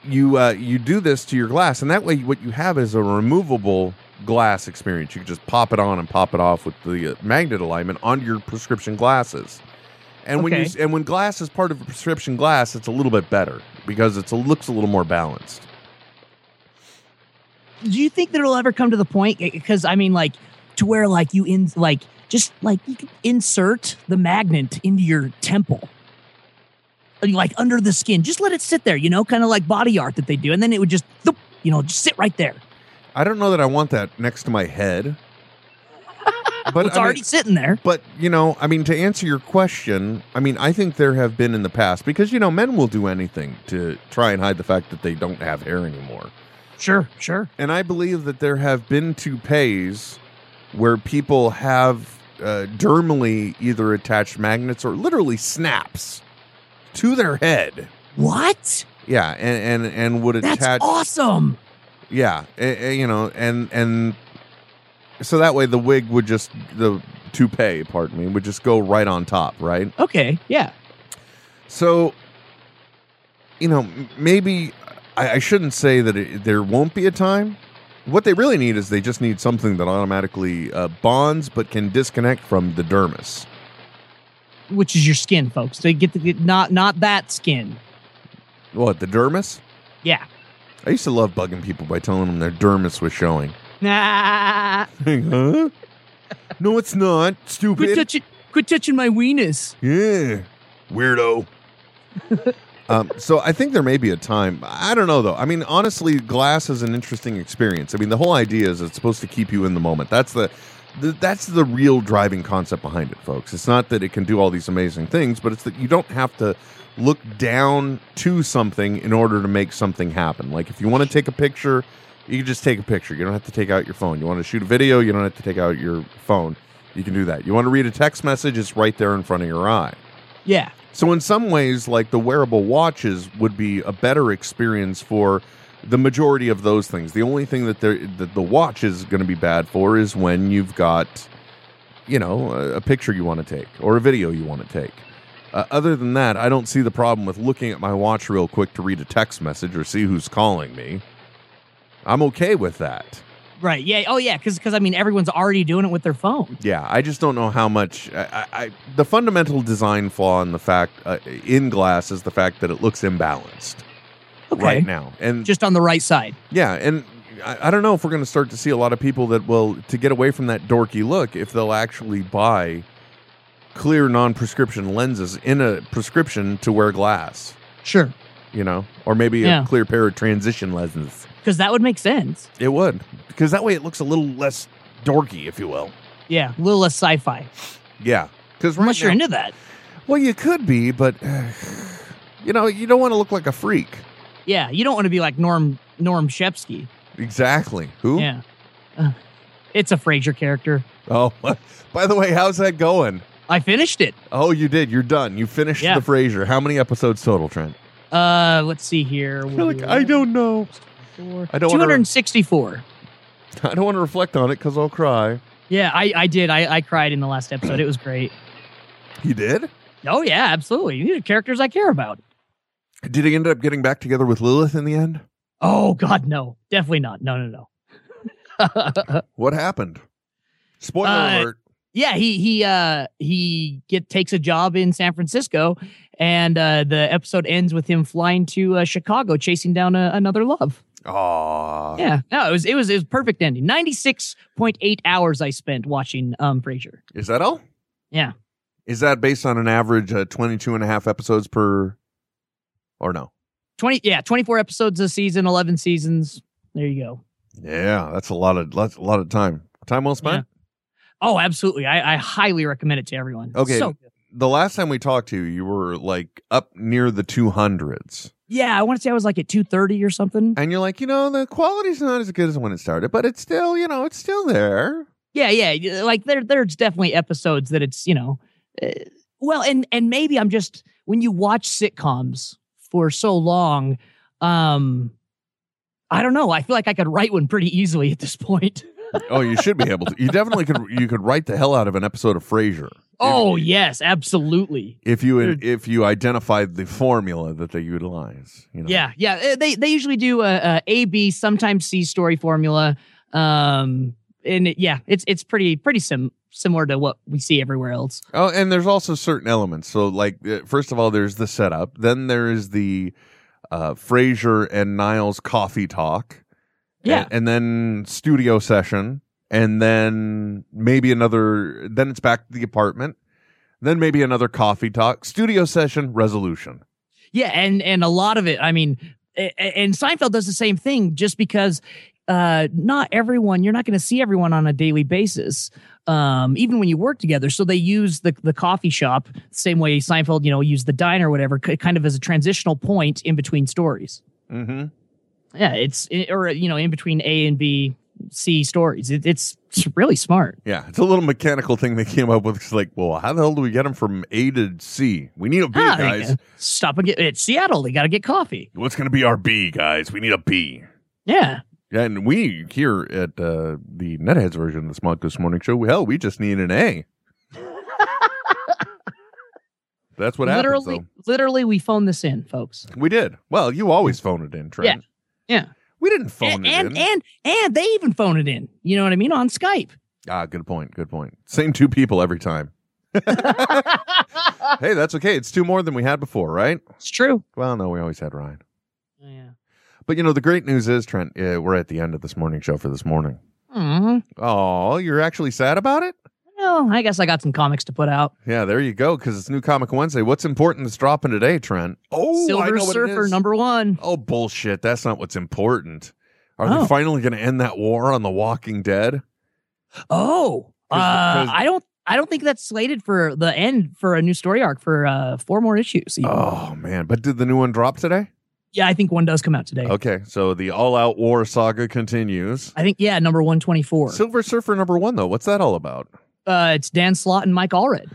you uh, you do this to your glass, and that way, what you have is a removable glass experience. You can just pop it on and pop it off with the uh, magnet alignment onto your prescription glasses. And when you
Okay.
s- and when glass is part of a prescription glass, it's a little bit better because it looks a little more balanced.
Do you think that it'll ever come to the point? Because I mean, like to where like you in like just like you could insert the magnet into your temple. Like under the skin, just let it sit there, you know, kind of like body art that they do, and then it would just, thump, you know, just sit right there.
I don't know that I want that next to my head. But
it's already sitting there.
But you know, I mean, to answer your question, I mean, I think there have been in the past because you know, men will do anything to try and hide the fact that they don't have hair anymore.
Sure, sure.
And I believe that there have been toupees where people have uh, dermally either attached magnets or literally snaps to their head.
What?
Yeah, and and and would
That's
attach.
awesome.
Yeah, eh, eh, you know, and and so that way the wig would just the toupee, pardon me, would just go right on top, right?
Okay, yeah.
So, you know, m- maybe I, I shouldn't say that it, there won't be a time. What they really need is they just need something that automatically uh, bonds but can disconnect from the dermis.
Which is your skin, folks. They get the get- not not that skin.
What the dermis?
Yeah.
I used to love bugging people by telling them their dermis was showing.
Nah.
huh? No, it's not. Stupid.
Quit touching quit touching my weenus.
Yeah. Weirdo. um, so I think there may be a time. I don't know though. I mean, honestly, glass is an interesting experience. I mean, the whole idea is it's supposed to keep you in the moment. That's the, the that's the real driving concept behind it, folks. It's not that it can do all these amazing things, but it's that you don't have to look down to something in order to make something happen. Like if you want to take a picture, you can just take a picture. You don't have to take out your phone. You want to shoot a video, you don't have to take out your phone. You can do that. You want to read a text message, it's right there in front of your eye.
Yeah.
So in some ways, like the wearable watches would be a better experience for the majority of those things. The only thing that, they're- that the watch is going to be bad for is when you've got, you know, a, a picture you want to take or a video you want to take. Uh, other than that, I don't see the problem with looking at my watch real quick to read a text message or see who's calling me. I'm okay with that.
Right. Yeah. Oh, yeah. Because I mean, everyone's already doing it with their phone.
Yeah, I just don't know how much. I, I, I the fundamental design flaw in the fact uh, in glass is the fact that it looks imbalanced
Okay.
right now, and
Just on the right side.
yeah, and I, I don't know if we're going to start to see a lot of people that will to get away from that dorky look if they'll actually buy clear non-prescription lenses in a prescription to wear glass.
Sure.
You know, or maybe
Yeah.
a clear pair of transition lenses.
Because that would make sense.
It would, because that way it looks a little less dorky, if you will.
Yeah. A little less sci-fi.
Yeah, because
Unless you're into that.
Well, you could be, but you know, you don't want to look like a freak.
Yeah. You don't want to be like Norm Norm Shepsky.
Exactly. Who?
Yeah. Uh, it's a Frasier character.
Oh, by the way, how's that going?
I finished it.
Oh, you did. You're done. You finished
Yeah.
the Frasier. How many episodes total, Trent?
Uh, let's see here. We'll
like, I don't know. I don't
Two
wanna-
hundred and sixty-four.
I don't want to reflect on it because I'll cry.
Yeah, I, I did. I, I cried in the last episode. It was great.
You did?
Oh yeah, absolutely. These are characters I care about.
Did he end up getting back together with Lilith in the end?
Oh God, no, definitely not. No, no, no.
What happened? Spoiler
Uh,
alert.
Yeah, he he uh he get takes a job in San Francisco, and uh, the episode ends with him flying to uh, Chicago, chasing down a, another love.
Aww.
Yeah, no, it was it was it was perfect ending. Ninety six point eight hours I spent watching um Frasier.
Is that all?
Yeah,
Is that based on an average uh, 22 and a half episodes per or no?
twenty yeah twenty four episodes a season, eleven seasons. There you go.
Yeah, that's a lot of that's a lot of time. Time well spent.
Oh, absolutely. I, I highly recommend it to everyone.
Okay.
So,
the last time we talked to you, you were like up near the 200s.
yeah, I want to say I was like at 230 or something.
And you're like, you know, the quality's not as good as when it started, but it's still, you know, it's still there.
Yeah, yeah. y- Like there there's definitely episodes that it's, you know, uh, well, and and maybe I'm just when you watch sitcoms for so long, um I don't know. I feel like I could write one pretty easily at this point.
Oh, you should be able to. You definitely could you could write the hell out of an episode of Frasier
Oh, yes, absolutely.
if you if you identified the formula that they utilize, you know.
Yeah, yeah. uh, They they usually do a, a A B sometimes C story formula. Um, and it, yeah, it's it's pretty pretty sim similar to what we see everywhere else.
Oh, and there's also certain elements. So, like, uh, first of all, there's the setup. Then there is the uh, Frasier and Niles coffee talk.
Yeah.
And, and then studio session. And then maybe another, then it's back to the apartment. Then maybe another coffee talk, studio session, resolution.
Yeah, and and a lot of it. I mean, a- a- and Seinfeld does the same thing just because uh not everyone you're not going to see everyone on a daily basis um even when you work together so they use the the coffee shop same way Seinfeld you know used the diner or whatever k- kind of as a transitional point in between stories
Mm-hmm.
yeah it's eh, or you know in between a and b c stories it, it's it's really smart
Yeah. It's a little mechanical thing they came up with. It's like, well, how the hell do we get them from A to C? We need a B,
Ah, there you
guys.
go. stop and get it's seattle they gotta get coffee
What's going to be our B, guys? We need a B.
yeah
Yeah, and we here at uh, the Netheads version of the Smog This Morning Show, hell, we just need an A. That's what
literally
happens.
literally we phoned this in folks
Though. We did. Well, you always phone it in, Trent.
Mm. yeah yeah
We didn't phone
and,
it
and
in.
and and they even phoned it in you know what i mean on skype
ah, good point. Good point. Same two people every time. hey, that's okay. It's two more than we had before, right?
It's true.
Well, no, we always had Ryan.
Oh, yeah
But you know, the great news is, Trent, uh, we're at the end of this morning show for this morning.
mm
Oh, you're actually sad about it?
well i guess i got some comics to put out
Yeah, there you go. Because it's New Comic Wednesday. What's important that's dropping today, Trent? Oh, I
silver
know what it
surfer
is.
number one.
Oh, bullshit. That's not what's important. Are
Oh.
they finally going to end that war on The Walking Dead?
Oh, uh,
'cause-
i don't i don't think that's slated for the end for a new story arc for uh four more issues even.
Oh, man. But did the new one drop today?
yeah i think one does come out today
Okay. So the all out war saga continues.
i think yeah number 124
Silver Surfer number one, though. What's that all about?
uh it's dan slott and mike allred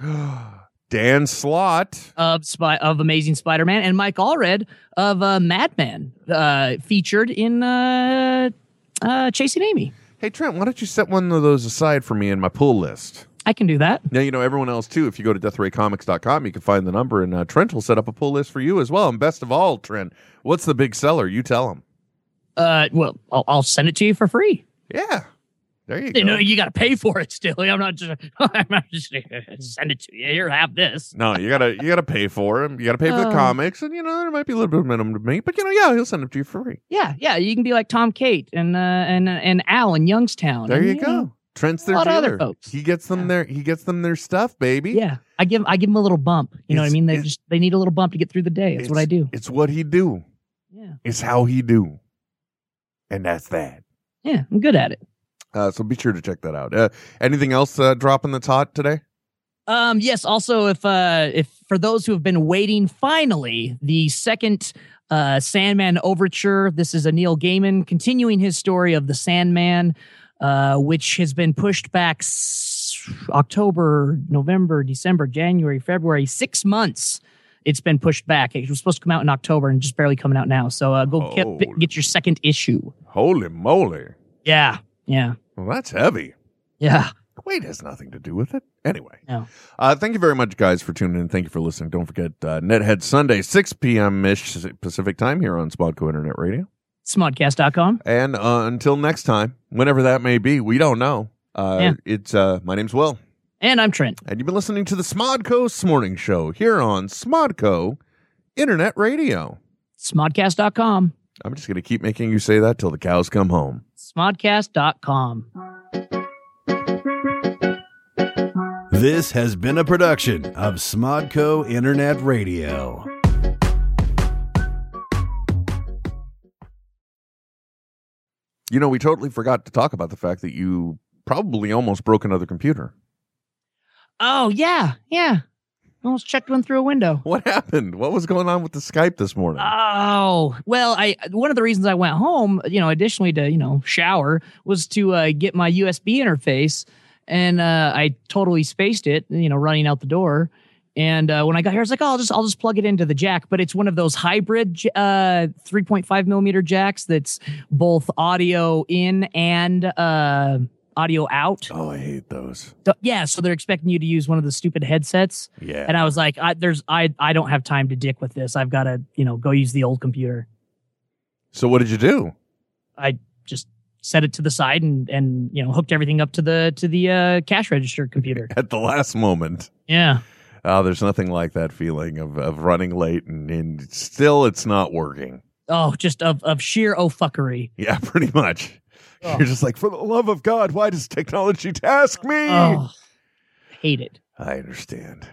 Dan Slott.
of Spy- of Amazing Spider-Man and Mike Allred of uh, Madman, uh, featured in uh, uh, Chasing Amy.
Hey, Trent, why don't you set one of those aside for me in my pull list?
I can do that.
Now you know everyone else too. If you go to deathraycomics.com, you can find the number, and uh, Trent will set up a pull list for you as well. And best of all, Trent, what's the big seller? You tell him.
Uh, well, I'll, I'll send it to you for free.
Yeah, there you
You
go.
know, you got to pay for it still. I'm not just, I'm not just gonna send it to you. Here, have this.
No, you gotta you gotta pay for him. You gotta pay for the
Oh.
comics, and you know there might be a little bit of minimum to make, but you know yeah, he'll send them to you for free.
Yeah, yeah. You can be like Tom Kate and uh, and and Al in Youngstown.
There
and,
you go.
know,
Trent's their
a lot of other
dealer.
folks.
He gets them their he gets them their stuff, baby.
Yeah, I give I give them a little bump. You know what I
It's-
mean? They
it's-
just they need a little bump to get through the day. That's what I
It's-
do.
It's what he do.
Yeah.
It's how he do. And that's that.
Yeah, I'm good at it.
Uh, so be sure to check that out. Uh, anything else uh, dropping that's hot today?
Um, yes. Also, if uh, if for those who have been waiting, finally the second uh, Sandman overture. This is a Neil Gaiman continuing his story of the Sandman, uh, which has been pushed back s- October, November, December, January, February, six months. It's been pushed back. It was supposed to come out in October and just barely coming out now. So uh, go get, get your second issue.
Holy moly.
Yeah. Yeah.
Well, that's heavy.
Yeah.
Wait has nothing to do with it. Anyway.
No.
Uh, thank you very much, guys, for tuning in. Thank you for listening. Don't forget uh, Nethead Sunday, 6 p.m. ish Pacific time here on Smodco Internet Radio.
Smodcast.com.
And uh, until next time, whenever that may be, we don't know. Uh,
Yeah.
It's uh, my name's Will,
And I'm Trent.
and you've been listening to the Smodco this morning show here on Smodco Internet Radio.
Smodcast.com.
I'm just gonna keep making you say that till the cows come home.
Smodcast.com.
This has been a production of Smodco Internet Radio.
You know, we totally forgot to talk about the fact that you probably almost broke another computer.
Oh yeah, yeah. Almost checked one through a window.
What happened? What was going on with the Skype this morning?
Oh well, I one of the reasons I went home, you know, additionally to you know shower, was to uh, get my USB interface, and uh, I totally spaced it, you know, running out the door. And uh, when I got here, I was like, oh, I'll just I'll just plug it into the jack, but it's one of those hybrid j- uh, 3.5 millimeter jacks that's both audio in and uh, audio out.
Oh, I hate those.
D- yeah so they're expecting you to use one of the stupid headsets
Yeah.
and i was like I, there's i i don't have time to dick with this i've got to you know go use the old computer
So what did you do?
i just set it to the side and and you know hooked everything up to the to the uh, cash register computer
At the last moment.
yeah
Oh, there's nothing like that feeling of, of running late and, and still it's not working.
oh just of of sheer oh fuckery
Yeah, pretty much. You're just like, for the love Mm. of God, why does technology task me?
oh hate it
I understand.